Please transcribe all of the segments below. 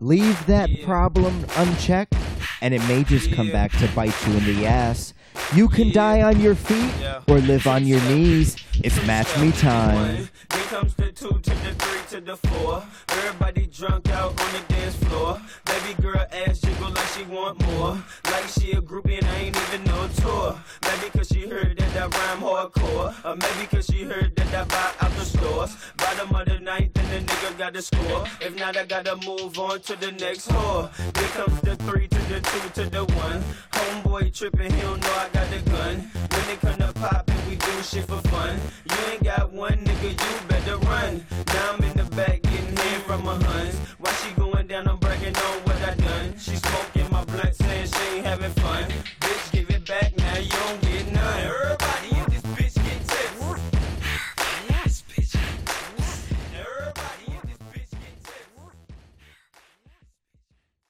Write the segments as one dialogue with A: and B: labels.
A: Leave that problem unchecked, and it may just come back to bite you in the ass. You can die on your feet
B: Yeah.
A: or live on your knees. It's match me time.
B: One. Then comes the two to the three to the four. Everybody drunk out on the dance floor. Baby girl ass jiggle like she want more. Like she a groupie and I ain't even no tour. Maybe cause she heard that I rhyme hardcore. Or maybe cause she heard that I buy out the stores. Bottom of the ninth and the nigga got to score. If not, I gotta move on to the next whore. Here comes the three to the two to the one. Homeboy tripping, he don't know I got the gun. When it come to poppin', we do shit for fun. You ain't got one nigga, you better run. Now I'm in the back getting head from my huns. While she going down, I'm bragging on what I done. She smoking my blunt, saying she ain't having fun. Bitch, give it back now, you don't get none. Everybody in this bitch get tips. Everybody in this bitch get tips. Everybody in this bitch get tips.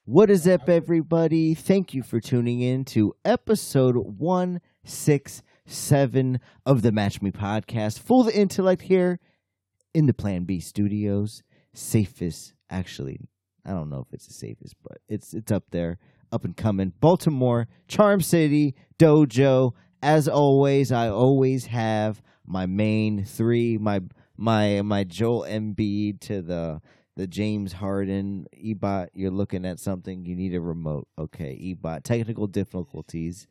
A: What is up, everybody? Thank you for tuning in to episode 167 of the Match Me podcast. Full the intellect here in the Plan B studios. Safest, actually, I don't know if it's the safest, but it's it's up there, up and coming. Baltimore, Charm City, Dojo. As always, I always have my main three, my my my Joel Embiid to the the James Harden Ebot. You're looking at something. You need a remote. Okay, Ebot. Technical difficulties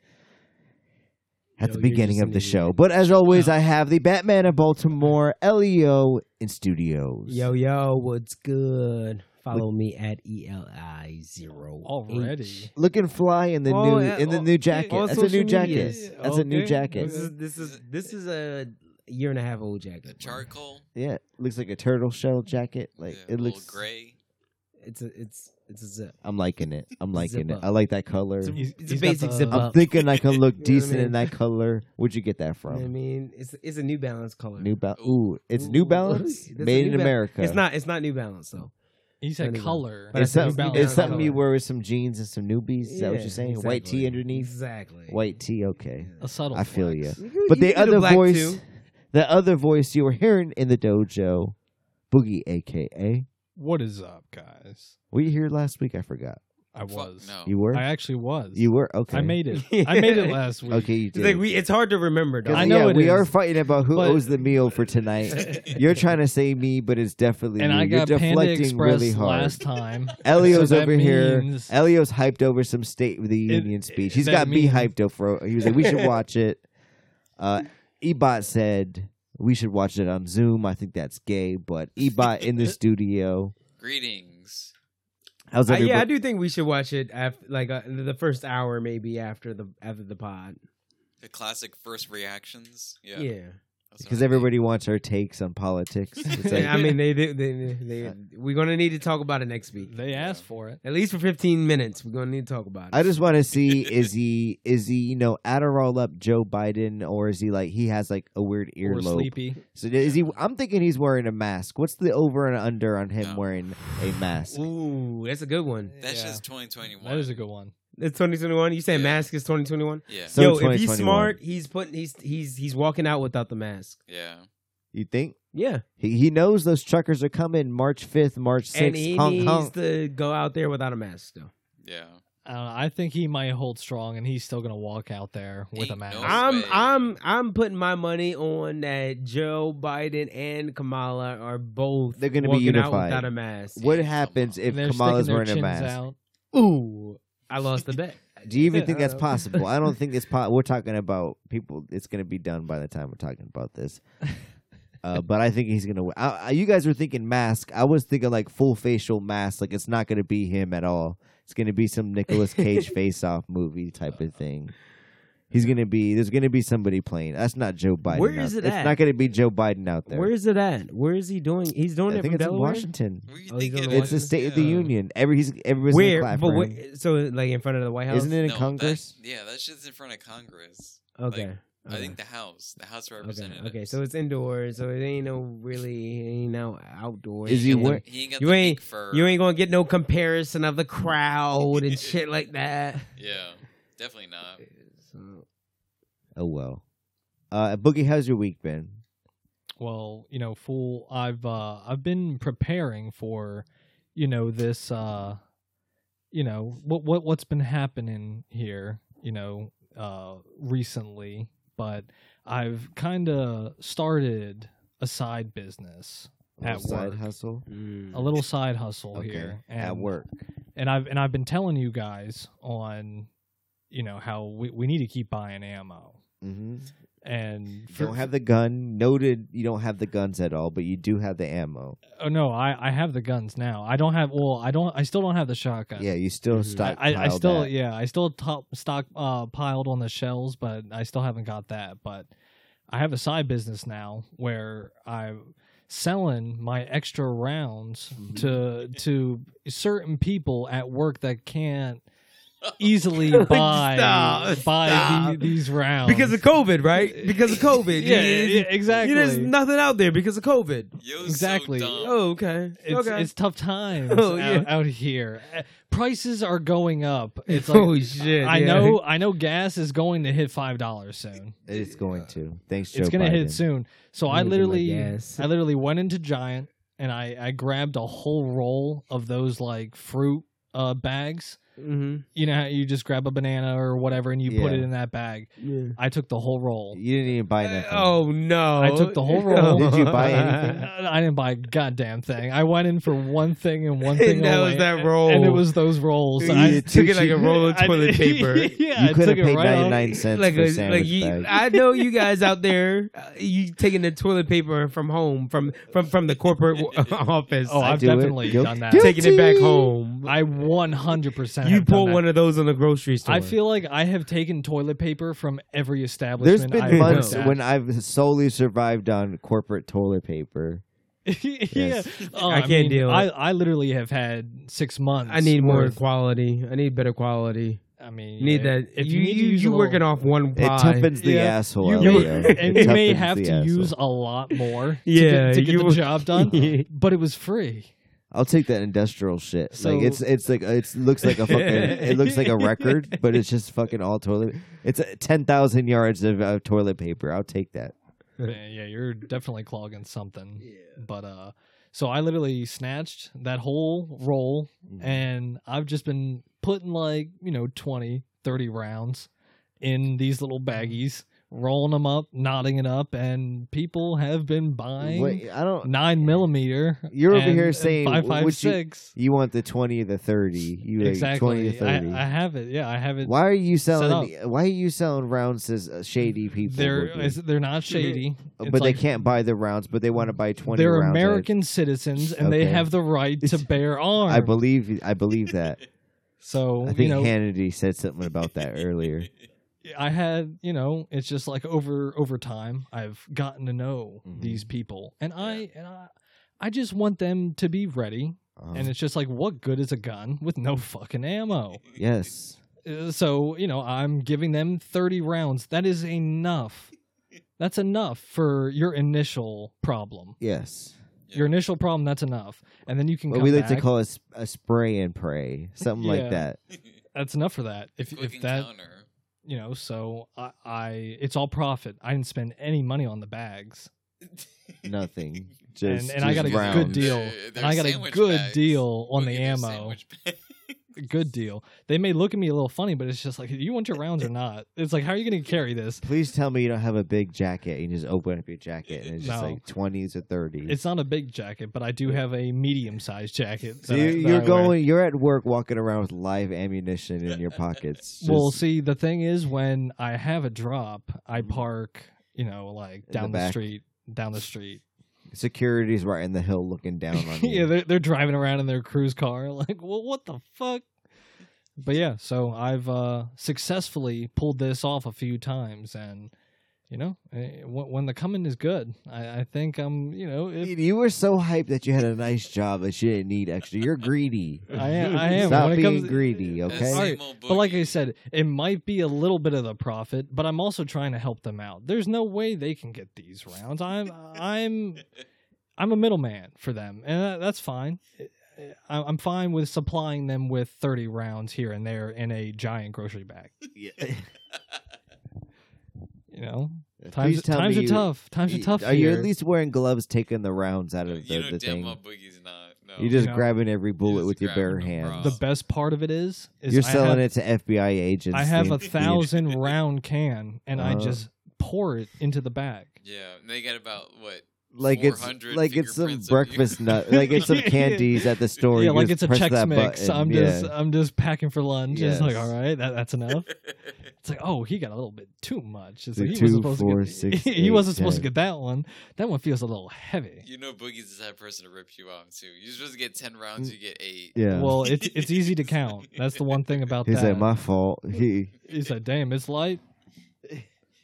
A: at
C: Yo,
A: the
C: you're
A: beginning
C: just
A: of
C: an
A: the
C: idiot.
A: show. But as always, I have the Batman of Baltimore, Leo, in studios.
C: Yo, yo, what's good? Follow me at
A: E
C: ELI zero.
D: Already?
C: H.
A: looking fly in the
C: Oh,
A: new
C: yeah,
A: in the
C: oh,
A: new jacket.
C: on
A: That's a new
C: social
A: jacket.
C: media.
A: That's a new
D: Okay.
A: jacket.
C: This is this is this is a year and a half old jacket.
E: the
C: bro.
E: charcoal,
A: Yeah, looks like a turtle shell jacket. Like
E: yeah,
A: it
E: a
A: looks.
E: little gray.
C: It's a it's it's a zip.
A: I'm liking it. I'm liking
C: Zip
A: it.
C: up.
A: I like that color.
D: It's a-
C: It's,
D: he's
C: a
D: got
C: basic
D: the-
C: zip
A: I'm
C: up.
A: thinking I can look
C: You know what I
A: decent in
C: mean?
A: that color. Where'd you get that
C: You know what I
A: from?
C: mean, it's it's a New Balance color.
A: New Balance.
E: Ooh.
A: Ooh, it's
C: Ooh.
A: New Balance,
C: That's a
A: made
C: New
A: in
C: Ba-
A: America.
C: It's not it's not New Balance though.
D: He said
C: Anyway.
D: color.
C: But I
A: It's
C: said New
A: something,
C: Balance
A: it's something
C: color.
A: you wear with some jeans and some newbies. Is that what
C: Yeah,
A: you're saying? White
C: exactly.
A: tee underneath.
C: Exactly.
A: White tee. Okay.
D: A subtle.
A: I feel
D: flex.
A: ya.
C: You could-
A: But
C: you
A: the
C: could do
A: other
C: black
A: voice,
C: too.
A: the other voice you were hearing in the dojo, Boogie, aka,
D: What is up, guys?
A: were you here last week? I forgot.
D: I
E: Fuck
D: was.
E: no.
A: You were.
D: Oh, I actually was.
A: You were okay.
D: I made it. I made it last week.
A: Okay, you
C: It's
A: did.
C: like we. It's hard to remember. Dog.
A: I
D: I
A: know
D: know
A: yeah,
D: it
A: we
D: is,
A: are fighting about who
D: but-
A: owes the meal for tonight. You're trying to say me, but it's definitely
D: and
A: you.
D: I got
A: You're
D: Panda
A: deflecting
D: Express
A: really hard.
D: last time.
A: Elio's
D: So that
A: over here.
D: means-
A: Elio's hyped over some State of the
D: It-
A: Union speech. He's
D: that
A: got me
D: means-
A: hyped over. He was like, "We should watch it." Uh, Ebot said we should watch it on Zoom. I think that's gay, but Ebot in the studio.
E: Greetings.
A: How's
C: I,
A: everybody?
C: Uh, yeah, I do think we should watch it after, like uh, the first hour, maybe after the after the pod.
E: The classic first reactions. Yeah.
C: Yeah,
E: that's what
A: because
E: I
A: everybody wants our takes on politics. It's like,
C: I mean they they, they, they we're gonna need to talk about it next week.
D: They asked for it.
C: At least for fifteen minutes, we're gonna need to talk about it.
A: I just want to see is he is he you know Adderall up Joe Biden or is he like he has like a weird
D: Or
A: earlobe?
D: sleepy.
A: So is he? I'm thinking he's wearing a mask. What's the over and under on him
E: No.
A: wearing a mask?
C: Ooh, that's a good one.
E: think. That's
D: Yeah.
E: just 2021.
D: That is a good one.
C: It's twenty twenty one. You say
E: Yeah.
C: mask is twenty twenty one.
E: yeah.
A: So
C: Yo, if
A: 2021.
C: he's smart, he's putting he's he's he's walking out without the mask.
E: yeah.
A: You think
C: Yeah,
A: he he knows those truckers are coming March 5th, March 6th?
C: and he
A: honk,
C: needs
A: honk.
C: to go out there without a mask. Though
E: Yeah.
D: I don't know. I think he might hold strong, and he's still gonna walk out there with a
E: Ain't
D: mask.
E: no-
A: Ah,
C: I'm
E: way.
C: I'm I'm putting my money on that Joe Biden and Kamala are both
A: They're gonna be
C: walking
A: unified.
C: out without a mask.
A: What happens if
D: And they're
A: Kamala's
D: sticking their
A: wearing a
D: chins
A: mask?
D: Out.
C: Ooh, I lost the bet.
A: Do you even
C: Yeah, uh,
A: think
C: I
A: that's
C: don't know.
A: possible? I don't think it's po- We're talking about people. It's going to be done by the time we're talking about this. Uh, but I think he's going to. I, I- you guys were thinking mask. I was thinking like full facial mask. Like it's not going to be him at all. It's going to be some Nicolas Cage face off movie type of thing. He's going to be. There's going to be somebody playing. That's not Joe Biden.
C: Where
A: out-
C: is it
A: It's
C: at?
A: not going to be Joe Biden out there.
C: Where is it at? Where is he doing? He's doing
A: I
C: it
A: think
C: from
A: it's in
C: Delaware.
A: Washington.
E: Were you
C: Oh, he's
E: thinking
C: going
E: it
C: to
A: It's
E: was-
A: the State of the
E: yeah.
A: Union. Every he's everybody's gonna
C: Where?
A: clap
C: But
A: for
C: where-
A: him.
C: so, like in front of the White House.
A: Isn't it in
E: No, that-
A: Congress?
E: yeah, that shit's in front of Congress.
C: Okay.
E: like, I
C: okay.
E: think the House, the House
C: Okay.
E: representative.
C: Okay. So it's indoors. So it ain't no really it ain't no outdoors.
A: Is he
C: You know,
A: wear-
E: He ain't got
C: You
E: the
C: ain't-
E: big fur.
C: You ain't gonna get no comparison of the crowd and shit like that.
E: Yeah. Definitely not.
C: So,
A: Oh well. Uh, Boogie, how's your week been?
D: well you know fool i've uh i've been preparing for you know this uh you know what what what's been happening here you know uh recently but i've kind of started a side business at
A: side
D: work
A: hustle
C: hmm.
D: a little side hustle
A: okay.
D: here and,
A: at work.
D: and i've and i've been telling you guys on you know how we, we need to keep buying ammo
A: Mm-hmm.
D: and
A: You don't have the gun. Noted. You don't have the guns at all, but you do have the ammo.
D: oh no i i have the guns now i don't have well i don't i still don't have the shotgun
A: Yeah, you still
C: Mhm.
A: stock.
D: Mm-hmm. I, I still yeah I still top stock uh, piled on the shells, but I still haven't got that. But I have a side business now where I'm selling my extra rounds
C: Mm-hmm.
D: to to certain people at work that can't easily buy
C: Stop,
D: buy the-
C: stop.
D: these rounds
C: because of COVID, right? Because of COVID.
D: Yeah,
C: You-
D: yeah, exactly.
C: There's nothing out there because of COVID.
E: Yo,
D: Exactly.
E: So dumb.
C: Oh, okay.
D: It's,
C: okay.
D: it's tough times
C: Oh,
D: out,
C: yeah.
D: out here. Uh, Prices are going up. It's like
C: oh shit!
D: I
C: yeah.
D: know I know gas is going to hit five dollars soon.
A: It's going to. Thanks, Joe.
D: it's gonna
A: Biden.
D: hit soon. So I
C: Anything like
D: literally
C: gas.
D: I literally went into Giant and I, I grabbed a whole roll of those like fruit uh bags.
C: Mhm.
D: You know how you just grab a banana or whatever and you put it
A: Yeah.
D: in that bag.
C: Yeah.
D: I took the whole roll.
A: You didn't even buy
D: Uh,
A: nothing.
C: Oh no!
D: I took the whole roll.
A: Did you buy anything?
D: I didn't buy a goddamn thing. I went in for one thing and one
C: And
D: thing
C: that was
D: only,
C: that
D: and-
C: roll.
D: and it was those rolls.
C: You
D: I
C: took it like a roll of
D: I-
C: toilet paper.
D: yeah, I
A: you could have
D: took it
A: paid
D: right off.
A: ninety nine cents
C: like
A: for a
C: a,
A: sandwich
C: like you,
A: bag.
C: I know you guys out there, uh, you taking the toilet paper from home from from from the corporate office,
D: Oh, I've
A: do it.
D: definitely
A: Guilty.
D: done that.
A: Guilty.
C: taking it back home.
D: I 100%
C: you
D: have done
C: pull
D: that.
C: one of those in the grocery store.
D: I feel like I have taken toilet paper from every
A: There's
D: establishment.
A: been
D: I've
A: months
D: worked at.
A: when I've solely survived on corporate toilet paper.
D: yeah,
A: Yes.
D: Oh,
C: I can't
D: mean,
C: deal
D: I,
C: it.
D: I literally have had six months.
C: I need more
D: worth-
C: quality. I need better quality.
D: I mean,
C: You need
D: yeah,
C: that.
D: If
C: you
D: need to
C: you,
D: use
C: you
D: a
C: working
D: little-
C: off one
A: It
C: pie.
A: toughens the
D: yeah.
A: asshole.
D: you
A: out,
D: may,
A: yo.
D: and
A: It
D: you may
A: toughens
D: have
A: the
D: to
A: asshole.
D: use a lot more.
C: Yeah,
D: to get, to get
C: you
D: the
C: will-
D: job done. but it was free.
A: I'll take that industrial shit.
D: So-
A: like it's it's like it's looks like a fucking it looks like a record, but it's just fucking all toilet. It's uh, ten thousand yards of, of toilet paper. I'll take that.
D: yeah, yeah, you're definitely clogging something. But uh, so I literally snatched that whole roll,
A: Mhm.
D: and I've just been putting like you know 20, 30 rounds in these little
A: Mm-hmm.
D: baggies, rolling them up, knotting it up, and people have been buying
A: What, I don't.
D: nine millimeter.
A: You're over
D: and-
A: here
D: and
A: saying,
D: five
A: what
D: five
A: would you-
D: six.
A: You want the twenty or the thirty? You like twenty to
D: exactly.
A: thirty?
D: I, I have it. Yeah, I have it.
A: why are you
D: set
A: selling? Why are you selling rounds as uh, shady people?
D: They're
A: would do?
D: is- they're not shady,
A: Uh, but
D: It's
A: they
D: like-
A: can't buy the rounds, but they want to buy twenty.
D: They're
A: rounds at a-
D: American citizens, and they
A: Okay.
D: have the right to bear arms.
A: I believe. I believe that.
D: So
A: I think
D: you know,
A: Hannity said something about that earlier.
D: I had you know, it's just like over over time, I've gotten to know
A: Mhm.
D: these people, and I and I, I just want them to be ready.
A: Uh-huh.
D: And it's just like, what good is a gun with no fucking ammo?
A: yes,
D: Uh, So you know, I'm giving them 30 rounds. That is enough. That's enough for your initial problem.
A: yes.
E: Yeah.
D: Your initial problem, that's enough, and then you can.
A: What
D: come
A: we like to
D: back.
A: call a, s- a spray and pray, something
D: Yeah.
A: like that.
D: that's enough for that. If
E: Quick
D: if that
E: encounter.
D: you know, so I, I it's all profit. I didn't spend any money on the bags.
A: Nothing. Just
D: and I
A: just
D: got a good
A: rounds.
D: deal.
E: They're-
D: and I got a
E: sandwich
D: good
E: bags.
D: deal on
E: We'll
D: the
E: give you
D: ammo.
E: sandwich bag.
D: Good deal. They may look at me a little funny, but it's just like, do you want your rounds or not? It's like, how are you going to carry this?
A: Please tell me you don't have a big jacket. You just open up your jacket and it's just
D: No.
A: like twenties or thirties.
D: It's not a big jacket, but I do have a medium sized jacket.
A: so
D: that I-
A: you-
D: that
A: you're
D: I wear.
A: going. You're at work, walking around with live ammunition in your pockets. Just Mm-hmm.
D: Well, see, the thing is, when I have a drop, I park, you know, like
A: the
D: down the,
A: back.
D: street, down the street.
A: security's right in the hill, looking down on you.
D: yeah, they're, they're driving around in their cruise car. Like, well, what the fuck? But yeah, so I've uh, successfully pulled this off a few times, and you know, eh, when, when the coming is good, I, I think I'm, you know, if,
A: Dude, you were so hyped that you had a nice job that you didn't need extra. You're greedy.
D: I am, I am.
A: Stop
D: when it
A: being
D: comes,
A: greedy,
E: That
A: okay?
E: same
D: Alright,
E: old
D: But like I
E: boogie.
D: said, it might be a little bit of the profit, but I'm also trying to help them out. There's no way they can get these rounds. I'm I'm I'm a middleman for them, and that- that's fine. I- I'm fine with supplying them with 30 rounds here and there in a giant grocery bag. You know, times
A: Please tell
D: times
A: me
D: are
A: you-
D: tough. Times are
A: you-
D: tough.
A: Are you
D: here.
A: at least wearing gloves, taking the rounds out
E: No,
A: of the,
E: you know
A: the
E: damn
A: thing?
E: well boogie's not. No.
A: You're just
D: Yeah.
A: grabbing every bullet
E: just
A: with your bare
E: grabbing them,
A: hands.
E: bro.
D: The best part of it is, is
A: You're
D: I
A: selling
D: have-
A: it to FBI agents.
D: I have
A: the-
D: a
A: the-
D: thousand round can, and I
A: Uh.
D: just pour it into the bag.
E: yeah, and they got about what
A: like it's
E: 400
A: like it's some
E: fingerprints of you.
A: breakfast nut, like it's some candies at the store.
D: yeah,
A: You
D: like
A: just
D: it's a
A: press
D: Chex
A: that
D: mix.
A: button.
D: I'm
A: yeah.
D: just uh, I'm just packing for lunch. It's like,
A: Yes.
D: all right, that, that's enough. It's like, oh, he got a little bit too much. It's
A: The
D: like, he
A: two,
D: was supposed
A: four,
D: to get,
A: six,
D: he wasn't
A: eight,
D: supposed to
A: ten.
D: get that one. That one feels a little heavy.
E: You know, Boogie's the type of person to rip you off too. You're supposed to get ten rounds, you get eight.
A: Mm, yeah.
D: Well, it's it's easy to count. That's the one thing about
A: He
D: that.
A: said, "My fault." He
D: He said, damn, it's light.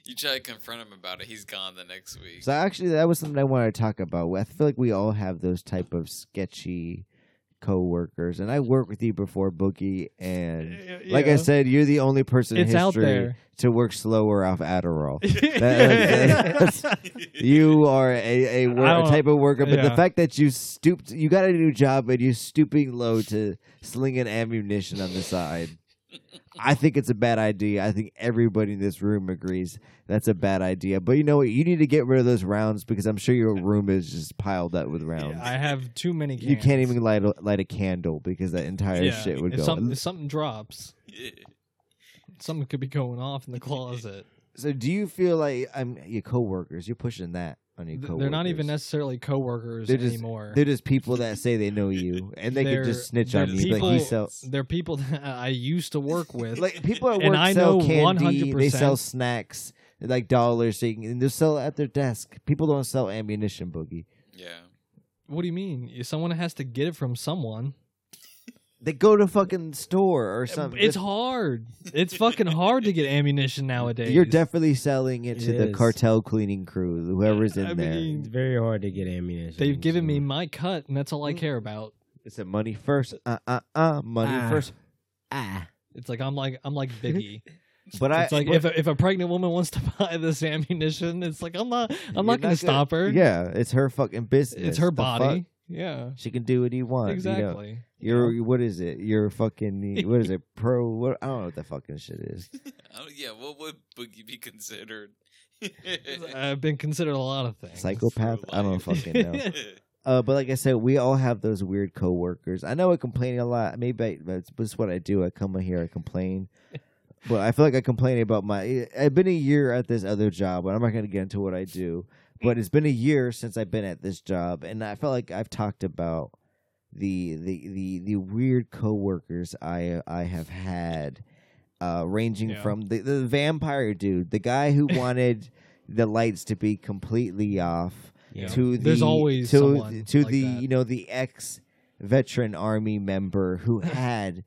E: You try to confront him about it, he's gone the next week.
A: so actually that was something I wanted to talk about. I feel like we all have those type of sketchy coworkers, and I worked with you before, Boogie, and like I
D: Yeah.
A: said, you're the only person in
D: it's out
A: history
D: there.
A: to work slower off Adderall. That- that's- You are a, a, wor-
D: I don't-
A: type of worker, but the
D: yeah.
A: fact that you stooped, you got a new job and you stooping low to slinging ammunition on the side, I think it's a bad idea. I think everybody in this room agrees that's a bad idea. But you know what? You need to get rid of those rounds because I'm sure your room is just piled up with rounds.
D: I have too many. Cans.
A: you can't even light a, light a candle because that entire
D: Yeah.
A: shit would
D: if
A: go.
D: Something, if something drops,
E: Yeah.
D: something could be going off in the closet.
A: so, do you feel like I'm your coworkers? You're pushing that on your coworkers.
D: They're not even necessarily coworkers
A: They're just-
D: anymore.
A: They're just people that say they know you, and they can
D: They're-
A: just snitch
D: they're
A: on you. Like he
D: people-
A: sell,
D: They're people that I used to work with.
A: like people at
D: And
A: work
D: I
A: sell
D: know
A: candy. They
D: 100%
A: sell snacks, like dollars, so you can, and they sell at their desk. People don't sell ammunition, boogie.
E: Yeah.
D: what do you mean? Someone has to get it from someone.
A: They go to fucking store or something.
D: It's hard. It's fucking hard to get ammunition nowadays.
A: You're definitely selling it
C: It
A: to the
C: is.
A: cartel cleaning crew, whoever's in
D: I
A: there.
D: mean,
C: It's very hard to get ammunition.
D: They've given me
A: Mm-hmm.
C: so-
D: my cut, and that's all I care about.
A: it's a money first, uh, uh, uh, money
C: Ah.
A: first, ah.
D: It's like I'm like I'm like Biggie.
A: But I,
D: It's like
A: but
D: if a, if a pregnant woman wants to buy this ammunition, it's like I'm not
A: you're
D: I'm not going to stop her.
A: Yeah, it's her fucking business.
D: it's her
A: The fuck?
D: body. Yeah,
A: She can do what he wants. You know?
D: exactly.
A: You're what is it? You're fucking what is it? Pro? What I don't know what the fucking shit is.
E: I don't, yeah. What would Boogie be considered?
D: I've been considered a lot of things.
A: Psychopath? I don't
E: Through
A: fucking know. uh, but like I said, we all have those weird coworkers. I know I complain a lot. Maybe I, that's that's what I do. I come in here, I complain. But I feel like I complain about my. I've been a year at this other job, and I'm not going to get into what I do. But it's been a year since I've been at this job, and I felt like I've talked about the the the, the weird coworkers I I have had, uh, ranging
D: Yeah.
A: from the, the vampire dude, the guy who wanted the lights to be completely off,
C: Yeah.
A: to the
D: There's always
A: to,
D: someone
A: to
D: like
A: the
D: that.
A: you know the ex veteran army member who had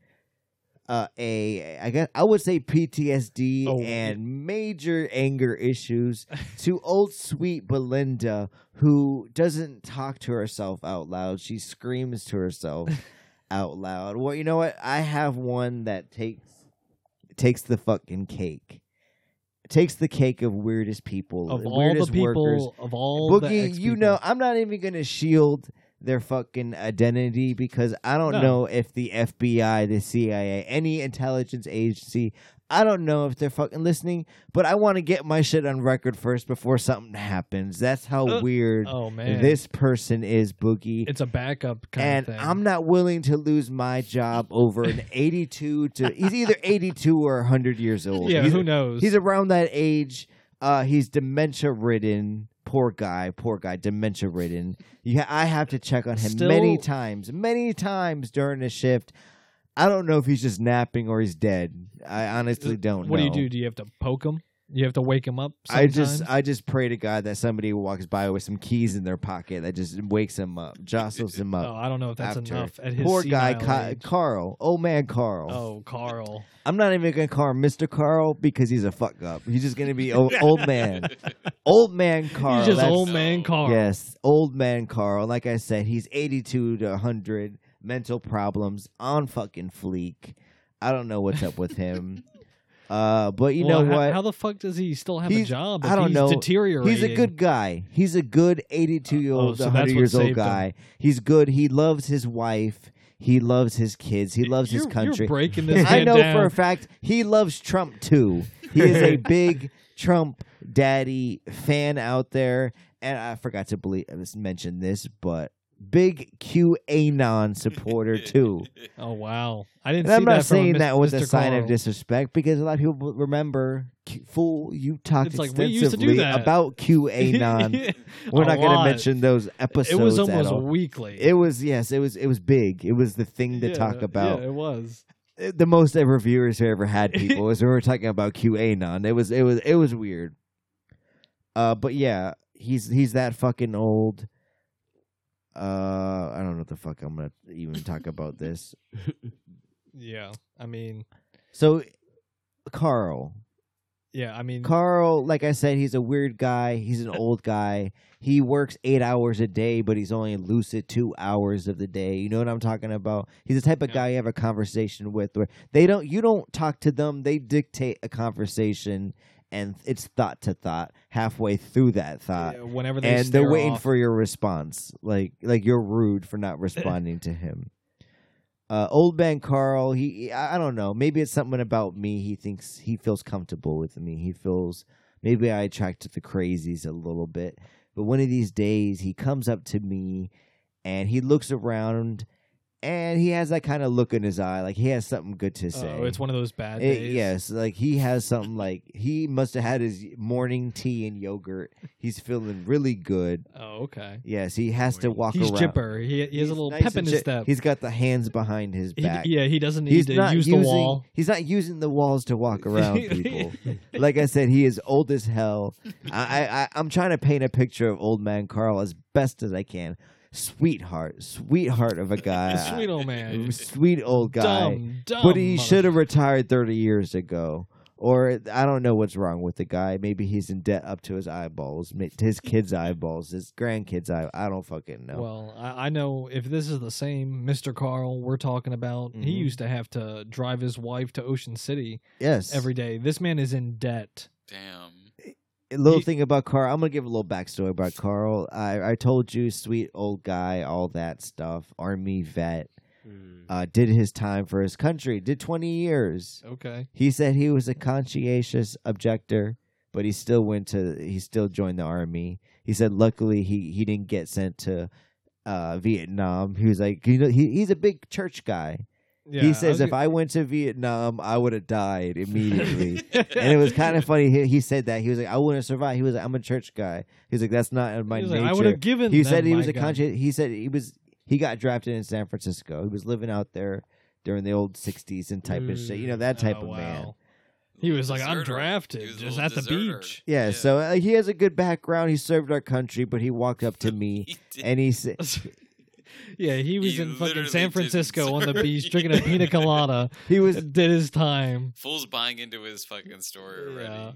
A: uh, a I guess I would say PTSD
D: Oh.
A: and major anger issues to old sweet Belinda who doesn't talk to herself out loud she screams to herself out loud well you know what I have one that takes takes the fucking cake takes the cake of weirdest people
D: of all the
A: weirdest
D: people
A: workers
D: of all the
A: Boogie,
D: ex
A: you
D: people.
A: know, I'm not even gonna shield their fucking identity because I don't
D: No.
A: know if the FBI, the CIA, any intelligence agency, I don't know if they're fucking listening. But I want to get my shit on record first before something happens. That's how
D: Uh,
A: weird
D: Oh man,
A: this person is, Boogie.
D: it's a backup kind
A: And
D: of thing.
A: I'm not willing to lose my job over an 82 to he's either 82 or 100 years old.
D: yeah,
A: He's-
D: who knows?
A: He's around that age. Uh, he's dementia ridden. Poor guy. Poor guy. Dementia ridden. You ha- I have to check on him
D: Still-
A: many times, many times during the shift. I don't know if he's just napping or he's dead. I honestly don't
D: Uh, what
A: know.
D: do you do? Do you have to poke him? You have to wake him up.
A: I just
D: sometimes?
A: I just pray to God that somebody walks by with some keys in their pocket that just wakes him up, jostles him
D: oh,
A: up.
D: I don't know if that's
A: after.
D: enough. At Oh, his
A: Poor guy,
D: senile
A: Ca-
D: age.
A: Carl. Old man, Carl.
D: Oh, Carl.
A: I'm not even gonna call him Mr. Carl because he's a fuck up. He's just gonna be old, old man, old man Carl.
D: He's just
A: That's-
D: old man Carl.
A: Yes, old man Carl. Like I said, he's 82 to 100, mental problems, on fucking fleek. I don't know what's up with him. uh, but you
D: Well,
A: know
D: how,
A: what?
D: How the fuck does he still have a
A: He's-
D: job?
A: I
D: if
A: don't
D: he's
A: know. He's a
D: Deteriorating.
A: He's a good guy. He's a good 82 year
D: Oh,
A: old,
D: so that's
A: 100
D: what
A: years old
D: saved him.
A: guy. He's good. He loves his wife. He loves his kids. He loves
D: you're,
A: his country.
D: You're breaking this.
A: I
D: man
A: know
D: down.
A: for a fact he loves Trump too. He is a big Trump daddy fan out there, and I forgot to believe, mention this, but big QAnon supporter too.
D: Oh wow, I didn't.
A: And
D: see
A: I'm not
D: that from
A: saying
D: Mis-
A: that was
D: Mr.
A: a sign of
D: Carl.
A: disrespect because a lot of people remember Q- fool you talked
D: It's like, we
A: extensively
D: used to do that.
A: about QAnon. We're
D: A
A: not going to
D: lot.
A: mention those episodes.
D: it was
A: at
D: almost
A: all.
D: weekly.
A: It was yes, it was it was big. It was the thing to
D: Yeah,
A: talk about.
D: Yeah, it was.
A: Uh, The most that reviewers have ever had people is we were talking about QAnon. It was it was it was weird. Uh, but yeah, he's he's that fucking old. Uh, I don't know what the fuck I'm gonna even talk about this.
D: Yeah, I mean,
A: So, Carl,
D: yeah, I mean,
A: Carl, like I said, he's a weird guy. He's an old guy. He works eight hours a day, but he's only lucid two hours of the day. You know what I'm talking about? He's the type of
D: Yeah.
A: guy you have a conversation with where they don't you don't talk to them, they dictate a conversation and it's thought to thought halfway through that thought.
D: yeah, whenever they
A: And they're
D: stare
A: waiting
D: off,
A: for your response. Like like you're rude for not responding to him. Uh, old man Carl, he I I don't know. Maybe it's something about me. He thinks he feels comfortable with me. He feels maybe I attracted the crazies a little bit. But one of these days, he comes up to me and he looks around and he has that kind of look in his eye, like he has something good to say.
D: Oh, it's one of those bad
A: It-
D: days.
A: yes, like he has something like he must have had his morning tea and yogurt. He's feeling really good.
D: Oh, okay.
A: Yes, he has to walk
D: He's
A: around.
D: chipper. He, he has
A: He's
D: a little
A: nice
D: pep in
A: and
D: his
A: chi-
D: step.
A: He's got the hands behind his
D: He-
A: back.
D: yeah, he doesn't need
A: he's
D: to
A: not
D: use
A: using,
D: the wall.
A: He's not using the walls to walk around people. like I said, he is old as hell. I, I, I I'm trying to paint a picture of old man Carl as best as I can. Sweetheart, sweetheart of a guy,
D: Sweet old man.
A: Sweet old Ah, guy.
D: Dumb, dumb.
A: But he should have
D: Oh, mother-
A: retired 30 years ago. Or I don't know what's wrong with the guy. Maybe he's in debt up to his eyeballs, ma- to his kids' eyeballs, his grandkids' eye. I don't fucking know.
D: Well, I, I know if this is the same Mr. Carl we're talking about, he
A: Mhm.
D: used to have to drive his wife to Ocean City
A: yes.
D: every day. This man is in debt.
E: Damn.
A: A little
D: He-
A: thing about Carl. I'm gonna give a little backstory about Carl. I, I told you, sweet old guy, all that stuff. Army vet,
D: Mm.
A: uh, did his time for his country. Did 20 years.
D: Okay.
A: He said he was a conscientious objector, but he still went to. He still joined the army. He said, luckily, he he didn't get sent to uh, Vietnam. He was like, you know, he, he's a big church guy.
D: Yeah,
A: he says,
D: was
A: if
D: gonna-
A: I went to Vietnam, I would have died immediately. and it was kind of funny. He, he said that he was like, "I wouldn't survive." He was like, "I'm a church guy." He was like, "That's not in my
D: He was
A: nature."
D: like, I would have given.
A: he
D: them
A: said he
D: my
A: was a
D: gun."
A: conscious. He said he was. He got drafted in San Francisco. He was living out there during the old '60s and type of shit. You know that type
D: Oh,
A: of man.
D: wow. He was like, I'm
E: Deserter. He
D: drafted,
E: was a
D: just
E: little
D: at the
E: deserter.
D: beach.
A: Yeah, So uh, he has a good background. He served our country, but he walked up to me
E: He did.
A: and he said,
D: yeah, he was
E: He
D: in fucking
E: literally
D: San
E: didn't
D: Francisco on the
E: serve
D: beach
E: you.
D: drinking a pina colada.
A: "He was."
D: Did his time.
E: Fool's buying into his fucking story already.
D: Yeah.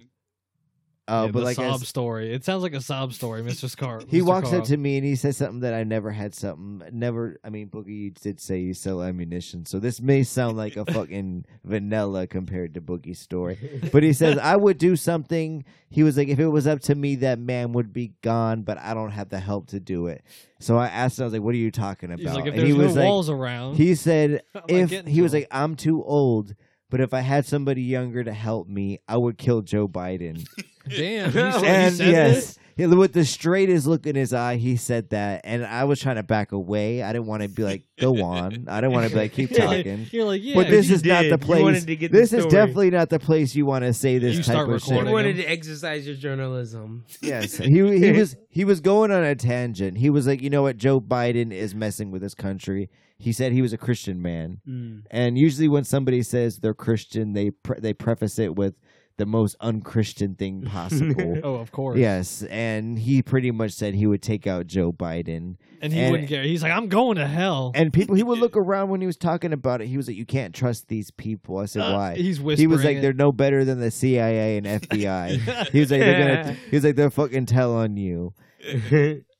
A: Uh,
D: Yeah,
A: but
D: the
A: like, I
D: sob
A: s-
D: story. It sounds like a sob story, Mr. Scar.
A: he
D: Mr.
A: walks
D: Carl.
A: up to me and he says something that I never had. Something never. I mean, Boogie, you did say you sell ammunition, so this may sound like a fucking vanilla compared to Boogie's story. But he says I would do something. He was like, if it was up to me, that man would be gone. But I don't have the help to do it. So I asked him. I was like, "What are you talking about?"
D: He's like, if
A: And
D: there's
A: he was
D: no
A: like,
D: walls around,
A: he said,
D: I'm not
A: if
D: getting
A: he
D: to
A: was
D: him.
A: like, I'm too old, but if I had somebody younger to help me, I would kill Joe Biden.
D: damn, Oh, he said,
A: and
D: he said
A: yes,
D: this?
A: he- with the straightest look in his eye, he said that. And I was trying to back away. I didn't want to be like, go on. I didn't want to be like, keep talking.
D: You're like, yeah,
A: but this
C: you
A: is not
C: did.
A: the
C: You
A: place.
C: wanted to get the
A: this is
C: story.
A: definitely not the place you want to say this
D: You
A: type
D: start
A: of
C: You
D: recording.
A: shit.
C: wanted to exercise your journalism.
A: Yes, he he was he was going on a tangent. He was like, you know what, Joe Biden is messing with this country. He said he was a Christian man.
D: Mm.
A: And usually, when somebody says they're Christian, they pre- they preface it with the most unchristian thing possible.
D: oh, of course.
A: yes, and he pretty much said he would take out Joe Biden,
D: and he
A: and-
D: wouldn't care. He's like, I'm going to hell.
A: and people he would look around when he was talking about it. He was like, "You can't trust these people." I said,
D: Uh,
A: "Why?"
D: He's whispering.
A: he was like,
D: it.
A: "They're no better than the CIA and FBI." he was like, "They're gonna." He was like, "They're fucking tell on you."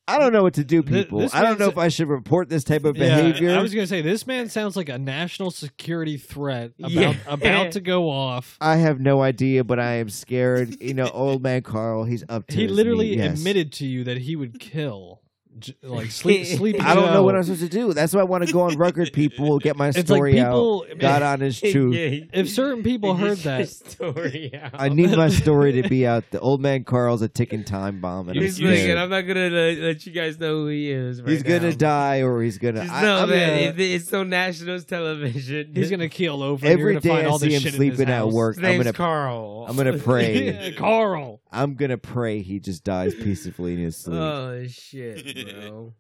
A: I don't know what to do,
D: Th-
A: people.
D: this
A: I don't know
D: man's-
A: if I should report this type of
D: Yeah,
A: behavior.
D: I was gonna say this man sounds like a national security threat about
C: Yeah.
D: about to go off.
A: I have no idea, but I am scared. You know, old man Carl, he's up to
D: He
A: his
D: literally
A: knee. Yes.
D: admitted to you that he would kill j- like sleep, sleepy.
A: I don't know what
D: Joe.
A: I'm supposed to do. That's why I want to go on record, people, get my
D: It's like
A: story out.
D: people.
A: God honest truth.
D: If certain people heard that,
C: story out.
A: I need my story to be out. The old man Carl's a ticking time bomb, and I'm
C: He's
A: scared.
C: thinking, I'm not gonna let, let you guys know who he is. Right
A: he's gonna
C: now."
A: die or he's gonna.
C: Just
A: I-
C: know,
A: I'm
C: man,
A: gonna-
C: it- it's on national television.
D: he's gonna keel over. and
A: every
D: you're gonna
A: day
D: find
A: I
D: all
A: see
D: this
A: him
D: shit in his
A: sleeping at
D: house.
A: work.
C: His
A: I'm
C: name's
A: gonna,
C: Carl.
A: I'm gonna pray.
D: Yeah, Carl.
A: I'm gonna pray he just dies peacefully in his sleep,
C: Oh shit, bro.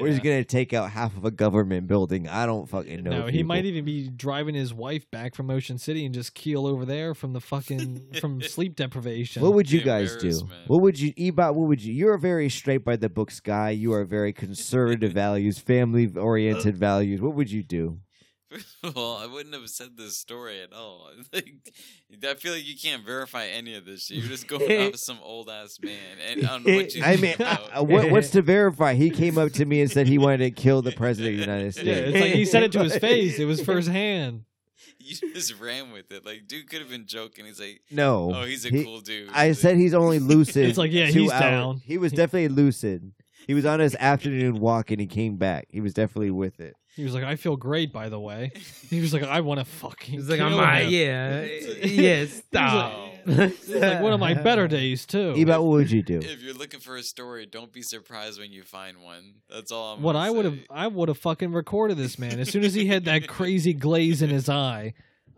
A: or he's gonna take out half of a government building. I don't fucking know.
D: No, he
A: people.
D: might even be driving his wife back from Ocean City and just keel over there from the fucking from sleep deprivation.
A: What would you
E: Yeah,
A: guys do?
E: embarrassment.
A: What would you, Ebot? What would you? You're a very straight by the books guy. You are very conservative values, family oriented values. What would you do?
E: well, I wouldn't have said this story at all. Like, I feel like you can't verify any of this shit. You're just going off some old ass man and on what you
A: I
E: think
A: mean,
E: about.
A: uh, what, what's to verify? He came up to me and said he wanted to kill the president of the United
D: yeah,
A: States.
D: it's like he said it to his face. It was firsthand.
E: you just ran with it. Like, dude could have been joking. He's like,
A: No,
E: oh, he's a
A: He-
E: cool dude.
A: I
E: Like,
A: said he's only lucid.
D: It's like, yeah,
A: two
D: he's
A: hours.
D: down.
A: He was definitely lucid. He was on his afternoon walk and he came back. He was definitely with it.
D: He was like, "I feel great, by the way." He was like, "I want to fucking."
C: He's like,
D: kill
C: I'm like,
D: him."
C: yeah, yeah, stop.
D: He's like one of my better days too.
A: Ebot, what would you do?
E: Oh, If you're looking for a story, don't be surprised when you find one. That's all I'm.
D: what
E: gonna
D: I would have,
E: say.
D: I would have fucking recorded this man. As soon as he had that crazy glaze in his eye,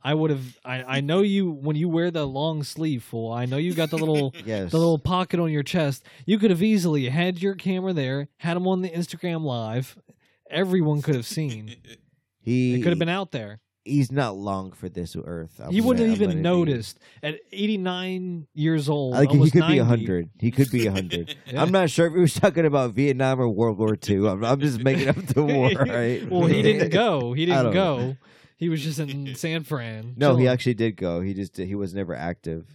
D: I would have. I, I know you when you wear the long sleeve, fool. I know you got the little
A: Yes.
D: the little pocket on your chest. You could have easily had your camera there, had him on the Instagram live. Everyone could have seen.
A: he
D: It could have been out there.
A: He's not long for this earth. I'm
D: He wouldn't
A: gonna-
D: have
A: I'm
D: even
A: gonna be-
D: noticed. At 89 years old,
A: Like he
D: almost
A: could be
D: 90,
A: a hundred. He could be a hundred.
D: Yeah.
A: I'm not sure if he was talking about Vietnam or World War II. I'm, I'm just making up the war. Right?
D: well, he didn't go. He
A: I
D: didn't
A: don't
D: go. He was just in San Fran. Oh.
A: No, he
D: chilling.
A: actually did go. He just he was never active.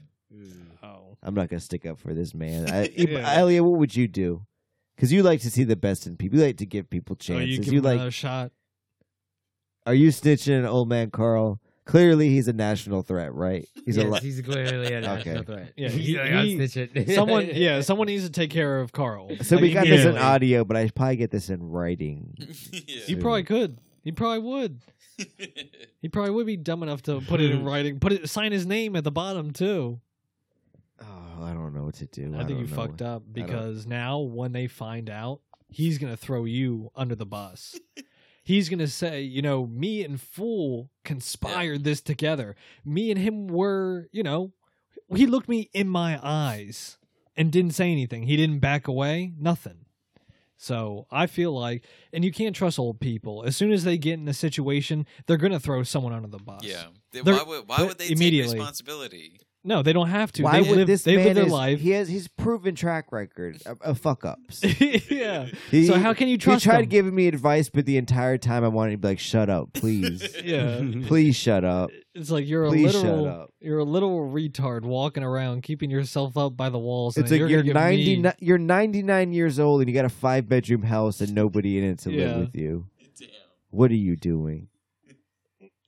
D: Oh.
A: I'm not gonna stick up for this man. I,
D: Yeah.
A: Elliot, what would you do? Because you like to see the best in people. You like to give people
D: Oh,
A: chances.
D: you give
A: you
D: him
A: like.
D: another shot.
A: Are you snitching on old man Carl? Clearly, he's a national threat, right? He's a.
C: Yes,
A: Li-
C: he's clearly a national
A: Okay.
C: threat.
D: Yeah,
C: He's
D: he-
C: like, I'll
D: he-
C: snitch it.
D: Someone, yeah, someone needs to take care of Carl.
A: so we got this in
C: Immediately.
A: audio, but I probably get this in writing.
D: He probably could. He probably would.
E: yeah.
D: He probably would be dumb enough to put it in writing. Put it, sign his name at the bottom too.
A: Oh, I don't know what to do.
D: I think you
A: don't know.
D: fucked up
A: don't-
D: because now when they find out, he's gonna throw you under the bus. he's gonna say, you know, me and Fool conspired this together. Me and him were, you know, he looked me in my eyes and didn't say anything. He didn't back away. Nothing. So I feel like, and you can't trust old people. As soon as they get in a situation, they're gonna throw someone under the bus.
E: Yeah. They-
D: They're-
E: why would why
D: they're
E: would they
D: immediately-
E: take responsibility?
D: No, they don't have to.
A: Why
D: they
A: would
D: live,
A: this
D: they
A: man
D: live their
A: is-
D: life.
A: He has his proven track record of, of fuck ups.
D: yeah.
A: He-
D: so how can you
A: He
D: trust?
A: tried
D: them?
A: giving me advice, but the entire time I wanted to be like, "Shut up, please,
D: Yeah.
A: please shut up."
D: It's like you're
A: Please
D: a
A: shut
D: literal,
A: up.
D: you're a literal retard walking around, keeping yourself up by the walls.
A: It's
D: and
A: like
D: you're,
A: you're,
D: gonna give
A: ninety
D: me-
A: nine. You're ninety nine years old, and you got a five bedroom house and nobody in it to live
D: Yeah.
A: with you.
E: Damn.
A: What are you doing?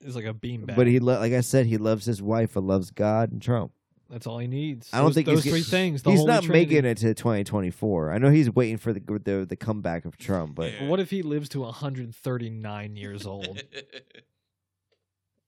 D: It's like a beanbag.
A: But he, lo- like I said, he loves his wife, and loves God and Trump.
D: That's all he needs.
A: I don't
D: Those-
A: think he's
D: those three
A: get-
D: things. The
A: he's
D: Holy
A: not
D: Trinity.
A: making it to 2024. I know he's waiting for the the, the comeback of Trump, but
D: What if he lives to 139 years old,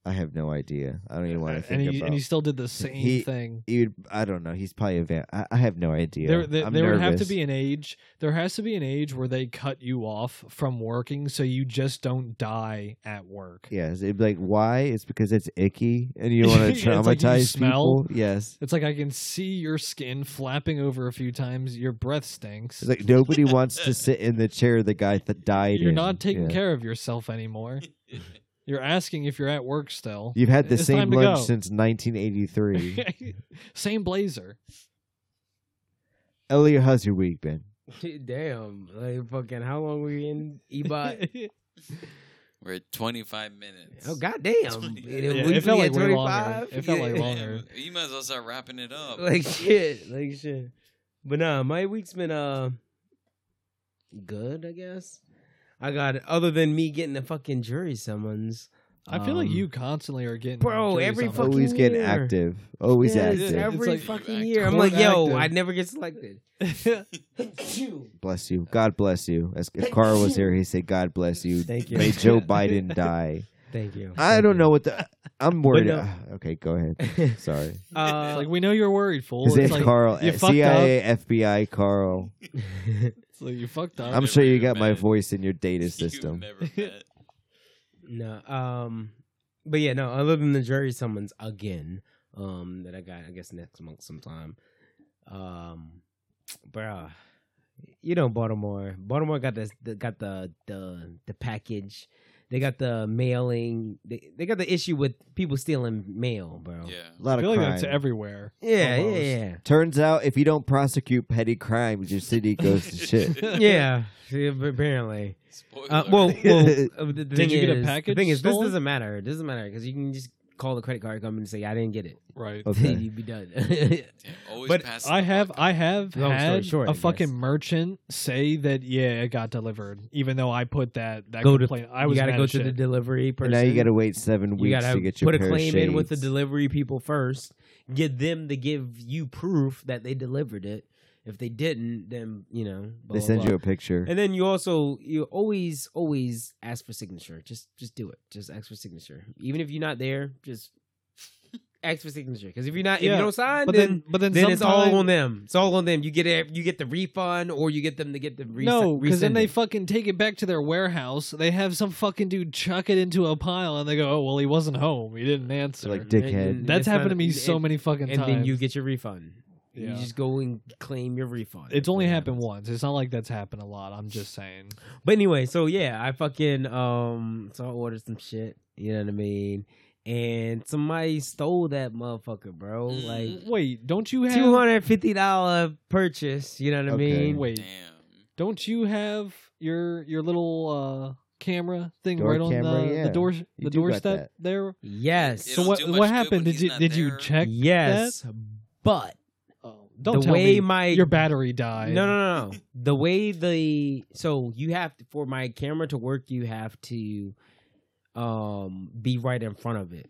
A: I have no idea. I don't even want to think
D: and he
A: about.
D: and he still did the same
A: He-
D: thing?
A: You'd, I don't know. He's probably a van. I, I have no idea.
D: There, there,
A: I'm
D: there would
A: nervous.
D: have to be an age. There has to be an age where they cut you off from working, so you just don't die at work.
A: Yes, it'd be like why? It's because it's icky, and you don't want to
D: Yeah, it's like you
A: traumatize
D: smell.
A: people. Yes,
D: It's like I can see your skin flapping over a few times. Your breath stinks.
A: it's like nobody wants to sit in the chair the guy that died.
D: you're
A: in.
D: not taking
A: Yeah.
D: care of yourself anymore. You're asking if you're at work still.
A: You've had the
D: It's
A: same
D: time to
A: lunch
D: go.
A: since 1983.
D: Same blazer.
A: Elliot, how's your week been?
C: Damn, like fucking, how long were you in Ebot?
E: We're at 25 minutes.
C: oh goddamn,
E: Twenty-
C: It-
E: Yeah,
D: it
C: we
D: felt
C: at
D: like way longer.
C: 25?
D: It felt like
C: Yeah.
D: longer.
E: Damn, you might as well start wrapping it up.
C: like shit, like shit. But nah, my week's been uh good, I guess. I got other than me getting a fucking jury summons
D: I feel like
A: Um,
D: you constantly are getting
C: Bro,
D: juries
C: every
D: on
C: fucking
A: always getting
C: year.
A: active. Always
C: Yeah,
A: active.
E: yeah.
C: Every
D: It's
E: like-
C: fucking year. I'm
D: Corn
C: like, yo,
D: active.
C: I never get selected.
A: Bless you. God bless you. As if Carl was here, he'd say, "God bless you."
C: Thank you.
A: May Joe Biden die.
C: Thank you.
A: I don't know what the. I'm worried.
C: no.
A: Ah, okay, go ahead. Sorry.
D: It's
C: Uh,
D: like we know you're worried, fool.
A: His
D: It's
A: name's
D: like,
A: Carl.
D: you
A: eh,
D: fucked
A: CIA, FBI, Carl.
D: it's like you fucked up.
A: I'm
E: never
A: sure you
E: even
A: got my
E: met.
A: voice in your data
E: You
A: system.
E: never met.
C: no. Um, but yeah, no. Other than the jury summons again, um, that I got, I guess next month sometime. Um, bruh, you know Baltimore. Baltimore got this. the- Got the the the package. They got the mailing. They, they got the issue with people stealing mail, bro.
E: Yeah.
A: A lot of
D: I feel like that's
A: crime.
D: everywhere.
C: yeah,
D: Almost.
C: yeah,
A: Turns out, if you don't prosecute petty crimes, your city goes to shit.
C: yeah. yeah. yeah, Apparently.
E: Spoiler.
C: Uh, well, well uh, the, the thing
D: you get a
C: is-
D: package
C: The thing is, this
D: stolen?
C: doesn't matter. It doesn't matter because you can just call the credit card company and say, "I didn't get it."
D: Right.
A: Okay.
C: You'd be done. yeah,
E: Damn, always
C: but
E: pass
D: I
E: the
D: have
E: buck.
D: I have
C: Long story
D: had
C: short, I
D: a
C: guess.
D: fucking merchant say that yeah it got delivered even though I put that that
C: Go to-
D: complaint I was
C: you gotta
D: mad
C: go
D: as
C: to the
D: shit.
C: delivery person.
A: And now you got to wait seven
C: You
A: weeks
C: gotta
A: to get your
C: put a
A: pair of
C: claim in with the
A: shades.
C: delivery people first. Get them to give you proof that they delivered it. If they didn't, then you know blah,
A: They
C: blah,
A: send
C: blah.
A: you a picture.
C: And then you also you always always ask for signature. Just just do it. Just ask for signature. Even if you're not there, just ask for signature. Because if you're not, if
D: Yeah,
C: you don't sign,
D: but
C: then,
D: then but then,
C: then it's all
D: sometime-
C: on them. It's all on them. You get it. You get the refund, or you get them to get the re-
D: no, because then
C: resend
D: they
C: it.
D: fucking take it back to their warehouse. They have some fucking dude chuck it into a pile, and they go, "Oh well, he wasn't home. He didn't answer."
A: Like dickhead.
C: And-
D: That's
C: It's not-
D: happened to me so
C: and-
D: many fucking
C: and
D: times.
C: then you get your refund.
D: Yeah.
C: You just go and claim your refund.
D: it's only
C: Yeah.
D: happened once. It's not like that's happened a lot. I'm just saying.
C: But anyway, so yeah, I fucking um, so I ordered some shit. You know what I mean? And somebody stole that motherfucker, bro.
D: Mm.
C: Like
D: Wait, don't you have
C: two hundred fifty dollar purchase. You know what I
A: Okay.
C: mean?
D: Wait,
E: Damn.
D: don't you have your your little uh camera thing
A: Door
D: right on
A: camera,
D: the,
A: yeah.
D: the door the
A: do got
D: doorstep
A: that.
D: there?
C: Yes.
D: So
E: It'll
D: what
E: do much
D: what
E: good when
D: happened? Did
E: he's
D: you
E: not
D: did you
E: there.
D: check?
C: yes, but
D: that? Oh, don't
C: the
D: tell
C: way
D: me
C: my
D: your battery died.
C: no, no, no, no. the way the so you have to, for my camera to work, you have to um be right in front of it.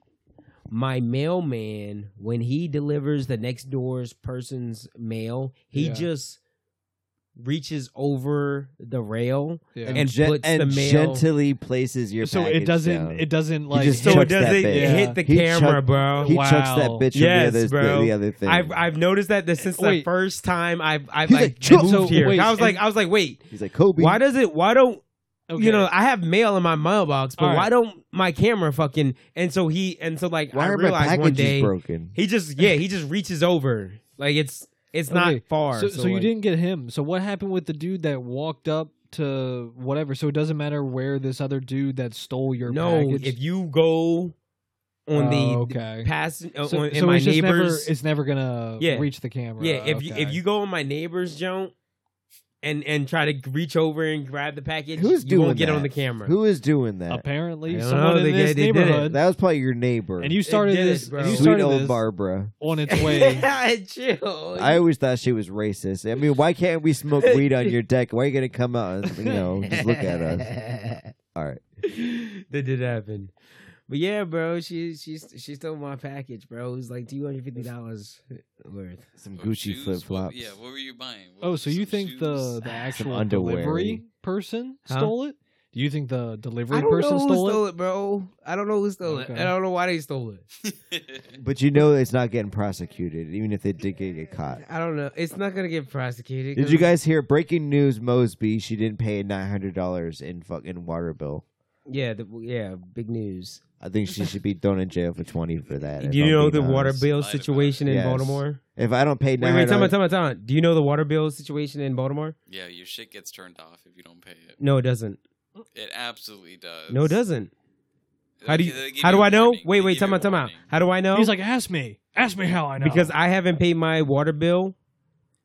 C: My mailman, when he delivers the next door's person's mail, he
D: Yeah.
C: just reaches over the rail
D: Yeah.
A: and,
C: and
A: gen-
C: puts
A: and
C: the mail-
A: gently places your
D: so it
A: package
D: doesn't
A: down.
D: it doesn't like
A: just
D: hit-
A: chucks that
C: doesn't
A: bitch.
C: hit the
A: He
C: camera,
A: chuck-
C: bro.
A: he chucks that
D: Wow.
A: bitch
C: Yes,
A: on the other,
C: bro.
A: The, the other thing.
C: I've I've noticed that this since the
D: Wait.
C: first time I've I've
A: He's
C: like
A: like, "Chuck."
C: moved
D: So,
C: here.
D: wait,
C: I was like
D: and-
C: I was like, wait,
A: He's like Kobe.
C: why does it? Why don't
D: okay.
C: you know? I have mail in my mailbox, but
D: All right.
C: why don't my camera fucking? And so he and so like
A: Why
C: I
A: are my
C: realized one
A: packages
C: day
A: broken?
C: he just yeah he just reaches over like it's it's not
D: Okay,
C: far.
D: So, so, you
C: like-
D: didn't get him. So what happened with the dude that walked up to whatever? So it doesn't matter where this other dude that stole your
C: no
D: package.
C: if you go on
D: Oh,
C: the
D: okay.
C: pass uh,
D: so,
C: on, in
D: so
C: my
D: it's just never-
C: neighbors.
D: it's never gonna
C: Yeah.
D: reach the camera.
C: yeah, if you if
D: Okay.
C: you go on my neighbor's junk. And and try to reach over and grab the package.
A: Who's
C: you won't
A: doing
C: get on
A: that?
C: the camera.
A: Who is doing that?
D: apparently
C: I don't
D: someone
C: know, they
D: in this
C: did- they did it.
D: neighborhood
A: That was probably your neighbor.
D: and you started
C: did it,
D: this
C: bro.
D: and you
A: sweet
D: started
A: old
D: this
A: Barbara.
D: on its way.
C: Chill.
A: I always thought she was racist. I mean, why can't we smoke weed on your deck? Why are you gonna come out and you know just look at us? All right,
C: that did happen. But yeah, bro, she she she stole my package, bro. It was like two hundred fifty dollars worth.
A: some
E: Or
A: Gucci
E: shoes? What-
A: flip flops.
E: Yeah, what were you buying? What
D: oh,
E: were
D: so you
E: some
D: think the
E: shoes?
D: the actual
A: underwear.
D: delivery person
C: Huh?
D: stole it? Do you think the delivery
C: I don't
D: person
C: know who
D: stole,
C: stole,
D: it?
C: it? bro. I don't know who stole it.
D: Okay.
C: I don't know why they stole it.
A: But you know it's not getting prosecuted, even if they did get, get caught.
C: I don't know. It's not gonna get prosecuted.
A: Did
C: 'cause
A: you guys hear breaking news? Mosby, she didn't pay nine hundred dollars in fucking water bill.
C: Yeah, the, yeah. Big news.
A: I think she should be thrown in jail for twenty for that. if
C: Do you
A: I'm
C: know the
A: being
C: water
A: honest.
C: bill
E: Lied about
C: situation
A: it.
C: in
A: Yes.
C: Baltimore?
A: If I don't pay
C: Wait,
A: nine
C: wait.
A: hundred
C: Time
A: dollars,
C: out. Time out. Time out. Do you know the water bill situation in Baltimore?
E: yeah, your shit gets turned off if you don't pay it.
C: No, it doesn't.
E: It absolutely does.
C: No, it doesn't. How do
E: They-
C: you?
E: they give
C: How
E: you
C: do I know?
E: warning.
C: Wait,
E: They
C: wait.
E: give
C: Time
E: you
C: out. Time out.
E: warning.
C: How do I know?
D: He's like, ask me, ask me how I know
C: because I haven't paid my water bill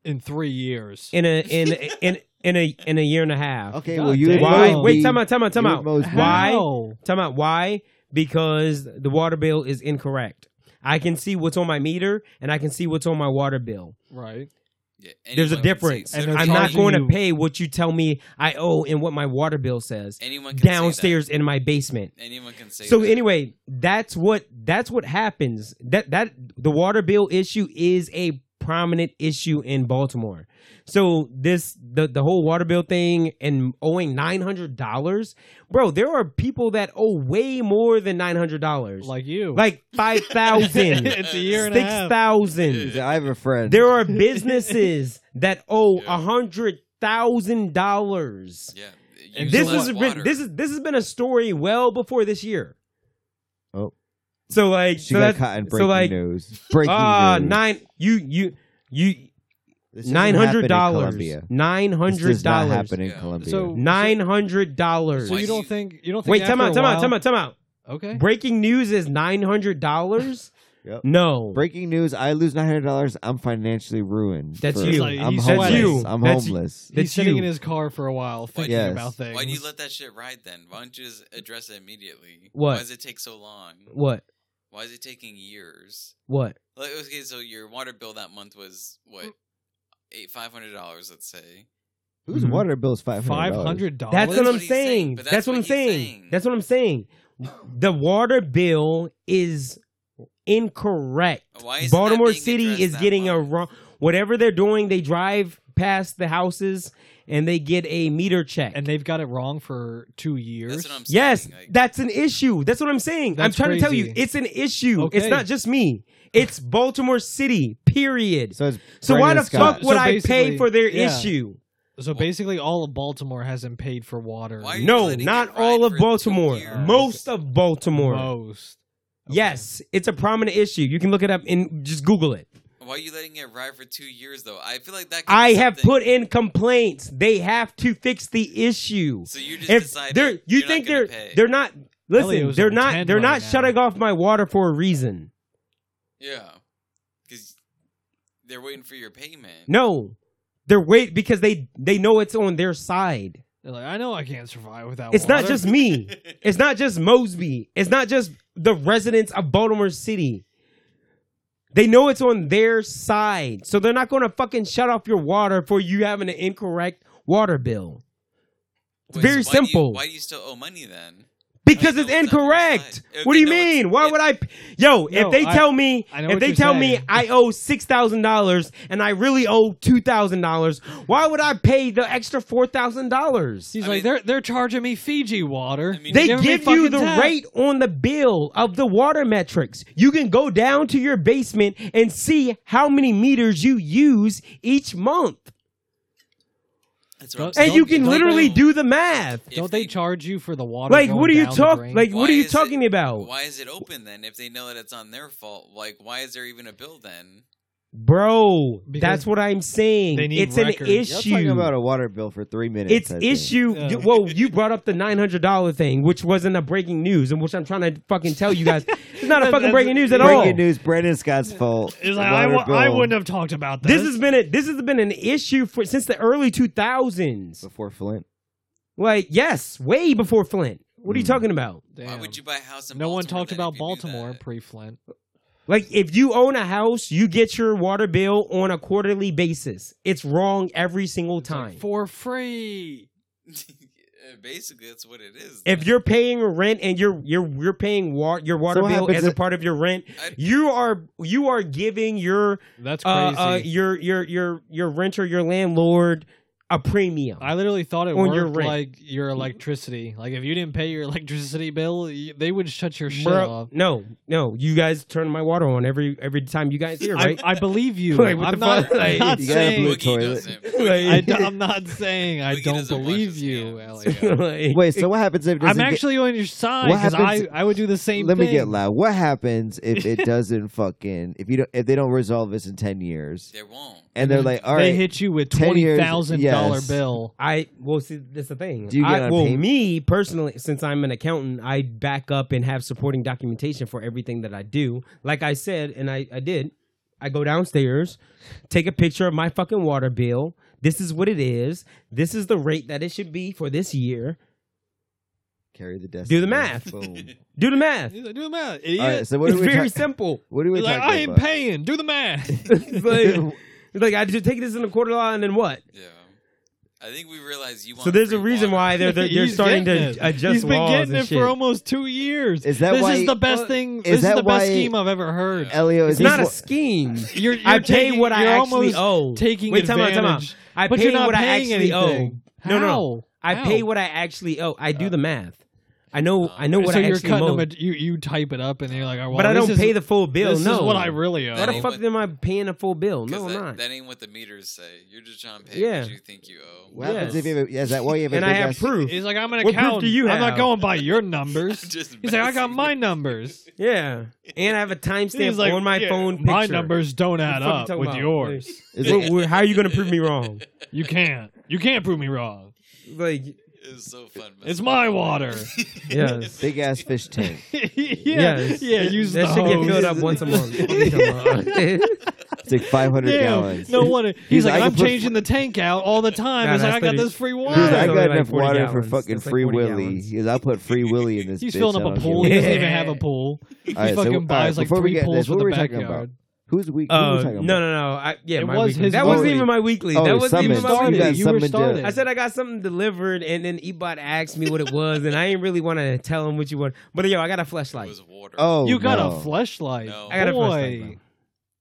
D: in three years.
C: in a in in in a in a year and a half.
A: okay.
D: God
A: well, you
D: damn.
A: and
C: Why?
A: Mosby-
C: Wait, time out, time out, time
A: you
C: out.
A: and Mosby-
C: Why?
D: How?
C: Time out. Why? Because the water bill is incorrect. I can see what's on my meter and I can see what's on my water bill.
D: Right.
E: Yeah,
C: There's
E: anyone
C: a
E: can say
C: difference.
D: And
E: six.
D: they're
C: I'm not
D: charging
C: going to
D: you-
C: pay what you tell me I owe and what my water bill says
E: Anyone can say that.
C: downstairs in my basement.
E: Anyone can say.
C: So
E: that.
C: anyway, that's what that's what happens. That that the water bill issue is a prominent issue in Baltimore. So this the the whole water bill thing and owing nine hundred dollars, bro. There are people that owe way more than nine hundred dollars, like,
D: like you.
C: five thousand,
D: it's a year and a
C: six
D: half.
C: thousand.
A: I have a friend.
C: There are businesses that owe
E: Yeah.
C: a hundred thousand dollars.
E: yeah, use
D: And
C: This
E: less
C: is
E: water.
C: this is this has been a story well before this year.
A: Oh.
C: So like
A: she got
C: so that's-
A: caught in
C: so,
A: breaking
C: like,
A: news. Breaking
C: Ah,
A: news.
C: nine. You you you.
A: This doesn't
C: Nine
A: happen
C: hundred
A: in
C: dollars.
A: Colombia.
C: Nine
A: This
C: hundred
A: does not
C: dollars.
A: happen in
E: Yeah.
A: Colombia.
D: So-
C: Nine hundred dollars.
D: So you don't
E: Wait.
D: think you don't think
C: Wait, time out,
D: after
C: time
D: a
C: out,
D: while-
C: time out, time out.
D: Okay.
C: Breaking news is nine hundred dollars.
A: Yep.
C: No,
A: Breaking news: I lose nine hundred dollars. I'm financially ruined.
C: That's
A: for-
C: you.
A: I'm
D: He's
A: homeless.
C: you.
A: I'm
C: That's you.
A: homeless.
D: He's
C: that's
D: sitting
C: you.
D: in his car for a while thinking
A: Yes.
D: about things.
E: Why do you let that shit ride then? Why don't you just address it immediately?
C: What?
E: Why does it take so long?
C: what?
E: Why is it taking years?
C: What?
E: Like, okay, so your water bill that month was
C: Mm.
E: what? Eight five hundred dollars, let's say.
A: Whose
C: Mhm.
A: water bill is five
D: Five hundred dollars.
C: That's what
E: that's
C: I'm
E: what he's
C: saying.
E: saying, but
C: That's,
E: that's
C: what,
E: what
C: I'm
E: he's
C: saying.
E: saying.
C: That's what I'm saying. The water bill is incorrect.
E: Why isn't that
C: Baltimore
E: being
C: City
E: addressed
C: is
E: that
C: getting a
E: month?
C: wrong. Whatever they're doing, they drive past the houses and they get a meter check.
D: and they've got it wrong for two years.
E: That's what I'm saying.
C: yes,
E: like-
C: that's an issue. That's what I'm saying. I'm
D: That's
C: trying to tell
D: crazy.
C: you, it's an issue. It's
D: Okay.
C: not just me. It's Baltimore City. Period. So,
A: So, it's
C: why the
A: Brandon Scott.
C: fuck would
D: So
C: I pay
D: basically-
C: for their
D: yeah.
C: issue?
D: So basically, all of Baltimore hasn't paid for water.
E: Why are you
C: No,
E: letting
C: not
E: it ride
C: all of
E: for two
C: Baltimore.
E: years?
C: Most of Baltimore.
D: Oh, Most. Okay.
C: Yes, it's a prominent issue. You can look it up and just Google it.
E: Why are you letting it ride for two years though? I feel like that. could be
C: I have
E: something-
C: put in complaints. They have to fix the issue.
E: So you just
C: If
E: decided
C: they're, you
E: you're
C: think
E: not gonna
C: they're
E: pay.
C: they're not listen,
D: Elio's
C: they're
D: on 10
C: not they're
D: right
C: not
D: now.
C: shutting off my water for a reason.
E: yeah because they're waiting for your payment.
C: No, they're wait because they they know it's on their side.
D: They're like, I know I can't survive without.
C: It's not
D: water."
C: just me. It's not just Mosby. It's not just the residents of Baltimore City. They know it's on their side. So they're not going to fucking shut off your water for you having an incorrect water bill
E: it's
C: very simple.
E: why do you still owe money then?
C: because
E: I
C: it's
E: know it's on your
C: incorrect.
E: side.
C: What do you
E: They know it's-
C: mean? Why
E: it's-
C: would I Yo,
D: No,
C: if they
D: I-
C: tell me
D: I know
C: if
D: what
C: they
D: you're
C: tell me
D: saying.
C: I owe $6,000 and I really owe $2,000, why would I pay the extra $4,000?
D: He's
E: I
D: like,
E: mean-
D: they're they're charging me Fiji water.
E: I mean-
C: They
D: They're giving me
C: give you
D: fucking
C: the
D: tab.
C: rate on the bill of the water metrics. You can go down to your basement and see how many meters you use each month.
E: That's what I'm
D: And
E: saying.
C: And you can
D: don't-
C: literally do the math.
E: If
D: Don't they charge you for the water?
C: Like
D: going
C: what are you
D: down the drain?
C: talking like what
E: Why
C: are you
E: is it-
C: talking about?
E: Why is it open then? If they know that it's on their fault, like why is there even a bill then?
C: Bro,
D: Because
C: that's what I'm saying.
D: they need
C: it's
D: records.
C: an
D: Y'all
A: Y'all talking
C: issue.
A: about a water bill for three minutes.
C: it's
A: I think.
C: issue.
D: Yeah.
C: you- Well, you brought up the nine hundred dollar thing, which wasn't a breaking news, and which I'm trying to fucking tell you guys, it's not a fucking breaking news at all.
A: Breaking news: Brandon Scott's fault.
D: He's like, I,
A: Water
D: w- I
A: bill
D: wouldn't have talked about this.
C: This has been a this has been an issue for since the early two thousands.
A: before Flint.
C: Like, yes, way before Flint. What are you
A: Hmm.
C: talking about?
E: Why
D: Damn.
E: would you buy a house in
D: No
E: Baltimore
D: one talked
E: then
D: about
E: if you do
D: Baltimore
E: that?
D: pre Flint.
C: Like, if you own a house, you get your water bill on a quarterly basis. It's wrong every single time.
D: for free.
E: Yeah, Basically, that's what it is.
C: if
E: then.
C: you're paying rent and you're you're you're paying wa- your water
A: So what
C: bill
A: happens
C: as a
A: if-
C: part of your rent,
E: I-
C: you are you are giving your
D: That's
C: uh,
D: crazy.
C: uh, your your your your renter, your landlord, a premium.
D: I literally thought it
C: on
D: worked
C: your rent.
D: like your electricity. Like if you didn't pay your electricity bill, y- they would shut your shit
C: Bro,
D: off.
C: no, no, you guys turn my water on every every time you guys here, right?
D: I, I believe you.
C: Like, what
D: I'm,
C: the
D: not,
C: fuck?
D: I'm
C: Like,
D: not
A: you gotta
D: saying.
A: blue
E: Boogie
A: toilet.
E: doesn't.
C: Like-
E: Boogie-
D: I, am not saying I
E: Boogie
D: don't
E: doesn't wash
D: believe
E: his
D: you,
E: hands.
D: Elio.
C: Like-
A: Wait, so what happens if it
D: I'm
A: doesn't get-
D: actually on your side
A: What
D: because I,
A: happens-
D: I would do the same
A: Let
D: thing.
A: me get loud. What happens if it doesn't fucking if you don't if they don't resolve this in ten years
E: they won't.
A: and
C: Mm-hmm.
A: they're like, all right,
D: They hit you with
A: 10
D: twenty
A: years,
D: thousand dollar
A: yes.
D: bill.
C: I well see that's the thing.
A: Do you get
C: I,
A: on
C: well,
A: pay-
C: me personally, since I'm an accountant, I back up and have supporting documentation for everything that I do. Like I said, and I, I did, I go downstairs, take a picture of my fucking water bill. This is what it is. This is the rate that it should be for this year.
A: carry the desk.
C: Do the math.
A: Boom.
C: Do the math.
D: He's like, do the math,
A: all right,
D: idiot.
A: so what
C: it's
A: are we
C: very
A: talking?
C: simple.
A: What are we
D: He's like,
A: talking
D: I ain't
A: about?
D: paying. Do the math.
C: It's like, Like I just take this in the quarter line and then what?
E: Yeah. I think we realize you want.
C: So there's a
E: free
C: reason
E: water.
C: why they're they're, they're
D: He's
C: starting to
D: getting it.
C: adjust
D: He's been
C: laws
D: getting
C: and
D: it
C: shit.
D: for almost two years.
A: Is that
D: this
A: why- Uh,
D: is the best thing.
A: is
D: This is
A: that
D: the
A: why-
D: best scheme I've ever heard.
A: Elio, is
C: it's not a
A: this wh-
C: scheme.
D: You're, you're
C: I pay what I
D: you're
C: actually
D: almost
C: owe.
D: Taking
C: Wait, time out,
D: advantage.
C: time out. I
D: But
C: pay
D: you're not
C: what I
D: paying
C: actually
D: anything.
C: owe. No, no.
D: How?
C: I
D: How? Oh,
C: pay what I actually owe. I do the math. I know. I know what
D: so
C: I
D: you're
C: actually
D: cutting
C: owe.
D: them. A, you you type it up and you're like, oh, well,
C: but I
D: this
C: don't pay
D: is-
C: the full bill.
D: This
C: no,
D: is what I really owe.
C: Why the
E: That
C: fuck am I paying a full bill?
E: 'Cause
C: No, I'm
E: that,
C: not.
E: That ain't what the meters say. You're just trying to pay
C: Yeah.
E: what you think you owe.
A: What happens
C: Yes.
A: if you have a, is that why you have a
C: And I
A: big
C: have
A: ass-
C: proof.
D: He's like, I'm an
C: What proof
D: accountant.
C: do you
D: I'm
C: have?
D: not going by your numbers.
E: Just
D: He's like, I got
E: messing
D: my
E: with
D: numbers.
C: Yeah, and I have a timestamp
D: He's like,
C: on my
D: yeah,
C: phone. Picture.
D: My numbers don't
C: What
D: add
C: the fuck you
D: up
C: talking
D: with
C: about?
D: yours.
A: Is
C: Wh-
A: it,
C: wh- how are you going to prove me wrong?
D: You can't. You can't prove me wrong.
C: Like,
E: you. It's so fun. messing
D: It's
E: with
D: my
E: you.
D: water.
C: yes,
A: big ass fish tank?
D: yeah,
C: yes,
D: yeah. Use
C: that
D: the
C: should get
D: hose.
C: filled up once a month. Uh, What are you talking about?
A: It's like 500
D: Damn,
A: gallons.
D: No wonder. He's,
A: He's
D: like,
A: like, I
D: I'm
A: can put-
D: changing the tank out all the time.
C: Nah,
D: He's like,
C: that's
D: I got
C: 30
D: this free
A: He's like,
D: water.
A: I
C: That's
A: got
C: only
A: enough
C: like 40
A: water for
C: gallons.
A: fucking
C: That's like
A: free
C: 40
A: Willy.
C: gallons.
A: He's, I'll put free Willy in this.
D: He's
A: bitch,
D: filling
A: I
D: up a
A: don't
D: pool.
A: give
D: He
A: a
D: doesn't
A: shit.
D: even have a pool. He
A: All right, so-
D: fucking
A: all right,
D: buys like
A: before we
D: three
A: get
D: pools
A: this,
D: for
A: what
D: the
A: were we talking about?
D: backyard.
A: Who's week? Who are we
C: Uh,
A: talking about?
C: no, no, no. I, yeah,
D: It
C: my
D: was
C: weekly.
D: his
C: That
A: vote.
C: wasn't even my weekly.
A: Oh,
C: that
A: it's
C: wasn't even
A: summons.
C: my
A: You
D: started.
A: got
C: weekly.
D: You were
A: summoned, uh,
D: started.
C: I said I got something delivered, and then Ebot asked me what it was, and I didn't really want to tell him what you want. But yo, I got a
E: It
C: flashlight.
E: was water.
A: Oh,
D: you got
A: no.
D: a flashlight.
E: No.
C: I got a
D: Boy.
C: flashlight. bro.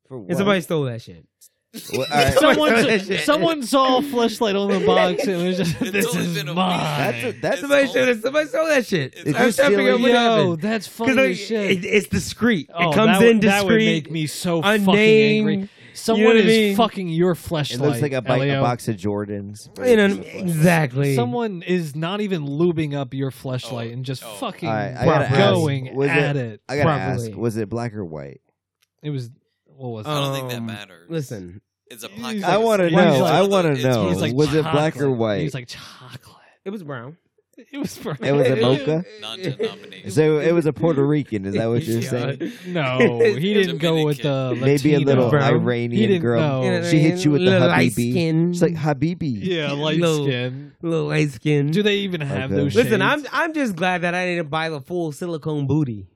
A: For what?
C: And somebody stole that shit.
A: Well, all right.
C: Somebody stole that
D: Someone,
C: shit.
D: someone saw a flashlight on the box and was just,
E: It's
D: "This
E: only
D: is
E: been a week.
A: That's a,
D: mine."
A: that's a,
E: It's
C: Somebody stole that. Somebody stole that shit.
E: It's
C: I was trying to figure out
A: stealing-
C: what
D: Yo,
C: happened.
D: that's funny
C: Because
D: as
C: like,
D: shit.
C: it, it's discreet.
D: Oh,
C: it comes
D: that
C: in
D: would, that would
C: discreet.
D: make me so
C: unnamed.
D: fucking
C: You know
D: angry. Someone
C: what I
D: is
C: mean?
D: fucking your
A: it
D: flashlight.
A: looks like a, bike, a
D: Elio.
A: box of Jordans.
C: You know, exactly.
D: Someone is not even lubing up your flashlight
E: Oh,
D: and just
E: oh.
D: fucking
A: All right, I gotta
D: going
A: ask, was
D: at it,
A: I gotta ask,
C: Properly.
A: was it black or white?
D: It was what was it?
E: I don't think that
C: Um,
E: matters.
C: Listen,
E: it's a
D: He's
E: pocket.
D: like-
A: I want to
D: He's
A: know.
D: like-
A: I want to
E: It's-
A: know.
D: He's like
A: was it black or
D: chocolate.
A: white?
D: He was like chocolate.
C: it was brown.
D: It was for
A: It was a mocha?
E: Non-denominational.
A: so it was a Puerto Rican. Is that what you're
C: Yeah.
A: saying?
D: No, he didn't go with the
A: Maybe a
D: Latino.
A: little
C: Brown.
D: He
A: Iranian
D: didn't
A: girl.
D: know.
A: She hit you with the
C: Little light
A: Habibi.
C: skin.
A: She's like Habibi.
D: Yeah, light
C: Little-
D: skin.
C: Little light skin.
D: Do they even have
A: Okay.
D: those?
C: Listen, I'm
D: shades?
C: I'm just glad that I didn't buy the full silicone booty.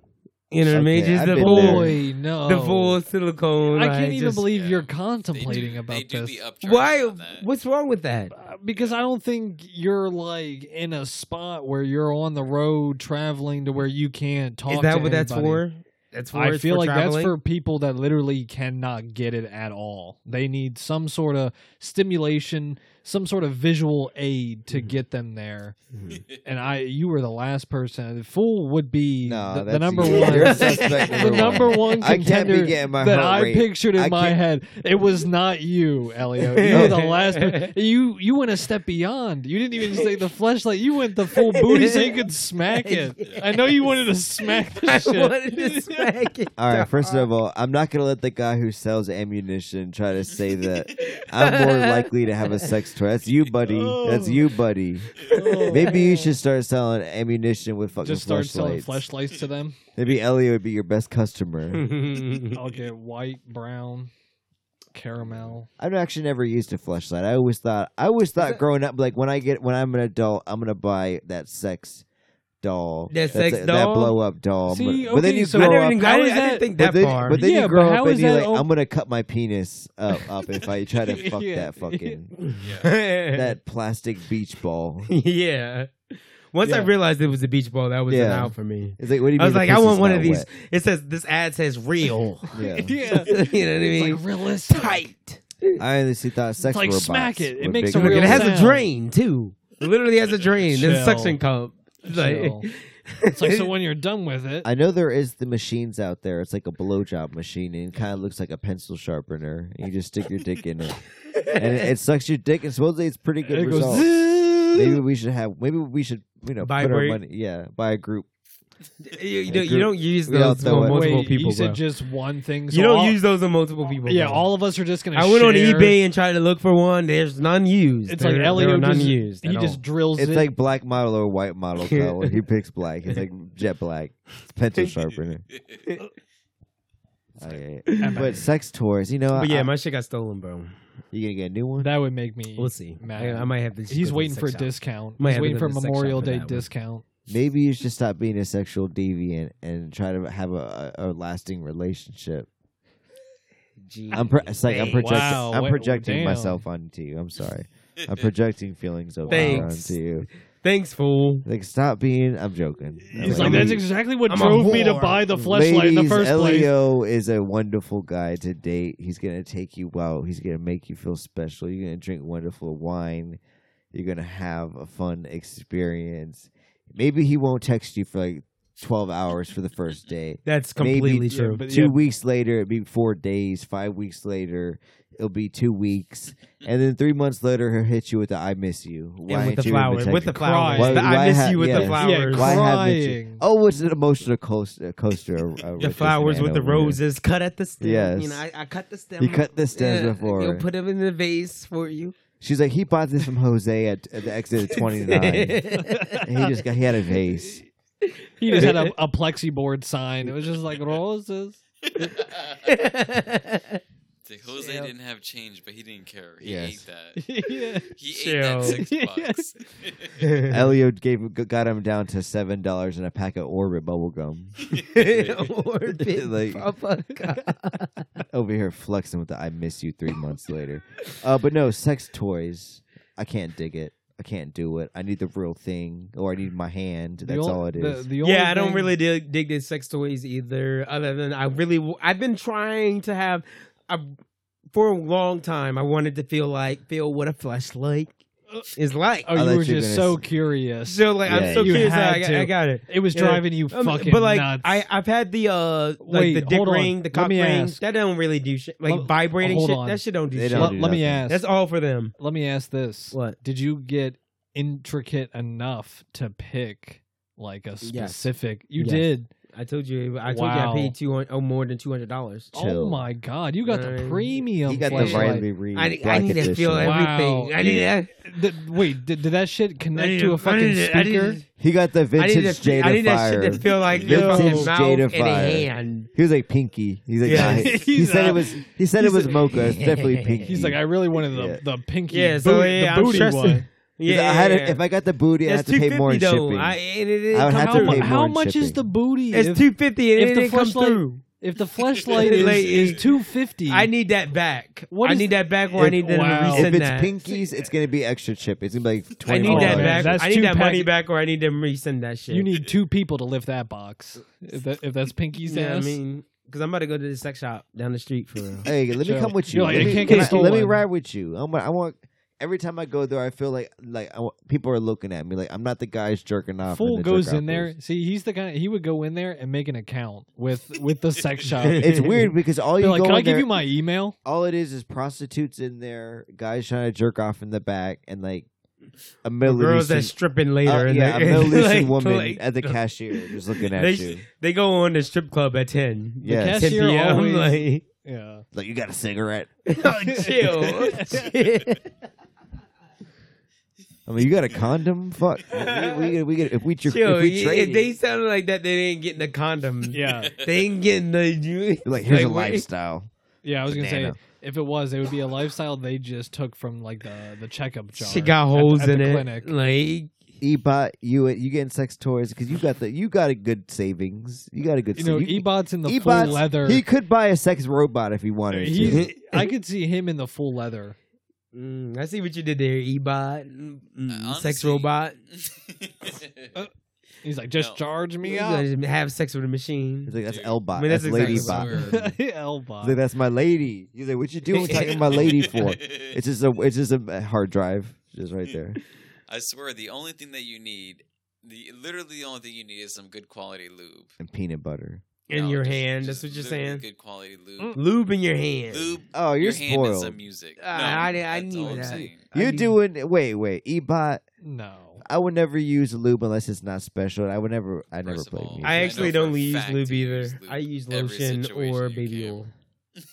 C: You know what I mean?
A: Okay,
C: Just
A: I've
C: the
A: been
C: full,
A: there.
D: boy. No,
C: the full silicone.
D: I
C: like,
D: can't even
C: just-
D: believe
E: yeah.
D: you're
E: They do-
D: contemplating about
E: they do
D: this.
E: be upcharged
C: Why?
E: on that.
C: What's wrong with that?
D: Uh, because I don't think you're like in a spot where you're on the road traveling to where you can't talk.
C: Is that
D: to
C: what that's for?
D: anybody.
C: That's for.
D: I
C: it's
D: feel
C: for
D: like
C: traveling?
D: that's for people that literally cannot get it at all. They need some sort of stimulation, some sort of visual aid
C: Mm-hmm.
D: to get them there. And I, you were the last person. The fool would be
A: No,
D: the, the
A: that's
D: number
A: you.
D: one.
A: You're suspect
D: the
A: number
D: number
A: one.
D: one
A: I can't be
D: contender
A: getting my
D: that
A: heart
D: I
A: rate.
D: pictured in
A: I
D: my
A: can't-
D: head. It was not you, Elio. You were the last. per- You you went a step beyond. You didn't even say the flashlight. You went the full booty so you could smack it. I know you wanted to smack the
C: I
D: shit.
C: wanted to smack it.
A: All right. First of all, I'm not gonna let the guy who sells ammunition try to say that I'm more likely to have a sex toy. That's you, buddy. That's you, buddy. Maybe you should start selling ammunition with fucking
D: just start selling
A: flashlights.
D: flashlights to them.
A: Maybe Elliot would be your best customer.
D: I'll get white, brown, caramel.
A: I've actually never used a flashlight. I always thought I always thought growing up, like when I get when I'm an adult, I'm gonna buy that sex doll, That's
C: That sex
A: a- that
C: doll?
A: blow up doll.
D: See,
A: but, but then
D: okay,
A: you
D: so-
A: grow
C: I
A: up.
C: didn't, even- I
D: How is
C: didn't, I
D: that-
C: didn't think
A: but
C: that
A: then,
C: far.
A: but then
D: Yeah,
A: you
D: but
A: grow
D: how
A: up and
D: is
A: you're
D: that
A: like,
D: o-
A: I'm gonna cut my penis up, up if I try to fuck
D: Yeah.
A: that fucking
C: yeah.
A: that plastic beach ball.
C: yeah. Once I
D: Yeah.
C: realized it was a beach ball, that was an
A: Yeah.
C: out for me.
A: It's like, what do you mean?
C: I was like,
A: the
C: I
A: pussy's
C: want one
A: not
C: of these.
A: wet?
C: It says this ad says real.
A: Yeah.
C: you know
D: Yeah,
C: what I mean?
D: like realistic.
C: Tight.
A: I honestly thought sex
D: It's like
A: robots
D: smack it. It
A: were
D: makes
A: big
D: a
A: and
D: real
C: Look, it has
D: sound.
C: a drain too. It literally has a drain. There's a
D: Chill.
C: suction cup. It's like-
D: Chill. It's like so when you're done with it,
A: I know there is the machines out there. It's like a blowjob machine, and it kind of looks like a pencil sharpener. And you just stick your dick in it, and it, it sucks your dick. And supposedly it's pretty good
D: it goes.
A: results. Maybe we should have. Maybe we should, you know,
C: Buy
A: put our
C: group.
A: money. Yeah, buy a group.
C: you, you don't, you
A: group-
C: don't use
A: we all
C: those
A: throw
C: on
A: it.
C: multiple
D: Wait,
C: people.
D: You said
C: bro.
D: just one thing. So
C: you don't
D: all-
C: use those on multiple people.
D: Yeah,
C: bro.
D: all of us are just gonna.
C: I went on
D: share.
C: eBay and tried to look for one. There's none used.
D: It's like
C: There-
D: Elio
C: there are none
D: just
C: used.
D: he
C: at
D: just
C: all.
D: drills
A: It's
D: it.
A: like black model or white model color. He picks black. It's like jet black. It's pencil sharpener. Okay. But sex tours, you know.
C: But yeah,
A: I-
C: my shit got stolen, bro.
A: you gonna get a new one?
D: that would make me.
C: We'll see. I,
D: Man.
C: I might have to. just go to
D: He's
C: the
D: waiting for a
C: sex shop.
D: discount.
C: Might
D: He's
C: have to
D: waiting
C: go
D: for
C: to the sex
D: Memorial
C: shop for
D: Day
C: that one.
D: discount.
A: Maybe you should stop being a sexual deviant and try to have a, a, a lasting relationship. I'm pro- it's like I'm
C: Jeez.
A: projecting.
D: Wow,
A: I'm
D: wait,
A: projecting
D: damn.
A: myself onto you. I'm sorry. I'm projecting feelings over
C: Thanks.
A: onto you.
C: Thanks, fool.
A: Like stop being. I'm joking. I'm
D: He's
C: like,
D: like, that's
C: "Ladies,
D: exactly what
C: I'm a
D: drove me to
C: whore."
D: buy the fleshlight in the
A: ladies,
D: first place.
A: Elio is a wonderful guy to date. He's gonna take you out. He's gonna make you feel special. You're gonna drink wonderful wine. You're gonna have a fun experience. Maybe he won't text you for like twelve hours for the first day.
C: That's
A: Maybe-
C: completely
A: yeah,
C: true.
A: but Two weeks later, it'd be four days. Five weeks later, it'll be two weeks, and then three months later, he'll hit you with the "I miss you." Why
C: and with
A: ain't
C: the
A: you in
C: flowers, with the
A: text-
C: flowers,
A: Why-
C: The
A: why
C: I miss
A: ha-
C: you with the
A: yeah.
C: flowers,
A: Why haven't you?
D: Crying.
A: Oh, it's an emotional coaster. coaster uh, with
C: the
A: this
C: flowers
A: man
C: with the
A: over here.
C: roses cut at the stem.
A: Yes.
C: you know, I, I cut the stem.
A: He cut the stems
C: Yeah,
A: before.
C: You'll put them in the vase for you.
A: She's like, he bought this from Jose at, at the exit of 29. and he just got, he had a vase.
D: He just had a, a plexi board sign. It was just like roses.
E: The Jose
C: Yeah.
E: didn't have change, but he didn't care. He
A: Yes.
E: ate that.
D: yeah.
E: He ate
C: Chill.
E: that six bucks.
A: Elio gave got him down to seven dollars and a pack of Orbit bubble gum.
C: Orbit,
A: Like-
C: Papa God.
A: Over here flexing with the "I miss you" three months later. Uh, but no, sex toys. I can't dig it. I can't do it. I need the real thing, or I need my hand.
D: The
A: That's
D: ol-
A: all it
D: the-
A: is.
D: the only
C: Yeah, I don't
D: thing-
C: really dig, dig these sex toys either. Other than I really, w- I've been trying to have, I, for a long time, I wanted to feel like feel what a fleshlight is like.
D: Oh,
A: I thought
D: you
A: you
D: were
A: were
D: just
A: gonna
D: so
A: say-
D: curious.
C: Uh, So like,
A: Yeah,
C: I'm so
A: you
C: curious.
D: had
C: I, got-
D: to.
C: I got it.
D: it was
C: Yeah.
D: driving you
C: Um,
D: fucking
C: but like
D: nuts.
C: I, I've had the uh like
D: Wait,
C: the dick
D: hold on.
C: ring, the
D: Let
C: cock
D: me
C: ring.
D: ask.
C: That don't really do shit. Like
D: Hold-
C: vibrating
D: hold
C: shit.
D: on.
C: That shit don't do
A: They
C: shit.
A: don't
D: let,
A: do
D: let me
A: nothing.
D: ask.
C: That's all for them.
D: let me ask this.
C: What?
D: Did you get intricate enough to pick like a specific? You
C: Yes.
D: did.
C: I told you. I told you
D: Wow.
C: I paid two hundred oh, more than two hundred dollars.
A: Chill.
D: Oh my god, you got the
C: Right.
D: premium.
A: He got the
D: flashlight.
A: Riley Reed.
C: I, I
A: Black
C: need to feel
A: Edition.
D: Wow.
C: everything. I need
A: Yeah.
C: to
D: Th- wait, did, did that shit
C: I need
D: connect to a
C: I
D: fucking
C: need I need
D: speaker?
A: He got the
C: I need,
A: vintage
C: to, I need
A: Jada
C: that
A: Fire.
C: shit to feel like your
A: Vintage
C: fucking mouth
A: Jada
C: and a
A: Fire.
C: hand.
A: He was like pinky. He's like,
C: Yeah.
A: nah, he, he
D: He's
A: said
D: a-
A: it was. He said it
D: he's
A: was
D: a-
A: mocha. It's definitely pinky.
D: He's like, I really wanted the,
A: Yeah.
D: the pinky.
C: Yeah, so
D: booty,
C: yeah,
D: the
C: I'm
D: booty
C: stressing.
D: one.
A: Because
C: Yeah,
A: I had
C: yeah,
A: to, if I got the booty, I
C: that's
A: had to pay more in
C: 250 though.
A: shipping.
C: I, it, it, it
A: I would
C: come
A: have
D: How,
A: to
C: through.
D: mu-
A: pay
D: how
A: more in
D: much is
A: shipping.
D: the booty?
C: It's
D: if,
C: two fifty and
D: if
C: it
D: the
C: didn't come
D: flashlight-
C: through.
D: if the flashlight is,
C: Like-
D: is two fifty,
C: I need that back.
D: What
C: I
D: is-
C: need that back, or I
A: If-
C: need them
D: wow.
C: to
A: If
D: If
C: resend
A: it's
C: that.
A: pinkies, it's gonna be extra chip. It's gonna be like
C: I
A: twenty.
C: need that
D: $24.
C: back.
D: That's
C: I need
D: two
C: that money
D: pack-
C: back, or I need them resend that shit.
D: you need two people to lift that box. If, that, if that's Pinky's
C: Yeah, I
D: ass,
C: mean, because I'm about to go to the sex shop down the street for real.
A: Hey, let me
D: Joe.
A: come with you.
D: You're like,
A: let,
D: it
A: me,
D: can't
A: can
D: get
A: I- let me
D: stolen.
A: ride with you. I'm, I want. Every time I go there, I feel like like I want, people are looking at me. Like I'm not the guy's jerking off.
D: fool
A: the
D: goes
A: jerk-off
D: in there.
A: is.
D: See, he's the guy. He would go in there and make an account with with the sex shop. Be
A: It's weird because all you
D: like,
A: go
D: can
A: in
D: I give
A: there-
D: you my email?
A: all it is is prostitutes in there, guys trying to jerk off in the back, and like a middle
C: Girls
A: Eastern,
C: that's stripping later.
A: uh,
C: and
A: yeah,
C: like-
A: a Middle Eastern
C: like-
A: woman
C: like-
A: at the cashier just looking at
C: They,
A: you.
C: they go on the strip club at 10.
A: Yes.
C: 10
D: Cashier
C: p.m.
D: always-
C: Like,
D: Yeah.
A: Like you got a cigarette.
C: oh, chill.
A: I mean, you got a condom. Fuck. We, we, we, if we, if
C: chill.
A: we
C: If
A: trade,
C: they sounded like that, they didn't get in the condom.
D: Yeah.
C: They ain't getting the.
A: like here's a
C: what-
A: lifestyle.
D: Yeah, I was gonna say
A: Banana.
D: if it was, it would be a lifestyle they just took from like the the checkup jar.
C: She got
D: at the-
C: holes
D: at the
C: in it.
D: clinic.
C: Like,
A: Ebot, you you getting sex toys because you got the you got a good savings. You got a good.
D: You know,
A: sa-
D: Ebot's in the
A: Ebot's-
D: full leather.
A: He could buy a sex robot if he wanted to.
D: He's- I could see him in the full leather.
C: mm, I see what you did there, Ebot. Mm, mm,
E: Uh,
C: sex
E: honestly-
C: robot.
D: He's like, just
E: No.
D: charge me
C: You
D: up,
C: gonna have sex with a machine.
A: He's like, that's
E: Dude.
A: Elbot.
C: I mean,
A: that's
C: that's exactly
A: Lady
C: what
A: Bot.
C: we're-
A: He's like,
D: Elbot.
A: that's my lady. He's like, what you doing talking about lady for? It's just a it's just a hard drive just right there.
E: I swear, the only thing that you need, the literally the only thing you need is some good quality lube
A: And peanut butter.
C: in
E: No,
C: your
E: just-
C: hand.
E: just
C: That's what you're
E: literally
C: saying.
E: Good quality lube.
C: Lube in your hand.
E: Lube.
A: Oh, you're
E: your hand and
A: spoiled.
E: some music.
C: Ah,
E: No,
C: I- I
E: that's
C: knew
E: all I'm
C: that.
E: saying.
C: I
A: You're
C: mean-
A: doing wait, wait, Ebot.
D: No.
A: I would never use lube unless it's not special. And I would never I never
E: First of
A: play
E: all,
A: music.
C: I
E: I
C: actually
E: know for
C: don't
E: a
C: use
E: fact
C: lube
E: you
C: either.
E: use lube
C: I use
E: every
C: lotion
E: situation
C: or
E: you
C: baby
E: can.
C: oil.
D: It's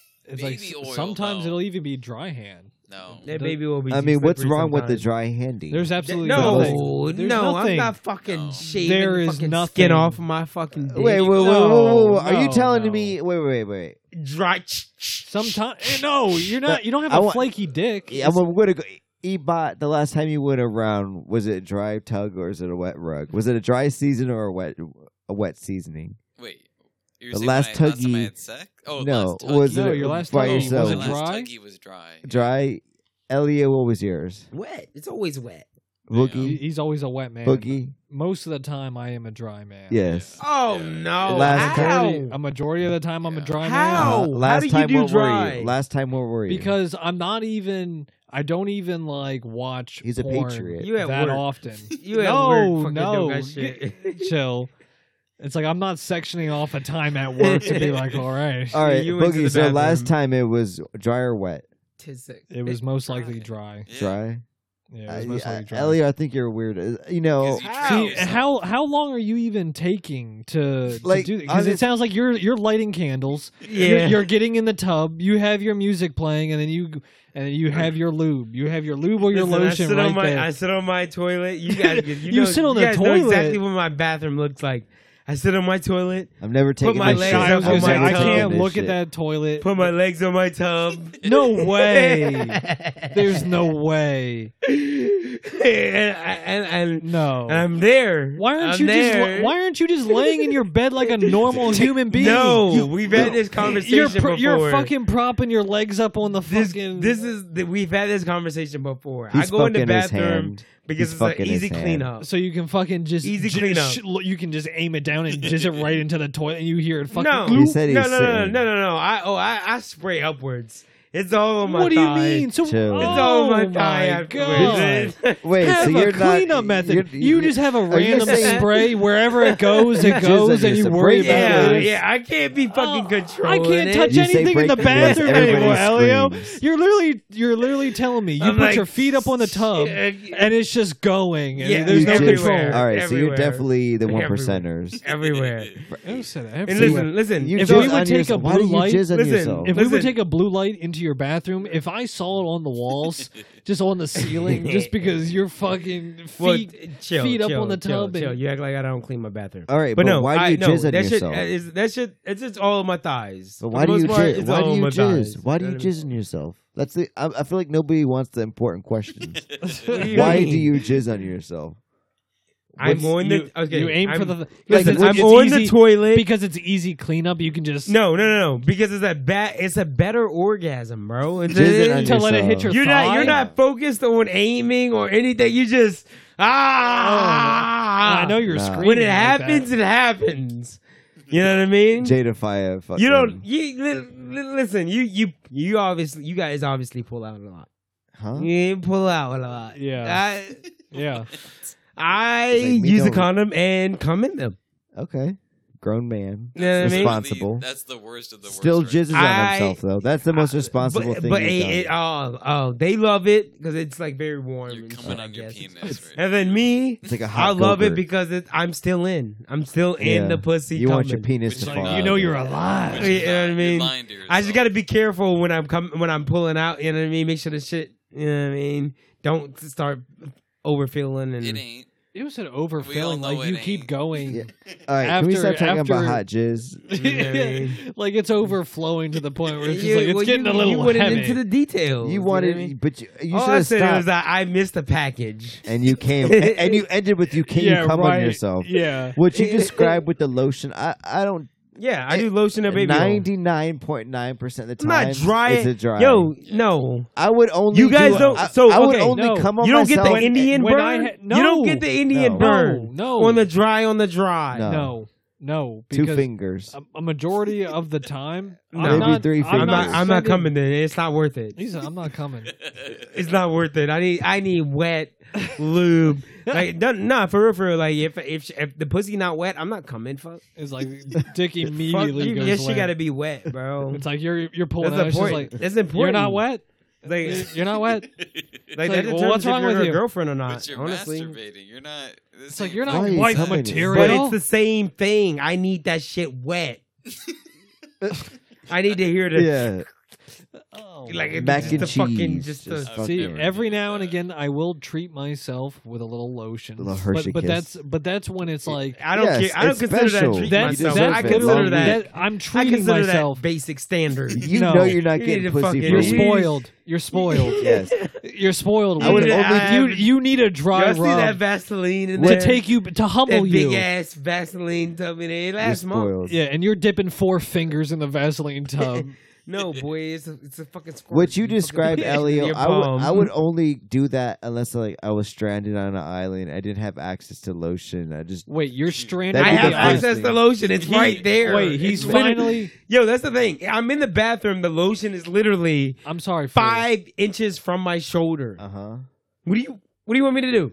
D: like
E: Baby
D: s-
E: oil,
D: sometimes
E: though.
D: it'll even be dry hand.
E: No.
C: That
D: The-
C: baby oil be
A: I mean,
C: slippery
A: what's wrong with the
C: sometimes.
A: dry handy?
D: There's absolutely
C: No,
D: nothing. There's
C: Oh, no,
D: nothing.
C: I'm not fucking
E: No.
C: shaving
D: There
C: the
D: is
C: fucking
D: nothing.
C: skin off my fucking dick.
A: Wait, wait, wait, wait,
D: No,
A: wait, wait, wait. Are you
D: no,
A: telling
D: no.
A: me? Wait, wait, wait.
C: dry.
D: Sometimes eh, no, you're not. You don't have
A: I
D: a
A: want-
D: flaky dick.
A: Yeah, I'm, I'm gonna go. E-, Ebot, the last time you went around, was it a dry tug or is it a wet rug? Was it a dry season or a wet a wet seasoning?
E: Wait. You were
A: The
E: saying
A: last
E: when I, time I
A: tuggy-
E: had sex? Oh,
A: no,
E: last
A: was
E: tuggy.
A: it
D: No, your last
A: by
D: tuggy was
E: Oh,
A: yourself?
E: the
D: it
E: last
D: dry?
E: tuggy was dry. yeah.
A: Dry. Elliot, what was yours?
C: Wet. It's always wet.
E: Yeah.
D: He-
A: Boogie.
D: He's always a wet man.
A: Boogie.
D: Most of the time, I am a dry man.
A: Yes.
C: Oh
E: Yeah.
C: no!
A: Last
C: How?
D: Majority- a majority of the time, I'm a
E: Yeah.
D: dry
C: How?
D: man.
A: Uh,
C: How
A: last
C: do you
A: time,
C: do
A: what were
C: dry?
A: you? Last time, what were you?
D: Because I'm not even. I don't even like watch.
A: He's a
D: porn
A: patriot.
C: You at
D: that
C: work.
D: often.
C: You at
D: no,
C: work fucking
D: no,
C: doing that shit.
D: chill. It's like I'm not sectioning off a time at work to be like, all right.
A: all right,
C: You went to
A: Boogie.
C: the
A: So last
C: bathroom.
A: time it was dry or wet.
C: Tis the-
D: It was most likely dry.
E: Yeah.
A: Dry.
D: Yeah, it
A: Uh,
D: was most likely
A: yeah,
D: dry.
A: Elliot, I think you're weird. Uh, You know,
E: 'Cause you
C: How?
E: drown
D: See,
E: yourself.
D: how how long are you even taking to, to
A: Like,
D: do Because
A: honest-
D: it sounds like you're you're lighting candles.
C: Yeah.
D: You're, you're getting in the tub. You have your music playing, and then you and then you have your lube. You have your lube or your
C: Listen, I
D: lotion
C: sit
D: right
C: on my
D: there.
C: I sit on my toilet. You guys, you,
D: You
C: know,
D: sit on
C: you
D: the
C: guys know exactly
D: toilet.
C: what my bathroom looks like. I sit on my toilet,
A: I've never taken
C: my
A: this
C: legs
A: shit.
C: up
D: I was
C: on
D: gonna say
C: my
D: I
C: tongue.
D: can't
A: This
D: look
A: shit.
D: at that toilet.
C: put my legs on my tub.
D: No way. There's no way.
C: and, and, and,
D: No.
C: and I'm there.
D: Oh, why aren't
C: I'm
D: you
C: there.
D: just Why aren't you just laying in your bed like a normal human being?
C: No,
D: You-
C: we've had this conversation
D: you're pr-
C: before.
D: you're fucking propping your legs up on the
C: This,
D: fucking.
C: this is the, we've had this conversation before.
A: He's
C: I go in the
A: fucking his
C: bathroom
A: hand.
C: because
A: He's
C: it's an
A: fucking his
C: easy
A: hand.
C: cleanup.
D: So you can fucking just
C: Easy
D: ju-
C: cleanup.
D: sh- you can just aim it down and jizz it right into the toilet, and you hear it fucking.
C: No,
A: He
C: no,
A: said he's
C: no, no, no, no,
A: sitting.
C: no, no. I oh, I, I spray upwards. It's all on my.
D: what do you
C: thigh.
D: mean? So
A: Chill.
D: oh
C: It's all on my thigh.
D: my god.
C: afterwards.
A: Wait,
D: have
A: so
D: a
A: you're not
D: cleanup method.
A: you're-
D: you just have a
A: are you
D: random
A: saying-
D: spray wherever it goes,
A: You jizz
D: it goes,
A: on
D: and you
A: yourself.
D: worry
A: Break
D: about
A: it.
D: it.
C: yeah,
A: Notice.
C: yeah. I can't be fucking
D: Oh, I
C: controlling
D: can't
C: it.
D: touch
A: You say
D: anything in the
A: break- yes,
D: bathroom
A: everybody
D: anymore, Elio.
A: screams.
D: You're literally, you're literally telling me you
C: I'm
D: put
C: like,
D: your feet up on the tub,
C: shit.
D: and it's just going. And
C: Yeah,
D: there's
A: You
D: no
A: jizz-
C: everywhere.
A: All
D: control.
A: right, so you're
C: Everywhere.
A: definitely the one
C: Everywhere.
A: percenters.
C: everywhere.
D: Who said that?
C: And
D: Everywhere.
C: listen, listen.
A: You
D: If
A: jizz
D: we would
A: on
D: take a
A: yourself. Why
D: blue
A: do you
D: light-
A: jizz on
C: Listen,
A: yourself?
D: If we would
C: Listen.
D: take a blue light into your bathroom, if I saw it on the walls, just on the ceiling, just because your fucking
C: Well,
D: feet,
C: t- chill,
D: feet up
C: chill,
D: on the
C: chill,
D: tub and-
C: Chill. You act like I don't clean my bathroom.
A: All right,
C: but,
A: but
C: no,
A: why do you
C: I, no,
A: jizz on
C: that shit
A: yourself?
C: is that shit. It's just all on my thighs.
A: But
C: For
A: why
C: the
A: do you
C: most part,
A: jizz?
C: it's
A: Why
C: all
A: do
C: on
A: you
C: my thighs.
A: jizz? Why do you
C: know what I mean?
A: jizz on yourself? That's the. I, I feel like nobody wants the important question.
C: What do you
A: Why do
C: mean?
A: you jizz on yourself?
C: I'm on the
D: you,
C: okay.
D: you aim
C: I'm,
D: for the
C: Listen,
D: because
C: I'm
D: it's
C: on the
D: easy-
C: toilet.
D: because it's easy cleanup. You can just
C: no, no, no, no. Because it's a bad. It's a better orgasm, bro. It's,
A: Jizzing on
D: to let it hit
A: yourself.
D: your
C: uh, you're
D: thigh.
C: not. You're not focused on aiming or anything. You just ah.
A: Oh,
D: I know you're
A: Nah.
D: screaming.
C: When it
D: like
C: happens,
D: that.
C: it happens. You know what I mean?
A: Jada Fire. Fucking,
C: you don't. You li- li- listen. You you you obviously you guys obviously pull out a lot.
A: Huh?
C: You pull out a lot.
D: Yeah.
C: I,
D: yeah,
C: I
A: Like, we
C: use a
A: don't-
C: condom and come in them.
A: Okay. Grown man.
C: You know what I mean?
A: Responsible.
E: That's the worst of the worst.
A: Still
E: right
A: jizzes
E: now.
A: on
C: I-
A: himself though. That's the most
C: I-
A: responsible
C: but,
A: thing.
C: But
A: he's
C: it, it,
A: done.
C: oh, oh, they love it because it's like very warm.
E: You're
C: and
E: coming
C: shit, I
E: on your
C: guess.
E: penis. Right?
C: And then me,
A: It's like a hot.
C: I love it
A: go-gurt.
C: because it, I'm still in. I'm still in
A: Yeah.
C: the pussy.
A: you want your
C: coming.
A: penis
E: Which
A: to
E: is
A: fall.
E: like,
D: you
A: out
D: know
A: of
D: you're
A: it.
D: alive.
E: Which is
C: Ah, You know what I
E: not-
C: mean?
E: You're lying to yourself.
C: I just got to be careful when I'm coming when I'm pulling out. You know what I mean? Make sure the shit. You know what I mean? Don't start overfilling and
E: It ain't.
D: It was an
E: We all
D: overfilling.
E: know
D: Like you
E: it
D: keep
E: ain't.
D: going.
A: Yeah. All right. can we
D: After-
A: stop talking about
D: after-
A: hot jizz?
C: Yeah.
D: like it's overflowing to the point where it's just
C: You-
D: like it's
C: well,
D: getting
C: you,
D: a little
C: you went
D: heavy.
C: into the
E: Oh,
C: details.
A: You
C: know what I mean?
A: wanted, but you, you
C: All
A: should
C: I
A: have
C: said was
A: stopped.
C: that I missed the package.
A: And you came, and you ended with you came
D: yeah,
A: you come
D: right.
A: on yourself.
D: Yeah,
A: What you described with the lotion, I I don't.
C: Yeah, I do lotion a baby. oil.
A: Ninety nine point nine percent of the
C: I'm not
A: time,
C: dry.
A: It's a dry.
C: Yo, no,
A: I would only.
C: You guys
A: do-
C: don't-
A: I,
C: so,
A: I would
C: okay,
A: only
D: no.
A: come on
C: you don't get the
A: myself-
D: when-
C: Indian
D: when I
C: burn.
D: had- no.
C: You don't get the Indian
A: No.
C: burn.
D: No, no.
C: on the dry, on the dry.
A: No.
D: no, no,
A: Um, two
D: because
A: fingers.
D: a, a majority of the time,
C: No.
D: I'm
C: Maybe
D: not,
A: three
D: I'm
C: I'm not.
D: not,
A: fingers.
C: I'm not
D: sending-
C: coming. In. It's not worth it.
D: He said, "I'm not coming."
C: It's not worth it. I need. I need wet lube. Like, no, nah, for real, for real. Like, if if if the pussy not wet, I'm not coming. Fuck.
D: It's like Dick
C: Fuck
D: immediately
C: you.
D: goes.
C: Yes, she
D: limp.
C: got to be wet, bro.
D: It's like you're you're pulling
C: That's
D: out. It's just
C: important.
D: like
C: That's important.
D: you're not wet.
C: Like,
D: You're not wet.
C: Like,
D: It's like,
C: that
D: well,
C: determines
D: what's
C: if
D: wrong
C: you're
D: with
C: her
D: you?
C: girlfriend or not.
E: But you're
C: honestly,
E: masturbating. You're not. This
D: It's like
E: ain't
D: you're
A: Why
D: not
A: is
D: white
A: somebody-
D: material.
C: but it's the same thing. I need that shit wet. I need to hear the.
A: Yeah,
D: oh
C: Like it's
A: Mac
C: just
A: and
C: a fucking
A: cheese,
C: just,
A: just
C: a
E: fuck
D: See,
E: Fucking
D: every now and
E: that.
D: again, I will treat myself with a little lotion.
A: Little Hershey
D: but, but
A: kiss.
D: that's but that's when it's like
C: I don't
A: Yes,
C: care. I don't
A: it's
C: consider
A: special.
C: that treat
A: That-
D: that's
C: myself.
A: deserve
C: I
A: it.
C: consider
A: Long
C: that.
A: week.
D: that- I'm
C: I
D: treating
C: consider
D: myself.
C: that basic standard.
A: You
D: No.
A: know you're not
C: You
A: getting
C: need to
A: pussy
C: fucking-
A: for a
D: You're
A: week.
D: spoiled. You're spoiled.
A: Yes,
D: You're spoiled.
A: I would
D: Like,
C: have-
D: you you need a dry
C: Y'all
D: rub
C: see that Vaseline in there?
D: to take you to
C: that
D: humble
C: big
D: you.
C: ass Vaseline tub in there. It
A: you're
C: lasts months.
A: spoiled.
D: Yeah, and you're dipping four fingers in the Vaseline tub.
C: No, boy, it's a, it's a fucking squirt.
A: What you
C: fucking
A: described,
C: put it in
A: Elio,
C: your
A: I would
C: palm.
A: I would only do that unless like I was stranded on an island. I didn't have access to lotion. I just
D: Wait, you're stranded.
A: That'd
C: I
A: be
C: have
A: the first
C: access
A: thing.
C: to lotion. It's
D: He-
C: right there.
D: Wait, he's
C: It's literally-
D: finally.
C: Yo, that's the thing. I'm in the bathroom. The lotion is literally
D: I'm sorry. Phil.
C: five inches from my shoulder.
A: uh huh.
C: What do you What do you want me to do?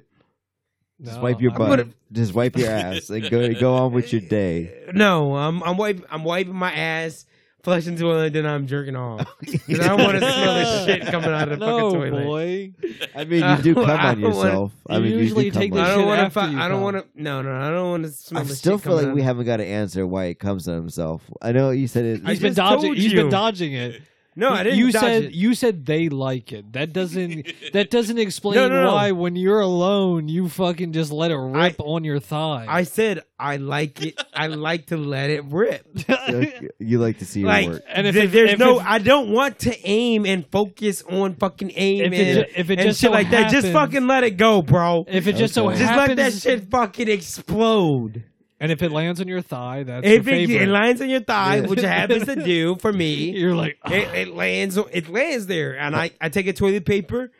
A: Just
D: No,
A: wipe your
D: I'm
A: butt.
D: gonna-
A: Just wipe your ass and go go on with your day.
C: No, I'm I'm wiping I'm wiping my ass, flushing the toilet, then I'm jerking off. 'Cause I don't want to smell the shit coming out of the
D: no,
C: fucking toilet.
D: boy.
A: I mean, you do come
C: I
A: on
C: don't wanna-
A: yourself. I
D: You
A: mean,
D: usually
A: you do
D: take
A: come
D: this
C: I
A: on.
D: shit
C: don't want
D: after
C: to.
D: you
C: I don't
D: come.
C: want to. No, no, I don't want to smell.
A: I
C: the
A: still
C: shit
A: feel like
C: coming
A: we
C: out.
A: haven't got an answer why it comes on himself. I know you said it.
C: I
D: He's been
C: just
D: dodging.
C: told
D: He's been
C: you.
D: dodging it.
C: No, I didn't.
D: You
C: dodge
D: said
C: it.
D: you said they like it. That doesn't. That doesn't explain
C: No, no, no.
D: why when you're alone you fucking just let it rip on your thigh.
C: I said I like it. I like to let it rip.
A: Like, you like to see your
C: Like,
A: work.
D: And if
C: th-
D: it-
C: there's
D: if
C: no,
D: it-
C: I don't want to aim and focus on fucking aim
D: If
C: and,
D: it ju- if it
C: and
D: just
C: shit
D: so
C: like that. Just
D: happens-
C: fucking let it go, bro.
D: if it just so
A: Okay.
C: just
D: happens,
C: let that shit fucking explode.
D: and if it lands on your thigh, that's your
C: If it,
D: favorite.
C: it lands on your thigh,
A: Yeah.
C: which it happens to do for me,
D: you're like, "Ugh."
C: it, it lands. on- It lands there, and I, I take a toilet paper,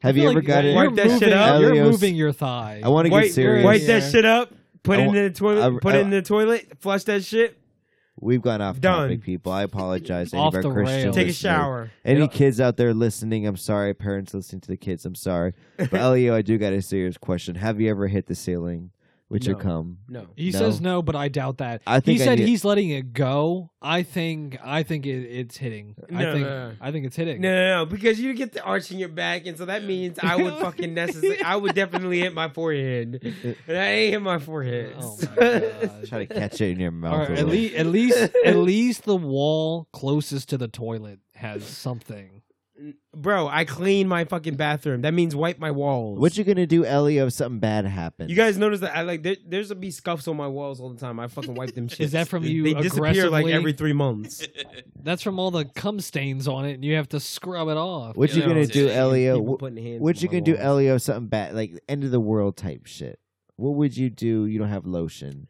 A: Have you
D: feel
A: ever
D: "Oh, like
A: got
D: you're
A: it?
C: Wipe that shit
D: moving-
C: up.
D: You're
A: Elios-
D: moving your thigh.
A: I want to
C: wipe,
A: get serious.
C: wipe that
D: Yeah.
C: shit up, put
A: I
C: it in
A: wa-
C: the toilet,
A: I-
C: put
A: I-
C: it in the toilet, flush that shit,
A: We've gone off
C: Done.
A: topic, people. I apologize. to Any
D: Off
A: of our
D: the
A: Christian
D: rails.
C: take a
A: listeners.
C: shower.
A: Any
D: Yeah.
A: kids out there listening, I'm sorry. Parents listening to the kids, I'm sorry. But Elio, I do got a serious question. Have you ever hit the ceiling with your
C: No.
A: cum?
C: No,
D: He
A: No.
D: says no, but I doubt that.
A: I think
D: he
A: I
D: said
A: need-
D: he's letting it go. I think I think it, it's hitting. I
C: No,
D: think
C: no, no.
D: I think it's hitting.
C: No, no, no, because you get the arch in your back, and so that means I would fucking necessarily, I would definitely hit my forehead, and I ain't hit my forehead.
D: Oh my gosh.
A: Try to catch it in your mouth.
D: All right,
A: or
D: at
A: whatever.
D: least at least at least the wall closest to the toilet has something.
C: Bro, I clean my fucking bathroom. That means wipe my walls.
A: What you gonna do, Elio, if something bad happens?
C: You guys notice that I like there, there's a be scuffs on my walls all the time. I fucking wipe them shit.
D: that from you
C: They disappear like
D: aggressively-
C: every three months.
D: That's from all the cum stains on it, and you have to scrub it off.
A: What you
E: Yeah,
A: gonna
E: it's
A: do,
E: just
A: Elio?
C: People
A: Wh-
C: putting hands
A: What
C: on
A: you
C: my
A: gonna do,
C: walls.
A: Elio? Something bad, like end of the world type shit. What would you do? You don't have lotion.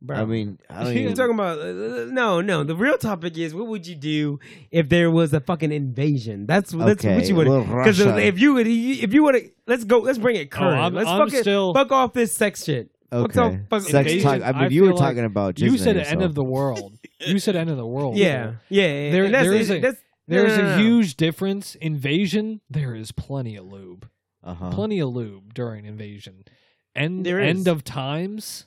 C: Bro.
A: I mean, I don't
C: I'm
A: even.
C: talking about uh, no, no. The real topic is what would you do if there was a fucking invasion? That's that's
A: okay,
C: what you would.
A: well,
C: Because
A: Russia.
C: if you would, if you would, let's go. Let's bring it
D: Oh,
C: current.
D: I'm-
C: let's
D: I'm
C: fucking
D: still-
C: fuck off this sex shit. fuck
A: okay,
C: some fucking
A: sex
D: invasion,
A: talk. I mean,
D: I
A: you were
D: feel like
A: talking about jizzing
D: you
A: on
D: said end
A: yourself.
D: of the world. You said end of the world.
C: Yeah, yeah. yeah.
D: There-
C: And that's,
D: there is a-
C: that's, no,
D: There's
C: no, no,
D: a
C: no.
D: huge difference. Invasion, there is plenty of lube.
A: Uh-huh.
D: Plenty of lube during invasion. End
C: There is.
D: end of times,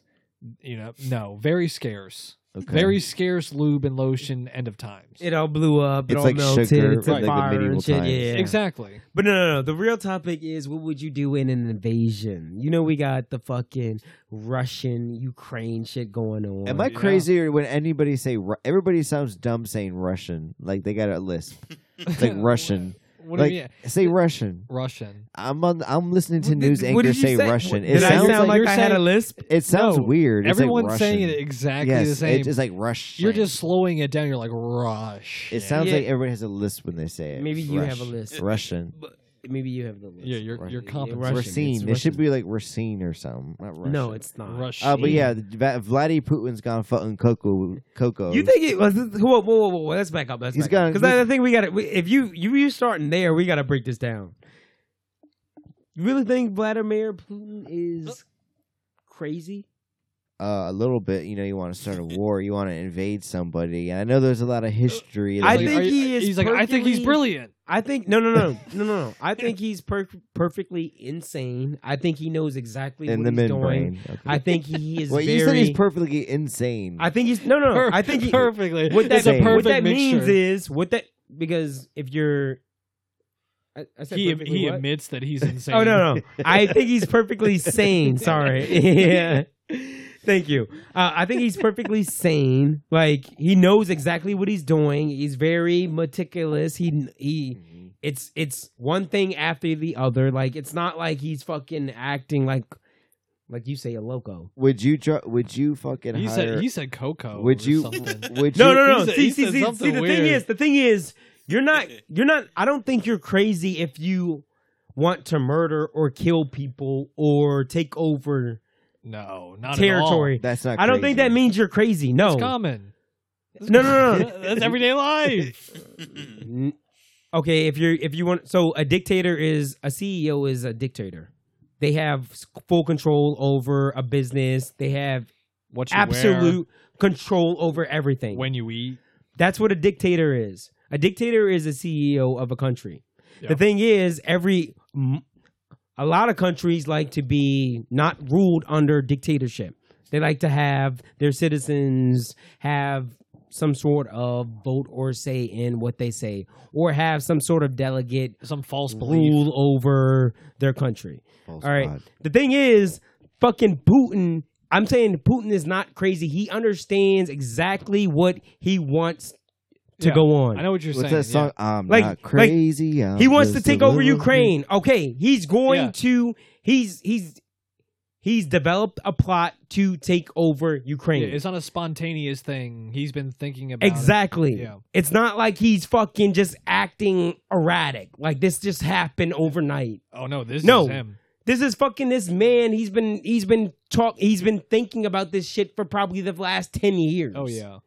D: you know, no, very scarce.
A: Okay.
D: Very scarce lube and lotion end of times.
C: It all blew up. It
A: It's
C: all
A: like
C: melted.
A: sugar
C: it's a
A: from, like, the
C: fire
A: medieval
C: and shit.
A: times.
C: Yeah,
D: Exactly.
C: But no, no, no. The real topic is what would you do in an invasion? You know, we got the fucking Russian Ukraine shit going on.
A: Am I crazy or when anybody say Ru- everybody sounds dumb saying Russian like they got a list? It's like Russian.
D: What
A: like
D: do you mean?
A: say Russian.
D: Russian.
A: I'm on. I'm listening to
C: What did-
A: news
C: what
A: anchors
C: did you
A: say,
C: say?
A: Russian.
C: Did
A: it
C: I
A: sounds
C: sound
A: like
C: like,
D: you're
C: I had a
D: saying-
C: lisp?
A: it sounds
D: No,
A: weird. It's like
D: Everyone's saying it
A: Russian.
D: exactly
A: yes,
D: the same.
A: It's just like Russian.
D: You're just slowing it down. You're like rush.
A: It sounds
C: Yeah.
A: like everybody has a list when they say it.
C: Maybe you have a
A: Rush-
C: list.
A: Russian.
C: But maybe you have the lisp.
D: yeah, you're
A: Russian.
D: you're
C: Yeah,
D: compensating.
C: Russian. It's
A: Racine. It
C: Russian.
A: should be like Racine or something. Not Russian.
C: No, it's not.
D: Rush.
A: Oh, but yeah, the, Va- Vladdy Putin's gone fucking cocoa. Cocoa.
C: You think it was? Whoa, whoa, whoa, whoa! whoa, Let's back up. Let's
A: Um, He's
C: back
A: gone-
C: because I think we got to If you you you starting there, we got to break this down. You really think Vladimir Putin is crazy?
A: uh, a little bit? You know, you want to start a war. You want to invade somebody. And I know there's a lot of history.
C: I
A: like-
C: think
D: are you- uh,
C: he is
D: He's like I think he's
C: perfectly-
D: brilliant.
C: I think no, no, no, no, no, no. I think he's per- perfectly insane. I think he knows exactly
A: in
C: what
A: the
C: he's doing.
A: midbrain. Okay.
C: I think he is
A: Well,
C: very.
A: you said he's perfectly insane.
C: I think he's no, no. no. I think he, what
D: perfectly.
C: that,
D: it's a
A: Same.
D: perfect
C: what that
D: mixture.
C: means is what that because if you're, I, I said
D: he
C: perfectly
D: he
C: what?
D: admits that he's insane.
C: Oh no, no. I think he's perfectly sane. Sorry. yeah. Thank you. Uh, I think he's perfectly sane. Like he knows exactly what he's doing. He's very meticulous. He he.
A: Mm-hmm.
C: It's it's one thing after the other. Like it's not like he's fucking acting like, like you say, a loco.
A: Would you dr- would you fucking
D: You
A: hire?
D: said you said Coco.
A: would
D: or
A: you?
D: something.
A: Would
C: No,
A: you?
C: no, no.
D: he said-
C: see,
D: he
C: see,
D: said
C: see, see.
D: something
C: The thing
D: weird.
C: is, the thing is, you're not, you're not. I don't think you're crazy if you want to murder or kill people or take over
D: No, not
C: territory.
A: That's not.
C: I don't think that
A: crazy.
C: means you're crazy.
D: At
C: No,
D: all. It's common.
C: no, no, no.
D: That's everyday life.
C: N- okay if you're if you want so a dictator is a ceo is a dictator they have s- full control over a business they have
D: What you
C: absolute control over everything
D: wear, when you eat.
C: that's what a dictator is a dictator is a ceo of a country the
D: Yeah.
C: thing is every m- a lot of countries like to be not ruled under dictatorship they like to have their citizens have some sort of vote or say in what they say or have some sort of delegate
D: Some false belief.
C: rule over their country.
A: False
C: All right.
A: god.
C: The thing is, fucking Putin, I'm saying Putin is not crazy. He understands exactly what he wants to
D: Yeah,
C: go on.
D: I know what you're
A: What's
D: saying.
A: that song? I'm
C: Like-
A: not
C: like,
A: crazy. I'm
C: he wants to
A: just
C: take
A: a
C: over
A: little bit-
C: Ukraine. Okay, he's going
D: Yeah.
C: to he's he's he's developed a plot to take over
D: Yeah.
C: Ukraine.
D: Yeah, it's not a spontaneous thing. He's been thinking about it.
C: exactly.
D: Yeah.
C: It's not like he's fucking just acting erratic. Like this just happened overnight.
D: Oh no, this
C: No.
D: is him.
C: This is fucking this man. He's been he's been talk he's been thinking about this shit for probably the last ten years.
D: Oh yeah.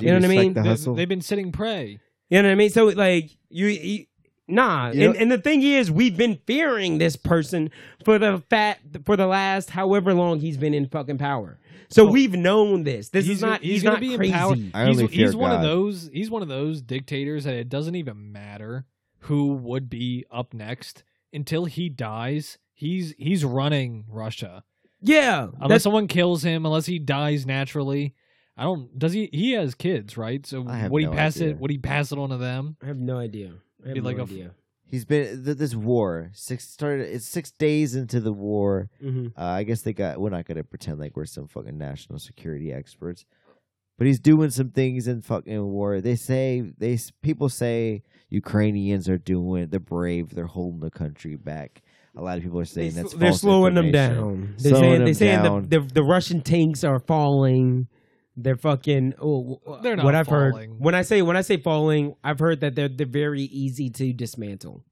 C: You know what I
A: respect
C: mean?
A: The
D: They-
A: hustle.
D: They've been sitting prey.
C: You know what I mean? So like you, you nah.
A: You
C: and,
A: know-
C: and the thing is, we've been fearing this person for the fat for the last however long he's been in fucking power. So
D: Oh.
C: we've known this. This
D: He's
C: is not
D: go- he's
C: he's,
D: gonna
C: not
D: be in
C: crazy.
D: power.
A: I
D: he's
A: only fear
D: he's one of
A: God.
D: those he's one of those dictators that it doesn't even matter who would be up next until he dies. He's he's running Russia.
C: Yeah,
D: Unless
C: that's
D: someone kills him, unless he dies naturally. I don't does he he has kids, right? So
A: I have
D: would he
A: no
D: pass
A: idea.
D: it would he pass it on to them?
C: I have no idea. I have
D: Be
C: no
D: like a f-
C: idea.
A: He's been th- this war six started. It's six days into the war.
C: hmm
A: Uh, I guess they got. We're not gonna pretend like we're some fucking national security experts, but he's doing some things in fucking war. They say they s- people say Ukrainians are doing. it. They're brave. They're holding the coury back. A lot of people are
C: They,
A: saying that's
C: are
A: false
C: slowing them
A: information.
C: down. They're
A: Slowing
C: saying
A: them
C: they're saying
A: down.
C: the, the the Russian tanks are falling. They're fucking. Oh,
D: They're not
C: what I've
D: falling.
C: heard. When I say when I say falling, I've heard that they're they're very easy to dismantle.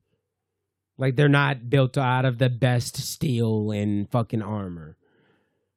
C: Like they're not built out of the best steel and fucking armor,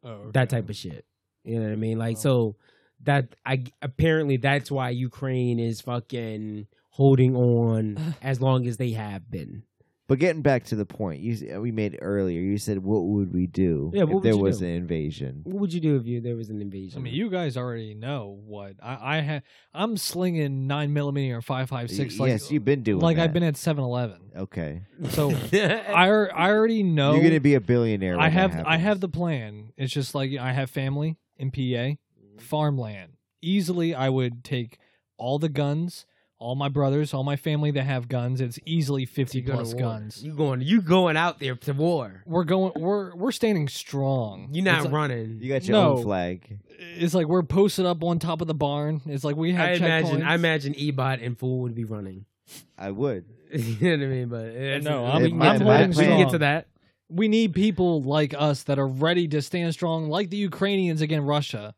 D: Oh,
C: that type of shit. You know what I mean? Like so that I apparently that's why Ukraine is fucking holding on as long as they have been.
A: But getting back to the point you s- we made earlier, you said what would we do
C: Yeah, what
A: if
C: would
A: there
C: you
A: was
C: do?
A: an invasion?
C: What would you do if you there was an invasion?
D: I mean, you guys already know what I, I ha, I'm slinging nine millimeter five five six.
A: Y-
D: Like,
A: yes, you've been doing.
D: like I've
A: that.
D: been at Seven Eleven.
A: Okay,
D: So I al- I already know
A: you're gonna be a billionaire.
D: I
A: when that
D: have I
A: happens.
D: have the plan. It's just like I have family in PA,
C: Mm-hmm.
D: farmland. Easily, I would take all the guns, all my brothers, all my family that have guns. It's easily fifty
C: You go to
D: plus
C: war.
D: guns.
C: You going? You going out there to war?
D: We're going. We're we're standing strong.
C: You're not
D: It's like,
C: running.
A: You got your own
D: No.
A: flag.
D: it's like we're posted up on top of the barn. It's like we have.
C: I imagine. I
D: checkpoints.
C: imagine Ebot and Fool would be running.
A: I would.
C: you know what I mean? But it's-
D: Uh, no,
A: I'm-
C: we can
A: I'm
C: get to
A: holding
C: that. We can get to
D: strong.
C: that.
D: we need people like us that are ready to stand strong, like the Ukrainians against Russia.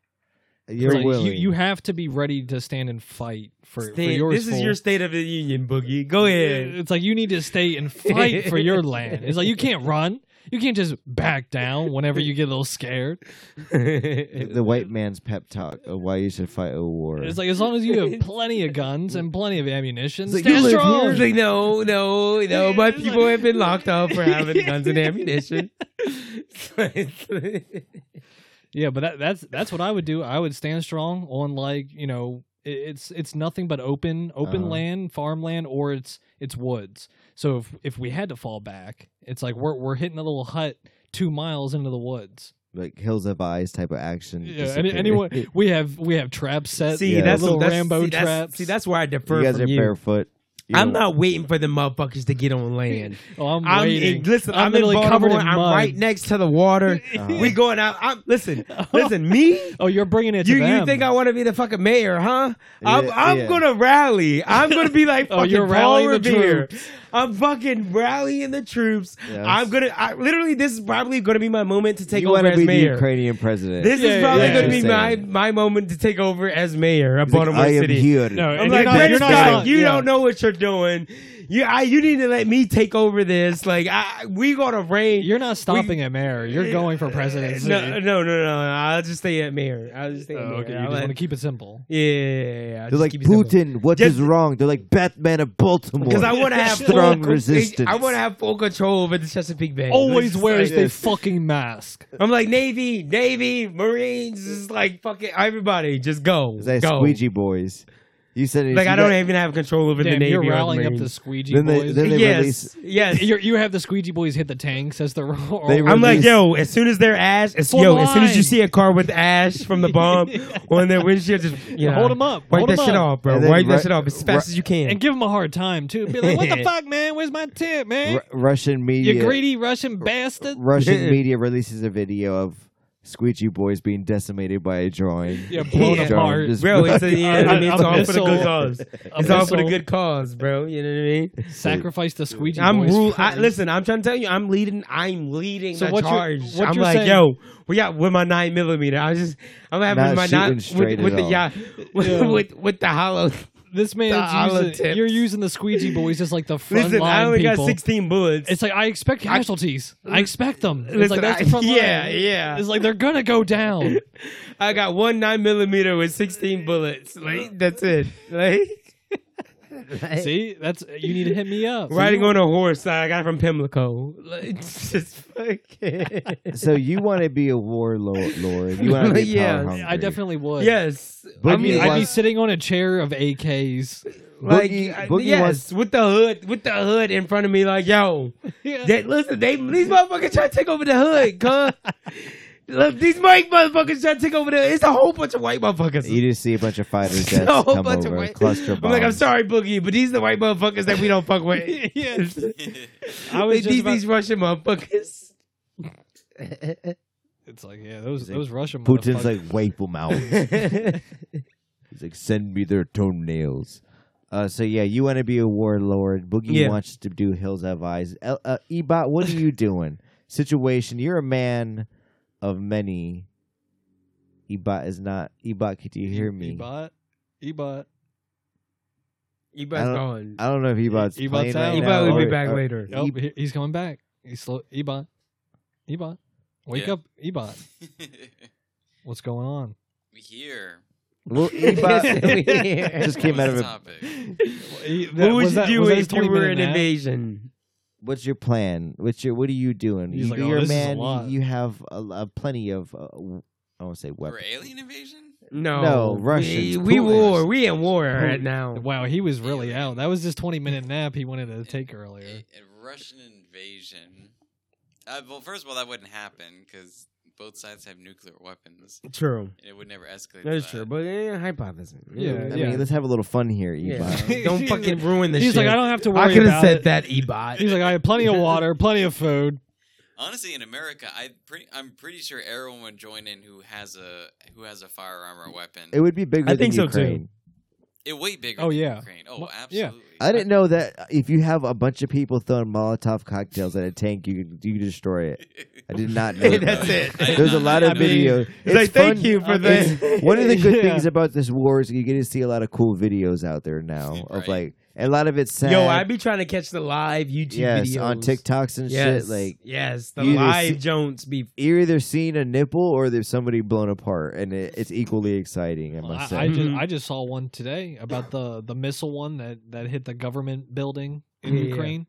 A: You're
D: Like,
A: willing.
D: You, you have to be ready to stand and fight for, for
C: State-
D: yours.
C: this is your
D: fool.
C: State of the Union, Boogie. Go ahead.
D: It's like you need to stay and fight for your land. It's like you can't run. You can't just back down whenever you get a little scared.
A: the white man's pep talk of why you should fight a war.
D: It's like as long as you have plenty of guns and plenty of ammunition,
A: It's like,
D: stand
A: you live
D: strong.
C: It's like, no, no, no. My
D: It's
C: people
D: like-
C: have been locked up for having guns and ammunition.
D: Yeah, but that, that's that's what I would do. I would stand strong on like you know i- it's it's nothing but open open
A: Uh-huh.
D: land, farmland, or it's it's woods. So if if we had to fall back, it's like we're we're hitting a little hut two miles into the woods.
A: Like hills of eyes type of action.
D: Yeah, any,
A: Mm, disappear.
D: anyone we have we have traps set.
C: see,
A: Yeah.
C: that's
D: little
C: that's,
D: Rambo
C: see, that's-
D: traps.
C: see, that's where I defer
A: you guys
C: from
A: are
C: you.
A: barefoot. You
C: I'm
A: know,
C: not waiting for the motherfuckers to get on land.
D: Oh, I'm,
C: I'm
D: waiting.
C: listen. I'm, in
D: literally
C: Baltimore.
D: covered in
C: I'm
D: mud.
C: right next to the water.
A: Uh-huh.
C: We going out. I'm listen. Listen, me.
D: Oh, you're bringing it to
C: You,
D: them.
C: you think I want to be the fucking mayor, huh? I'm,
A: Yeah,
C: I'm
A: yeah.
C: gonna rally. I'm gonna be like fucking
D: Oh, you're
C: Paul
D: rallying the
C: Revere. I'm fucking rallying the troops.
A: Yes.
C: I'm gonna. I, literally, this is probably gonna be my moment to take
A: you
C: over
A: wanna
C: as
A: be the
C: mayor.
A: Ukrainian president.
C: This
D: Yeah,
C: is
D: yeah,
C: probably
D: yeah.
C: gonna be
A: Just
C: my
A: saying.
C: my moment to take over as mayor of
A: He's like,
C: Baltimore
A: I am
C: City.
A: here.
D: No,
C: I'm
D: And
C: like,
D: you're not-
C: Red
D: you're not
C: Scott,
D: done.
C: you
D: Yeah.
C: don't know what you're doing. You, I, you need to let me take over this. Like, I, we gonna reign.
D: you're not stopping at mayor? You're going for presidency.
C: No, no, no, no. I'll just stay at mayor. I'll just
D: Oh,
C: stay at mayor.
D: okay, you
C: I'll
D: just
C: let-
D: want to keep it simple.
C: yeah, yeah, yeah, yeah. I'll
A: They're
C: just
A: like
C: keep it simple.
A: Putin. What is
C: Just-
A: wrong? They're like Batman of Baltimore.
C: Because I want to have
A: Strong
C: full,
A: resistance.
C: I want to have full control over the Chesapeake Bay. It's
D: Always
C: just
D: wears
C: like-
D: the fucking mask.
C: I'm like Navy, Navy, Marines, just like fucking everybody, just go,
A: It's like
C: go.
A: squeegee boys. You said it.
C: Like
A: you
C: I don't
A: got-
C: even have control over the
D: Damn,
C: Navy.
D: you're
C: or the
D: rallying up the
C: Marines.
D: squeegee
A: Then they-
D: boys.
A: then they-
C: yes, yes.
D: You're- you have the squeegee boys hit the tanks as they're all.
A: They
C: I'm like,
A: release-
C: yo, as soon as they're ash, as,
D: Full
C: yo, as soon as you
D: line.
C: see a car with ash from the bomb on their windshield, just you know,
D: Hold 'em up,
C: wipe
D: hold
C: that
D: 'em
C: shit
D: up.
C: off, bro,
A: And then
C: wipe
A: ri-
C: that shit off as fast
A: ri-
C: as you can.
D: and give them a hard time too. Be like, what the fuck, man? Where's my tip, man?
A: Ru- Russian media.
D: you greedy Russian bastard.
A: Russian media releases a video of squeegee boys being decimated by a drawing.
D: Yeah, blown
A: Drawing
D: apart.
A: just-
C: Bro, it's, a, yeah, I mean, it's
D: A
C: all for the good
D: missile.
C: cause.
D: A
C: It's all for the
D: missile.
C: good cause, bro. You know what I mean?
D: Sacrifice the squeegee
C: I'm
D: boys.
C: rule. I,
D: first.
C: listen, I'm trying to tell you, I'm leading. I'm leading
D: So
C: the
D: what you're-
C: charge.
D: what
C: I'm
D: you're
C: like,
D: saying-
C: yo, we got with my nine millimeter. I was just, I'm having
A: Not
C: my
A: shooting
C: nine with,
A: straight
C: with
A: at
C: the
A: all.
C: yeah, with,
D: Yeah.
C: with with the hollow.
D: this
C: Dollar
D: man's using,
C: tips.
D: you're using the squeegee boys as like the front
C: Listen,
D: line
C: I only
D: people.
C: got 16 bullets.
D: It's like I expect
C: I-
D: casualties. I, expect them. It's
C: Listen,
D: like that's
C: I-
D: the front line.
C: yeah, yeah.
D: It's like they're gonna go down.
C: I got one nine millimeter with 16 bullets. Like that's it. Like
D: See, that's you need to hit me up.
C: riding on a horse. that I got from Pimlico. Like it's just fucking.
A: So you want to be a warlord, Lord. You want to be
C: Yeah,
A: power hungry.
D: I definitely would.
C: yes.
A: But you
C: I
D: I'd be,
C: mean,
A: want-
D: I'd be
A: Why-
D: sitting on a chair of AKs.
C: like
A: Boogie-
C: I-
A: Boogie
C: yes,
A: wants-
C: with the hood, with the hood in front of me. Like yo, They- listen, they these motherfuckers trying to take over the hood, cuz. Look, these white motherfuckers trying to take over the. It's a whole bunch of white motherfuckers.
A: You just see a bunch of fighters
C: It's
A: jets
C: a whole
A: come
C: bunch
A: over,
C: of white.
A: cluster
C: I'm like, I'm
A: bombs.
C: sorry, Boogie, but these are the white motherfuckers that we don't fuck with.
D: Yes.
C: I
D: was
C: was
D: just
C: these,
D: about-
C: these Russian motherfuckers.
D: It's like yeah, those
A: He's like,
D: those Russian
A: Putin's
D: motherfuckers.
A: like, wipe them out. He's like, send me their toenails. Uh, so yeah, you want to be a warlord. Boogie
C: Yeah.
A: wants to do Hills Have Eyes. El- uh, Ebot, what are you doing? Situation. You're a man of many. Ebot is not. Ebot, could you hear me?
D: Ebot, Ebot.
A: I
C: Ebot's
A: don't-
C: gone.
A: I don't know if Ebot's
D: Ebot's
A: playing right
D: out. don't
C: Ebot
A: now
C: will be
A: or-
C: back
A: or-
C: later.
D: Oh,
A: Eb-
D: he- he's coming back. He's slow. Ebot, Ebot, wake
E: Yeah.
D: up, Ebot. What's going on?
E: we here.
A: Well, Ebot just came out of
E: What's the
A: a.
E: topic?
D: He-
C: What
D: that-
C: would
D: was
C: you
D: that-
C: do
D: was that his
C: if you
D: 20
C: were
D: minute
C: an
D: nap?
C: invasion?
A: What's your plan? What's your? What are you doing?
D: He's
A: you,
D: like,
A: are
D: "Oh,
A: a
D: this is a
A: man. you-
D: lot."
A: You have a, a plenty of. Uh, w- I won't say
E: For
A: weapons.
E: alien invasion?
C: No,
A: No,
C: we-
A: Russians,
C: We,
A: Putin's.
C: war. We in war right
D: Putin.
C: now.
D: Wow, he was really out. That was his 20 minute nap he wanted to take earlier.
E: A, a Russian invasion. Uh, well, first of all, that wouldn't happen because both sides have nuclear weapons.
C: True.
E: and It would never escalate. to
C: That's
E: that.
C: true, but eh, hypothesis.
D: Yeah,
A: I
D: yeah.
A: mean, let's have a little fun here, Ebot.
C: Yeah. Don't fucking ruin this.
D: He's like,
C: shit.
D: I don't have to
C: I
D: worry
C: could have
D: about
C: said
D: it.
C: that, Ebot.
D: He's like, I have plenty of water, plenty of food.
E: Honestly, in America, I pretty, I'm pretty sure everyone would join in who has a who has a firearm or weapon.
A: It would be bigger
C: I
A: than
C: think so, too.
A: Ukraine.
E: It way bigger.
D: Oh,
E: than
D: yeah.
E: Ukraine. Oh,
D: Well, yeah.
E: absolutely.
A: I didn't know that if you have a bunch of people throwing Molotov cocktails at a tank, you could- you could destroy it. I did not know.
C: Hey,
A: that.
C: that's it.
E: I did
A: There's a
E: not
A: lot
E: know
A: of
D: I
E: that.
D: mean,
A: video.
C: He's like, thank you for
A: it's-
C: that.
A: One of the good
D: Yeah.
A: things about this war is you get to see a lot of cool videos out there now of
E: Right.
A: like and a lot of it's sad.
C: Yo, I be trying to catch the live YouTube
A: yes
C: videos
A: on TikToks and shit. Like
C: yes, the
A: you either
C: live
A: see-
C: Jones be.
A: you're either seeing a nipple or there's somebody blown apart, and it, it's equally exciting. I
D: I,
A: must say.
D: I just,
C: Mhm.
D: I just saw one today about the, the missile one that, that hit the government building in
C: Yeah, yeah.
D: Ukraine.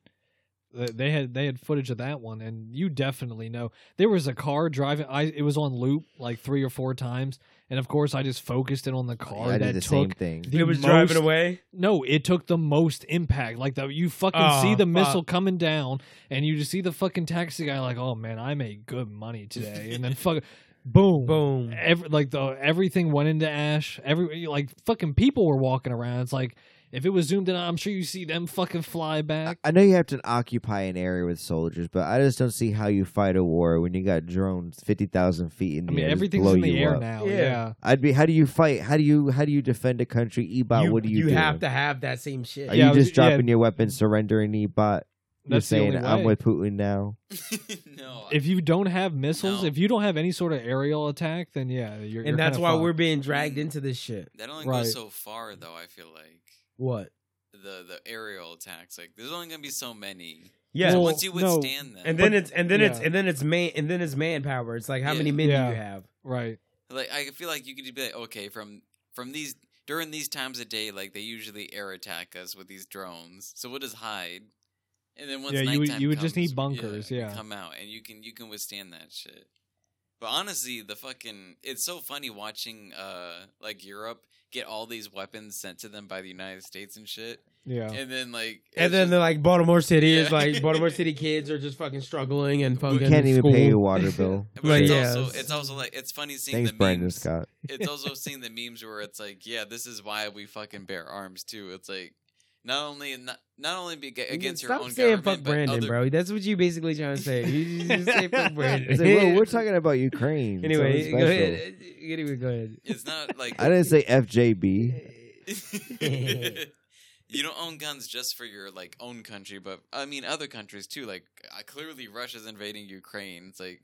D: They- They had they had footage of that one, and you definitely know there was a car driving. I it was on loop like three or four times, and of course I just focused in on the car
A: I
D: that
A: did the
D: took
A: same thing.
D: the
C: it was
D: most-
C: driving away.
D: No, it took the most impact. Like the you fucking
C: Oh,
D: see the
C: fuck.
D: missile coming down, and you just see the fucking taxi guy like, "Oh man, I made good money today," and then fuck, boom,
C: Boom.
D: Every, like the everything went into ash. Every like fucking people were walking around. It's like If it was zoomed in, I'm sure you see them fucking fly
A: I,
D: back.
A: I know you have to occupy an area with soldiers, but I just don't see how you fight a war when you got drones fifty thousand feet in
D: I
A: the
D: mean,
A: air. just
D: everything's
A: blow
D: in the
A: you
D: air
A: up.
D: now.
C: Yeah.
D: Yeah.
A: I'd be. How do you fight? How do you how do you defend a country? Ebot,
C: you,
A: what do you?
C: you
A: do?
C: have to have that same shit.
A: Are
D: Yeah, I
A: you
D: was-
A: just dropping
D: yeah.
A: your weapons, surrendering Ebot? You're
D: That's the only
A: saying I'm
D: way.
A: with Putin now.
E: no,
D: If you don't have missiles,
E: No.
D: if you don't have any sort of aerial attack, then yeah, you're. you're
C: and that's
D: kinda
C: why
D: fucked.
C: we're being dragged into this shit.
E: that only
D: right.
E: goes so far, though. I feel like
C: What?
E: the the aerial attacks, like there's only gonna be so many.
C: Yeah.
E: So
D: Well,
E: once you
D: no,
E: withstand them,
C: and then it's and then it's
D: yeah.
C: and then it's man and then it's manpower. It's like how many
E: Yeah.
C: men do
D: Yeah.
C: you have?
D: right.
E: like I feel like you could be like, okay, from from these during these times of day, like they usually air attack us with these drones. So we'll just hide. And then once
D: Yeah, you would-
E: nighttime
D: you would just
E: comes,
D: need bunkers, yeah.
E: come out and you can you can withstand that shit. But honestly, the fucking it's so funny watching uh like Europe get all these weapons sent to them by the United States and shit,
D: Yeah.
E: and then like
C: And then
E: it's just-
C: they're like Baltimore City is
E: Yeah.
C: like Baltimore City kids are just fucking struggling and
A: You
C: fucking
A: can't even
C: school.
A: pay your water bill.
E: but
C: Right,
E: it's,
C: yeah,
E: also,
C: it's-
E: it's also like it's funny seeing
A: Thanks,
E: the memes.
A: Brandon Scott.
E: it's also seeing the memes where it's like, yeah, this is why we fucking bear arms too. It's like not only not, not only be
D: Mm,
E: against your
C: Stop
E: own
C: saying
E: government,
C: fuck
E: but
C: Brandon,
E: other-
C: bro. That's what you basically trying to say. You just say fuck Brandon.
A: It's like, whoa, we're talking about Ukraine. It's something
C: anyway, go
A: special.
C: ahead. Anyway, go ahead.
E: It's not like
A: I didn't say FJB.
E: you don't own guns just for your like own country, but I mean other countries too. Like uh, clearly Russia's invading Ukraine. It's like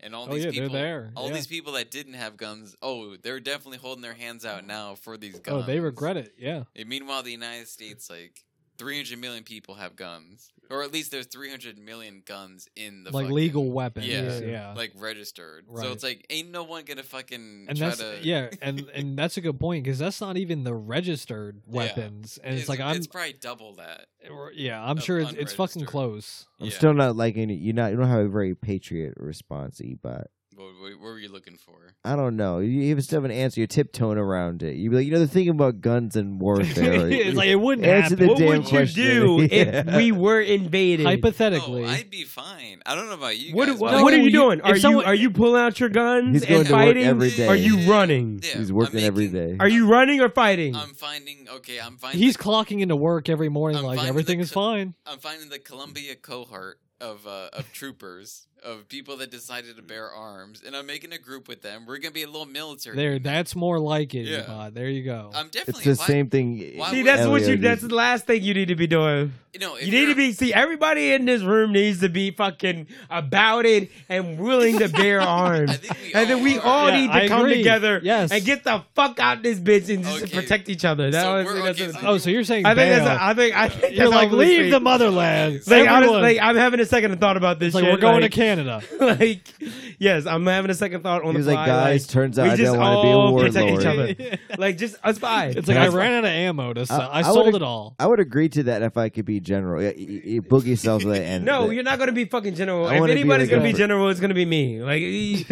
E: and all
D: oh
E: these
D: yeah,
E: people,
D: they're there.
E: all
D: yeah.
E: these people that didn't have guns, oh, they're definitely holding their hands out now for these
D: Oh,
E: guns.
D: they regret it. Yeah.
E: And meanwhile, the United States, like 300 million people have guns, or at least there's 300 million guns in the
D: like
E: fucking-
D: legal weapons.
E: Yeah.
D: Yeah.
E: like registered. So
D: Right.
E: it's like ain't no one gonna fucking
D: and
E: try
D: that's
E: to.
D: yeah, and and that's a good point because that's not even the registered
E: Yeah.
D: weapons, and it's, like I'm
E: it's probably double that.
D: yeah, I'm
E: of
D: sure it's, it's fucking
E: unregistered.
D: close.
A: I'm
E: yeah.
A: still not liking it. You're not. You don't have a very patriot response, Ebot.
E: What, what, what were you looking for?
A: I don't know. You even still haven't answered. You're tiptoeing around it. You'd be like, you know, the thing about guns and warfare.
D: it's like it wouldn't
A: Answer
D: happen.
A: the
C: What
A: damn
C: would you
A: question.
C: do if
A: Yeah.
C: we were invaded?
D: Hypothetically,
E: Oh, I'd be fine. I don't know about you.
C: What,
E: guys,
C: what,
E: but-
D: No,
C: what are you
D: you-
C: doing?
D: if
C: Are
D: someone-
C: you are you pulling out your guns
A: He's going
C: and
A: to work
C: fighting?
A: every day.
C: Are you running?
E: Yeah,
A: He's
E: I'm
A: working every day.
E: making-
C: Are you running or fighting?
E: I'm finding. Okay, I'm finding.
D: he's clocking into work every morning
E: I'm
D: like
E: finding
D: everything
E: the
D: is
E: co-
D: fine.
E: I'm finding the Columbia cohort of uh, of troopers of people that decided to bear arms, and I'm making a group with them. We're gonna be a little military.
D: There, that's more like it.
E: Yeah.
D: Yvonne. There you go.
E: I'm
A: It's
E: definitely
A: the
E: why-
A: same thing.
E: why
C: See,
E: would-
C: that's what you.
A: Elliot
C: That's
A: is-
C: the last thing you need to be doing.
E: No, if
C: You need
E: you're-
C: to be. See, everybody in this room needs to be fucking about it and willing to bear
E: I
C: arms.
E: think we
C: And then we
E: are.
C: all
D: Yeah,
C: need to
D: I
C: come
D: agree.
C: together
D: Yes.
C: and get the fuck out this bitch and just
E: Okay.
C: protect each other. That
E: So
C: honestly,
E: we're-
C: that's
E: okay,
C: what-
E: so-
D: oh, so you're saying
C: I think that's.
D: bail.
C: A, I think. I think
D: you're
C: that's
D: like
C: obviously-
D: leave the motherland.
C: Like
D: Everyone.
C: honestly, I'm having a second thought about this.
D: It's like
C: shit.
D: we're going
C: like,
D: to Canada.
C: like, yes, I'm having a second thought on
A: He was
C: the
A: like,
C: fly.
A: guys,
C: like,
A: turns
C: we
A: out I
C: just
A: don't want to be a
C: all protect each
A: warlord.
C: other. like just us five.
D: It's like I
A: That's-
D: ran out of ammo. To sell. I,
A: I
D: sold
A: would've-
D: it all.
A: I would agree to that if I could be general. Yeah, y- y- Boogie sells it. And
C: No,
A: the-
C: you're not gonna be fucking general.
A: I
C: If
A: wanna be
C: anybody's
A: like
C: gonna
A: a-
C: be general, it's gonna be me. Like, e-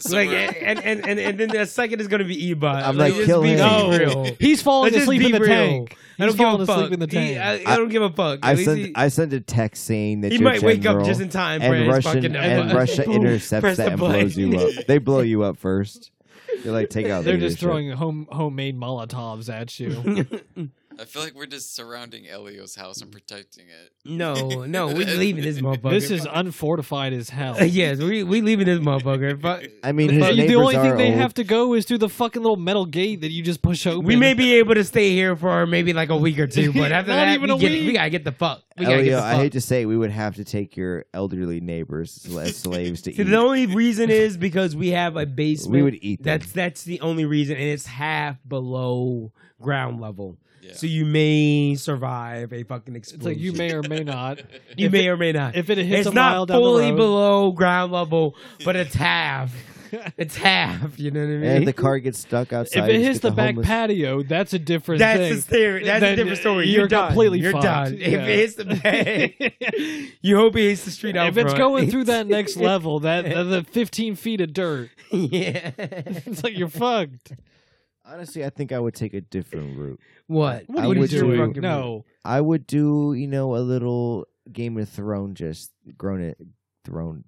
E: So
C: like,
E: we're-
C: and, and and and then the second is gonna be Ebot.
A: I'm
E: like,
C: just
A: kill
C: be
A: him.
C: fucking
A: No.
C: real.
D: He's falling
C: Let's just
D: asleep
C: be
D: in the
C: real.
D: tank.
C: I
D: He's
C: don't give
D: falling
C: a fuck.
D: asleep in the
C: He-
D: tank.
C: I, I don't give a fuck.
A: I
C: At least
A: sent.
C: he-
A: I sent a text saying that
C: He
A: you're
C: might wake up
A: general,
C: just in time for
A: And
C: his
A: Russian
C: fucking
A: and Russia intercepts
C: Press the
A: that and blows
C: button.
A: you up. They blow you up first. They like take out.
D: They're just
A: leadership.
D: throwing home homemade Molotovs at you.
E: I feel like we're just surrounding Elio's house and protecting it.
C: No, no, we leaving this motherfucker.
D: this is unfortified as hell.
C: yes, we we leaving this motherfucker. Fuck.
A: I mean, his
D: But
A: neighbors
D: the only
A: are
D: thing they
A: old.
D: have to go is through the fucking little metal gate that you just push open.
C: We may be able to stay here for maybe like a week or two, but after
D: Not
C: that,
D: even
C: we,
D: a
C: get,
D: week.
C: we gotta get the fuck. We gotta get
A: Elio,
C: the fuck.
A: I hate to say, it, we would have to take your elderly neighbors as slaves to
C: See,
A: eat.
C: the only reason is because we have a basement.
A: we would eat them.
C: That's that's the only reason, and it's half below ground level,
E: Yeah.
C: so you may survive a fucking explosion.
D: It's like you may or may not.
C: You
D: if
C: may
D: it-
C: or may not.
D: If it hits
C: it's
D: a mile
C: not
D: down
C: fully
D: the road,
C: below ground level, but it's half. It's half. You know what I mean?
A: and if the car gets stuck outside.
D: if it
A: just
D: hys
A: get
D: the, back
A: homeless-
D: patio, that's a different
C: That's
D: thing.
C: the theory. That's a
D: Then
C: different story. You're,
D: you're
C: done.
D: completely
C: You're
D: fucked.
C: done.
D: Yeah.
C: If it hits the bag, you hope it hits the street out
D: if it's
C: front.
D: going through that next level, that the, the 15 feet of dirt,
C: yeah.
D: it's like you're fucked.
A: Honestly, I think I would take a different route.
C: What?
D: What
A: I
D: are you
A: would do-
D: doing? No,
A: I would do, you know, a little Game of Thrones, just grown it, thrown.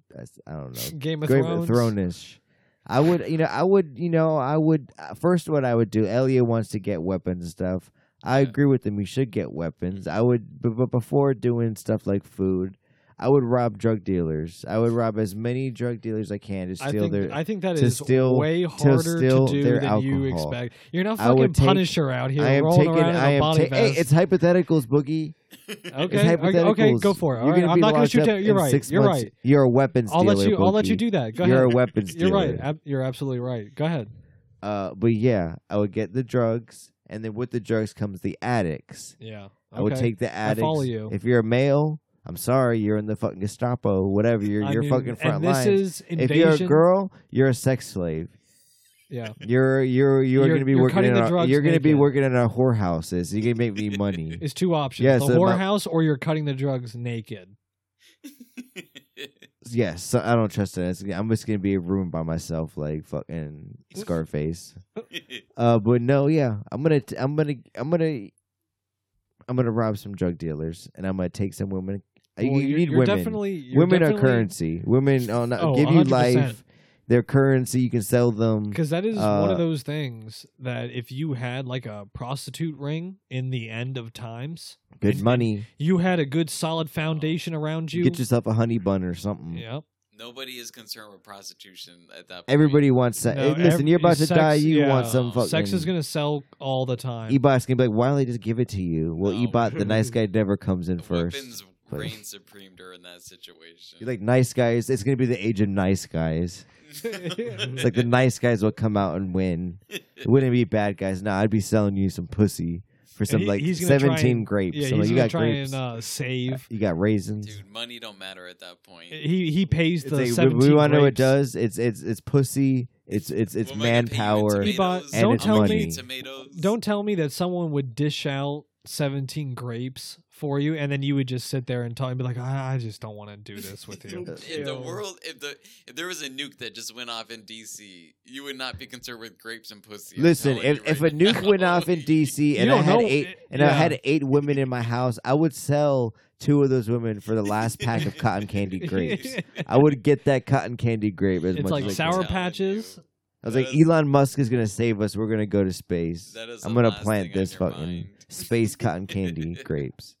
A: I don't know.
D: Game of
A: Game
D: Thrones.
A: Thrones-ish. I would, you know, I would, you know, I would. uh, First, what I would do, Elliot wants to get weapons and stuff. I
E: Yeah.
A: agree with them. We should get weapons. I would, but, but before doing stuff like food, I would rob drug dealers. I would rob as many drug dealers I can to
D: I
A: steal
D: think,
A: their.
D: I think that
A: to
D: is
A: steal-
D: way
A: to
D: harder to,
A: steal
D: do
A: their
D: than you
A: alcohol.
D: expect. You're not
A: I would
D: fucking
A: take-
D: Punisher out here
A: I am
D: rolling
A: taking.
D: around in
A: I
D: a
A: am.
D: body
A: ta- hey,
D: vest.
A: it's hypotheticals, Boogie. It's
D: okay, okay,
A: hypotheticals.
D: okay, go for it. All
A: You're
D: right,
A: gonna
D: I'm
A: be
D: not gonna
A: locked
D: shoot
A: up
D: down. You're
A: in
D: right.
A: six
D: You're
A: months.
D: right.
A: You're a weapons
D: I'll
A: dealer.
D: let you. I'll let you
A: Boogie.
D: do that. Go
A: You're a
D: ahead.
A: weapons dealer.
D: You're right. Ab- you're absolutely right. Go ahead.
A: Uh, but yeah, I would get the drugs, and then with the drugs comes the addicts.
D: Yeah.
A: I would
D: okay.
A: take the
D: I
A: addicts.
D: follow you.
A: If you're a male, I'm sorry, you're in the fucking Gestapo, whatever. You're
D: I
A: you're
D: mean,
A: fucking front
D: and this
A: line.
D: is
A: if
D: invasion.
A: you're a girl, you're a sex slave.
D: yeah.
A: You're you're you're,
D: You're-
A: gonna be
D: you're
A: working
D: cutting
A: in
D: the
A: our,
D: drugs
A: you're gonna be
D: naked.
A: working in our whorehouses. You're gonna make me money.
D: It's two options:
A: Yeah,
D: the
A: so my-
D: whorehouse or you're cutting the drugs naked.
A: yes, so I don't trust that. I'm just gonna be ruined by myself, like fucking Scarface. Uh, but no, yeah, I'm gonna, t- I'm gonna, I'm gonna, I'm gonna rob some drug dealers, and I'm gonna take some women. Uh, you
D: Well,
A: you
D: you're-
A: need
D: you're
A: women.
D: Definitely, you're
A: women are
D: definitely,
A: currency. Women are not,
D: Oh,
A: give you
D: 100%.
A: life. Their currency, you can sell them.
D: because that is one
A: Uh,
D: of those things that if you had like a prostitute ring in the end of times,
A: Good
D: and-
A: money.
D: you had a good solid foundation around you.
A: Get yourself a honey bun or something.
D: yeah,
E: Nobody is concerned with prostitution at that point.
A: Everybody wants sex.
D: No,
A: eh, Listen,
D: every-
A: you're about to
D: sex-
A: die. You
D: yeah.
A: want some fucking.
D: sex is gonna sell all the time.
A: Ebot's gonna be like, why don't they just give it to you? Well,
E: No.
A: Ebot, the nice guy, never comes in
E: The
A: first.
E: Weapons
A: but-
E: reign supreme during that situation.
A: You're like nice guys. It's gonna be the age of nice guys. It's like the nice guys will come out and win. It wouldn't be bad guys. Nah, I'd be selling you some pussy for some
D: he-
A: like
D: he's gonna try
A: seventeen
D: and-
A: grapes.
D: yeah,
A: I'm
D: he's
A: like, you
D: gonna
A: got
D: try
A: grapes.
D: and uh, save.
A: you got raisins.
E: dude, money don't matter at that point.
D: He he pays
A: It's
D: the
A: like, we-
D: seventeen.
A: we want to know what
D: grapes.
A: it does. It's it's it's pussy. It's it's it's
E: What am I gonna pay you in
A: manpower.
D: He bought-
E: tomatoes?
A: and
E: I'm
A: it's
E: gonna
A: money.
E: pay you in Tomatoes.
D: Don't tell me that someone would dish out 17 grapes for you and then you would just sit there and tell and be like, I I just don't want to do this with you.
E: If the world, if the if there was a nuke that just went off in D.C., you would not be concerned with grapes and pussy. I'm
A: Listen,
E: telling
A: if,
E: you
A: if a
E: right
A: nuke
E: now.
A: went off in DC and I
D: don't
A: had
D: know-
A: eight and I
D: yeah.
A: had eight women in my house, I would sell two of those women for the last pack of cotton candy grapes. I would get that cotton candy grape as
D: it's
A: much
D: like
A: as I
D: sour
A: could.
E: can.
D: patches.
A: I was like,
E: That is-
A: Elon Musk is gonna save us. We're gonna go to space.
E: That is
A: I'm
E: the
A: gonna
E: last
A: plant
E: thing on
A: this
E: your
A: fucking
E: mind.
A: space cotton candy grapes.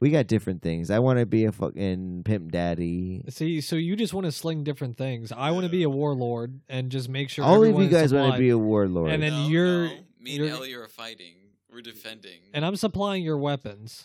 A: We got different things. I want to be a fucking pimp daddy.
D: See, so you just want to sling different things. I want to be a warlord and just make sure
A: All of
D: everyone
A: you
D: is
A: guys want to
D: supplied.
A: be a warlord.
D: And then
E: No,
D: you're-
E: no. me and
D: you're-
E: Ellie are fighting. We're defending.
D: and I'm supplying your weapons.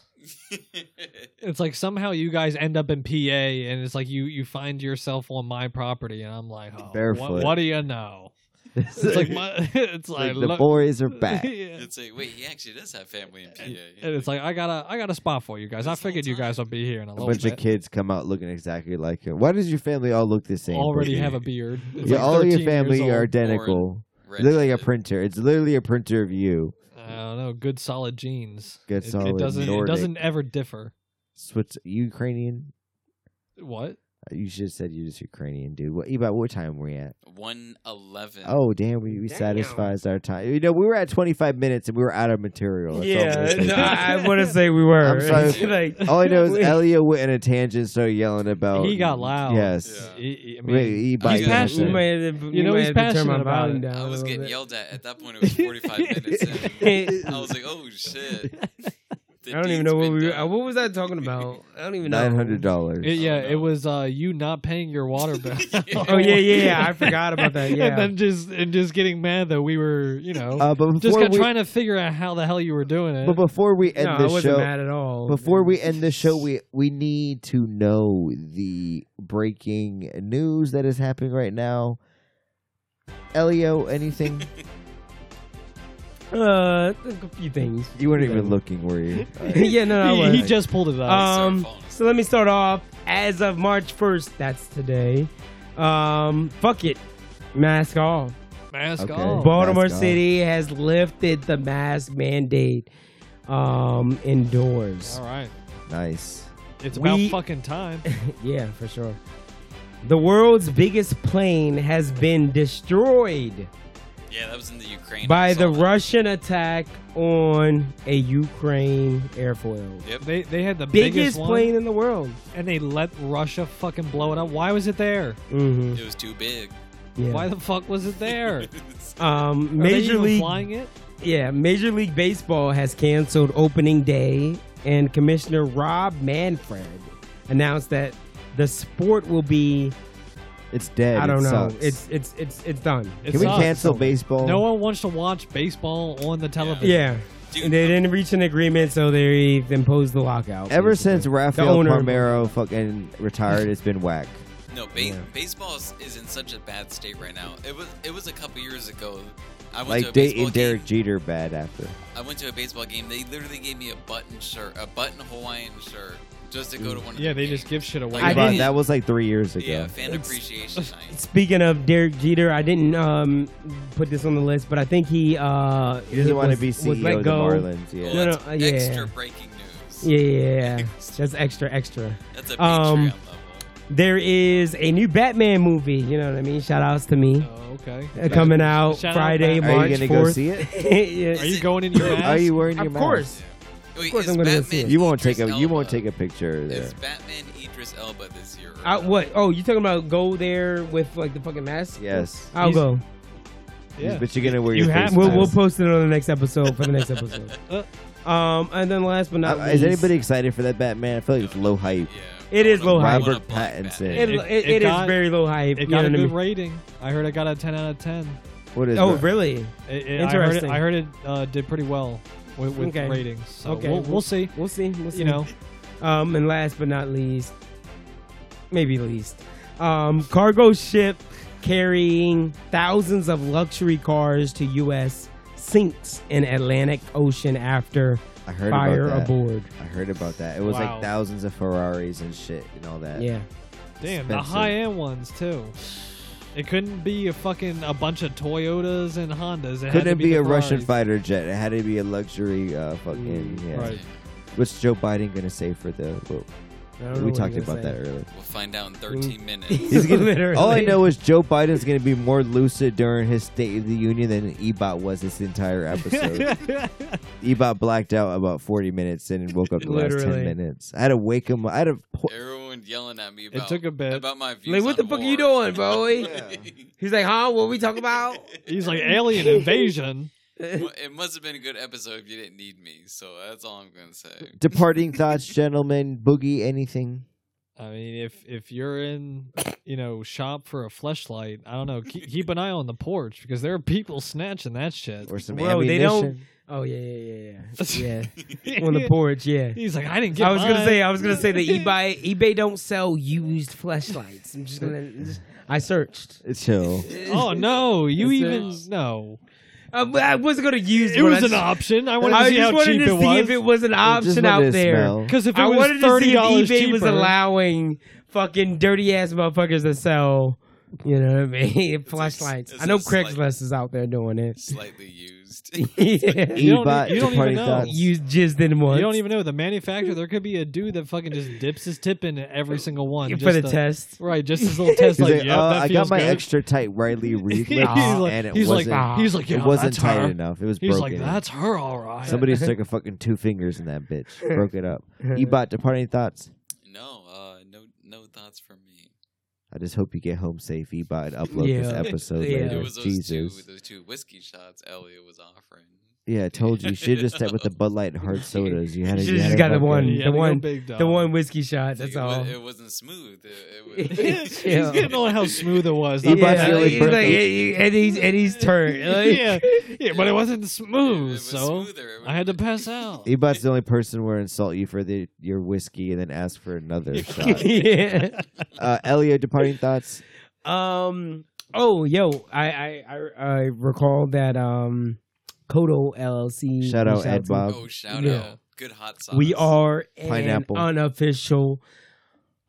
D: It's like somehow you guys end up in PA and it's like you you find yourself on my property and I'm like, oh,
A: Barefoot.
D: What, what do you know?
A: it's
D: It's like my it's like,
A: the
D: look-
A: boys are back.
D: Yeah.
E: it's like, wait, he actually does have family in PA.
D: And it's like I got a I got a spot for you guys. I
E: This whole
D: figured you guys
E: time.
D: would be here in a,
A: A
D: little
A: bunch
D: bit.
A: of kids come out looking exactly like him. Why does your family all look the same?
D: Already
A: Boogie?
D: have a beard. It's
A: Yeah,
D: like
A: all of
D: 13
A: your
D: years
A: family are
D: old.
A: identical.
E: Red
A: You look like a
E: shit.
A: printer. It's literally a printer of you.
D: I don't know. Good solid genes.
A: Good
D: It-
A: solid
D: It doesn't.
A: Nordic.
D: It doesn't ever differ.
A: Swiss, Ukrainian.
D: What?
A: You should have said you're just Ukrainian, dude. What about what time are we at?
E: 111.
A: Oh damn, we, we
C: Damn.
A: satisfies our time. You know, we were at 25 minutes and we were out of material. That's all I'm gonna
C: Yeah,
A: say.
C: no, I want to say we were.
A: I'm sorry.
C: It's like,
A: all I know is
C: we-
A: Elliot went in a tangent, started yelling about.
D: He got loud.
A: Yes,
E: Yeah.
D: He- he- I mean,
A: Wait, he bites
E: he's
A: us.
E: passionate.
C: we might have to-
D: You know
C: we might
D: he's
C: have to turn
D: passionate
C: my
D: about
C: volume
D: it.
C: down.
E: I
C: a little
E: was getting
D: Oh,
C: bit.
E: yelled at. At that point, it was 45 minutes in. I was like, oh, shit. The
C: I don't even
E: deed's
C: know what
E: been
C: we.
E: done.
C: uh, What was I talking about? I don't even know.
A: Nine hundred dollars.
D: it- yeah,
E: no.
D: it was uh, you not paying your water bill.
C: Oh yeah, yeah, yeah. I forgot about that.
D: and
C: Yeah.
D: then just and just getting mad that we were, you know,
A: Uh, but
D: just
A: before
D: got
A: we,
D: trying to figure out how the hell you were doing it.
A: but before we end
C: No, I
A: this
C: wasn't
A: show,
C: mad at all.
A: Before we end the show, we we need to know the breaking news that is happening right now. Elio, anything?
C: uh, a few things.
A: you weren't even looking, were you? Uh, All right.
C: yeah, no, no, I
D: he,
C: was.
D: he just uh, pulled it up.
E: Sorry,
C: Um,
E: falling
C: so let me start off. As of March 1st, that's today. Um, fuck it. Mask off.
D: Mask
A: okay.
D: off.
C: Baltimore
A: Oh, mask off.
C: City has lifted the mask mandate um, indoors.
D: All right,
A: Nice.
D: it's
C: We-
D: about fucking time.
A: Oh.
C: Yeah, for sure. The world's biggest plane has been destroyed
E: Yeah, that was in the Ukraine. I
C: by the
E: saw that.
C: Russian attack on a Ukraine airfoil.
E: Yep.
D: They they had the biggest,
C: Biggest
D: one.
C: plane in the world.
D: and they let Russia fucking blow it up. Why was it there?
C: hmm
E: It was too big.
C: Yeah.
D: Why the fuck was it there?
E: It's-
C: Um,
D: Are they
C: Major
D: even
C: League
D: flying it?
C: yeah, Major League Baseball has canceled opening day, and Commissioner Rob Manfred announced that the sport will be
A: It's dead.
C: I don't
A: it
C: know.
A: sucks.
C: It's it's it's it's done.
D: It
A: Can we
D: sucks.
A: cancel baseball?
D: No one wants to watch baseball on the television.
C: Yeah.
E: Dude,
C: they didn't reach an agreement, so they imposed the lockout.
A: Ever
C: basically.
A: since Rafael
C: owner-
A: Palmero fucking retired, it's been whack.
E: No, ba-
C: Yeah.
E: baseball is- is in such a bad state right now. It was it was a couple years ago. I went to a
A: Like
E: baseball
A: dating
E: game.
A: Derek Jeter bad after.
E: I went to a baseball game. They literally gave me a button shirt, a button Hawaiian shirt, just to go
A: Mm.
E: to one. of
D: Yeah,
E: their
D: they just
E: games.
D: give shit away.
E: I
A: But
E: didn't-
A: that was like three years ago.
E: Yeah, fan appreciation night.
C: Speaking of Derek Jeter, I didn't um, put this on the list, but I think he uh,
A: He doesn't want to
C: was-
A: be
C: was
A: CEO
C: let
A: of the
C: go.
A: Marlins. Yeah.
E: Well,
C: no,
E: that's
C: uh, yeah.
E: Extra breaking news.
C: Yeah, yeah, yeah. that's extra, extra.
E: That's a Patreon
C: Um,
E: level.
C: There is a new Batman movie. You know what I mean? Shout outs to me
D: Oh, okay.
C: Uh, coming out
D: Shout out
C: Friday,
D: Batman.
A: Are
C: March
A: you gonna go
C: fourth.
A: see it?
C: Yeah.
D: Are you going in your mask?
A: Are you wearing your
C: Of
A: mask?
C: course.
E: Wait,
C: course
E: is
C: I'm gonna go see
E: Batman
C: it.
A: You won't
E: Idris
A: take a you won't
E: Elba-
A: take a picture there.
E: Is Batman Idris Elba this year? or
C: I,
E: not?
C: what? Oh, you talking about go there with like the fucking mask?
A: Yes.
C: I'll
D: He's-
C: go.
D: Yeah.
A: But you're gonna wear
D: You
A: your
D: have-
A: face
C: We'll, we'll
A: mask.
C: post it on the next episode for the next episode. Um, and then last but not
A: Uh,
C: least,
A: is anybody excited for that Batman? I feel like it's low hype.
E: Yeah.
C: It is low hype.
A: Robert
C: It,
A: Pattinson.
C: it,
D: It- it
C: it is
D: got-
C: very low hype.
D: It
C: you know
D: got a
C: what I
D: good
C: mean?
D: rating. I heard it got a 10 out of 10.
A: What is?
C: Oh,
A: that?
C: really?
D: It, it- I heard it-
C: Interesting.
D: I heard it, uh, did pretty well with, with
C: Okay.
D: ratings. So
C: Okay,
D: we'll,
C: we'll-
D: we'll see.
C: We'll see. We'll see.
D: You know,
C: Um, and last but not least, maybe least, um, cargo ship carrying thousands of luxury cars to U.S. sinks in Atlantic Ocean after
A: I heard
C: fire
A: about that.
C: aboard.
A: I heard about that. It was
D: Wow.
A: like thousands of Ferraris and shit and all that.
C: Yeah.
D: damn, the
A: Expensive.
D: high end ones too. It couldn't be a fucking a bunch of Toyotas and Hondas. It had
A: Couldn't
D: to
A: it be
D: the
A: a Russian
D: Ferraris.
A: fighter jet? It had to be a luxury uh, fucking. yeah.
D: Right.
A: What's Joe Biden gonna say for the? Well,
C: Mm, I don't know
A: we
C: what
A: talked
C: you're
A: about
C: gonna
A: that
C: say.
A: earlier.
E: We'll find out in 13 minutes.
A: He's gonna,
C: Literally.
A: All I know is Joe Biden's going to be more lucid during his State of the Union than Ebot was this entire episode. Ebot blacked out about 40 minutes and woke up the last
C: Literally.
A: 10 minutes. I had to wake him up. I had to. Po-
E: Everyone yelling at me about
D: took a bit.
E: about my views.
C: Like, what the
E: on
C: fuck are
E: war.
C: you doing, bro?
A: Yeah.
C: He's like, huh? What we talk about?
D: He's like alien invasion.
E: Well, it must have been a good episode if you didn't need me. So that's all I'm gonna say.
A: departing thoughts, gentlemen. Boogie, anything?
D: I mean, if if you're in, you know, shop for a fleshlight, I don't know, keep, keep an eye on the porch because there are people snatching that shit.
A: Or some
C: Bro, they
A: ammunition?
C: don't- Oh yeah, yeah, yeah, yeah. yeah. On the porch, yeah.
D: He's like, I didn't get.
C: I was gonna
D: mine."
C: say, I was gonna say that eBay eBay don't sell used flashlights. I'm just gonna. just- I searched.
A: Chill.
D: Oh no, you
C: It's
D: even
C: a-
D: no.
C: I, Uh, I wasn't gonna use
D: It
C: one.
D: was
C: I
D: an
C: just-
D: option. I wanted to
C: I
D: see
C: just
D: how
C: wanted
D: cheap
C: to
D: it
C: see
D: was.
C: if it was an
A: Just
C: option
A: wanted
C: out
A: to
C: there.
A: smell.
D: Because if it
C: I
D: was
C: wanted to
D: thirty
C: see if
D: dollars
C: eBay
D: cheaper,
C: was allowing fucking dirty ass motherfuckers to sell. You know what I mean? Flashlights.
E: it's
C: I know
E: a slight-
C: Craigslist is out there doing it.
E: Slightly used.
C: yeah.
D: You don't-
A: Ebot,
D: you don't
A: departing
D: even know.
A: thoughts.
C: You just didn't want.
D: you don't even know the manufacturer. There could be a dude that fucking just dips his tip in at every single one
C: for
D: just
C: the
D: to-
C: test.
D: Right, just his little
A: He's
D: test. like,
A: like,
D: yep,
A: uh,
D: that
A: I got
D: feels
A: my
D: good.
A: extra tight Riley Reed
D: he's
A: lip,
D: like,
A: and it
D: he's
A: wasn't.
D: like, he's like, yeah,
A: it wasn't
D: that's
A: tight
D: her.
A: enough. It was
D: He's
A: broken.
D: like, that's her, all right.
A: Somebody stuck a fucking two fingers in that bitch. Broke it up. Ebot, departing thoughts.
E: No, uh, no, no thoughts from me.
A: I just hope you get home safe, Ebot, and upload this
C: Yeah.
A: episode
C: Yeah.
A: later.
E: It was those
A: Jesus.
E: two, those two whiskey shots Elliot was offering.
A: Yeah, I told you. You should have just stepped with the Bud Light and hard sodas. You had to,
C: You shoulda
A: you had
C: just
A: to
C: got the
A: fucking-
C: one. the
D: Yeah, they go
C: one-
D: big dog.
C: The one whiskey shot.
E: Like,
C: That's
E: it,
C: all.
E: Was, it wasn't smooth. It, it was,
D: He's
C: Yeah.
D: getting on how smooth it was.
A: He
D: That
A: bought
D: was
A: the
D: like-
A: only
C: he's
A: birthday.
C: like, Eddie- Eddie's Eddie's turn. Like,
D: yeah, yeah, but it wasn't
E: it
D: smooth,
E: was
D: so
E: smoother. It was,
D: I had to pass out.
A: Ebot's the only person where insult you for the, your whiskey and then ask for another shot.
C: yeah.
A: Uh, Elio, departing thoughts.
C: Um. Oh, yo, I I I, I recall that um, Kodo LLC.
A: Shout out
C: reached
A: Ed
C: to-
A: Bob.
E: Oh, shout
C: Yeah.
E: out! Good hot sauce.
C: We are an
A: Pineapple.
C: unofficial,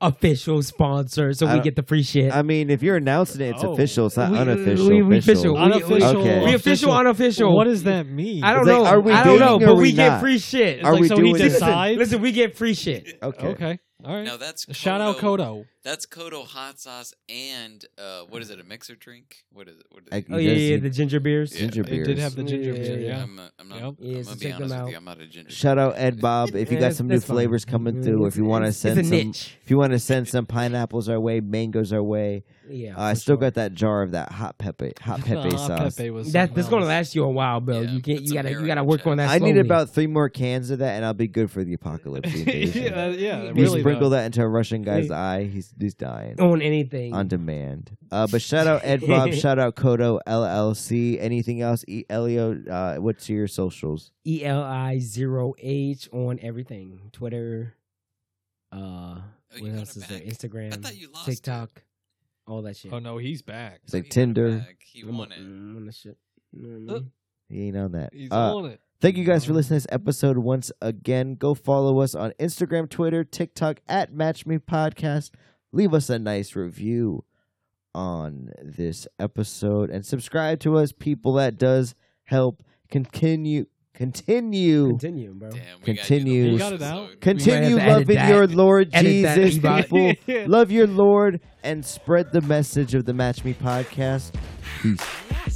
C: official sponsor, so
A: I
C: we
A: don't-
C: get the free shit.
A: I mean, if you're announcing it, it's
D: Oh.
A: official. It's not
C: We-
A: unofficial.
C: we- we
A: official.
C: official.
D: Unofficial,
A: Okay.
C: we official, unofficial.
D: What does that mean?
C: I don't
A: It's like,
C: know.
A: are we
C: I don't know,
A: dating or
C: but
A: we
C: we get
A: not?
C: free shit.
A: Are
D: like,
A: we
D: so
A: doing
D: he
A: this?
D: decides.
C: Listen, we get free shit.
A: Okay.
D: okay, all right.
E: Now that's
D: Shout out Kodo.
E: That's Kodo hot sauce and uh, what is it? A mixer drink? What is it? What is
A: I-
E: it?
C: Oh
A: He
C: yeah,
A: does
C: yeah,
A: eat
C: the ginger beers.
A: Ginger
D: It did
A: beers.
D: have the ginger
C: Yeah,
D: beer.
C: yeah,
D: Yeah.
E: I'm not. I'm not.
D: Yep.
E: I'm
C: Yeah, so
E: gonna be
C: check them
E: honest with
C: out.
E: you. I'm not a ginger.
A: Shout out Ed Bob. If you
C: Yeah,
A: got some new
C: that's fine.
A: flavors coming
C: Yeah,
A: through, if you want to
C: it's-
A: send
C: it's a
A: some,
C: niche.
A: if you want to send some pineapples our way, mangoes our way,
C: Yeah,
A: Uh, I
C: for
A: still
C: sure.
A: got that jar of that hot pepe, hot
D: The
A: pepe
D: hot
A: sauce.
D: Pepe was
C: That
D: something
C: that's gonna
D: else.
C: last you a while, Bill.
E: Yeah,
C: you can't.
E: it's
C: You
E: a
C: gotta. You
E: mirror
C: gotta work on that.
A: I need
C: slowly.
A: about three more cans of that, and I'll be good for the apocalypse. invasion.
D: yeah, that- yeah, it
A: you
D: really
A: sprinkle
D: does. Oh,
A: that into a Russian guy's
C: Wait.
A: eye, he's he's dying
C: on anything.
A: on demand. Uh, but shout out Ed Bob, shout out Kodo LLC. Anything else, e- Elio? Uh, what's your socials?
C: E L I zero H on everything. Twitter. Uh,
E: Oh, you
C: what
E: got
C: else
E: it
C: is there?
E: back.
C: Instagram.
E: I thought you lost it.
C: TikTok. All that shit.
D: Oh no, he's back.
A: It's like
E: He got it
A: Tinder.
E: back. He
C: I'm on-
E: won it.
C: I'm on that shit. You know what I
D: Uh,
C: mean?
A: He ain't on that.
D: He's
A: Uh,
D: on it.
A: Thank you guys for listening to this episode once again. Go follow us on Instagram, Twitter, TikTok at Match Me Podcast. Leave us a nice review on this episode and subscribe to us, people. That does help continue, continue,
C: Continue, bro.
E: Damn, we
A: Continue.
E: Got
A: You
E: you
D: got it out?
A: continue
C: We might have to edit
A: loving
C: that.
A: your Lord
C: Edit that,
A: Jesus,
C: Eli.
A: people.
D: Yeah.
A: Love your Lord and spread the message of the Match Me Podcast. Peace.
E: out.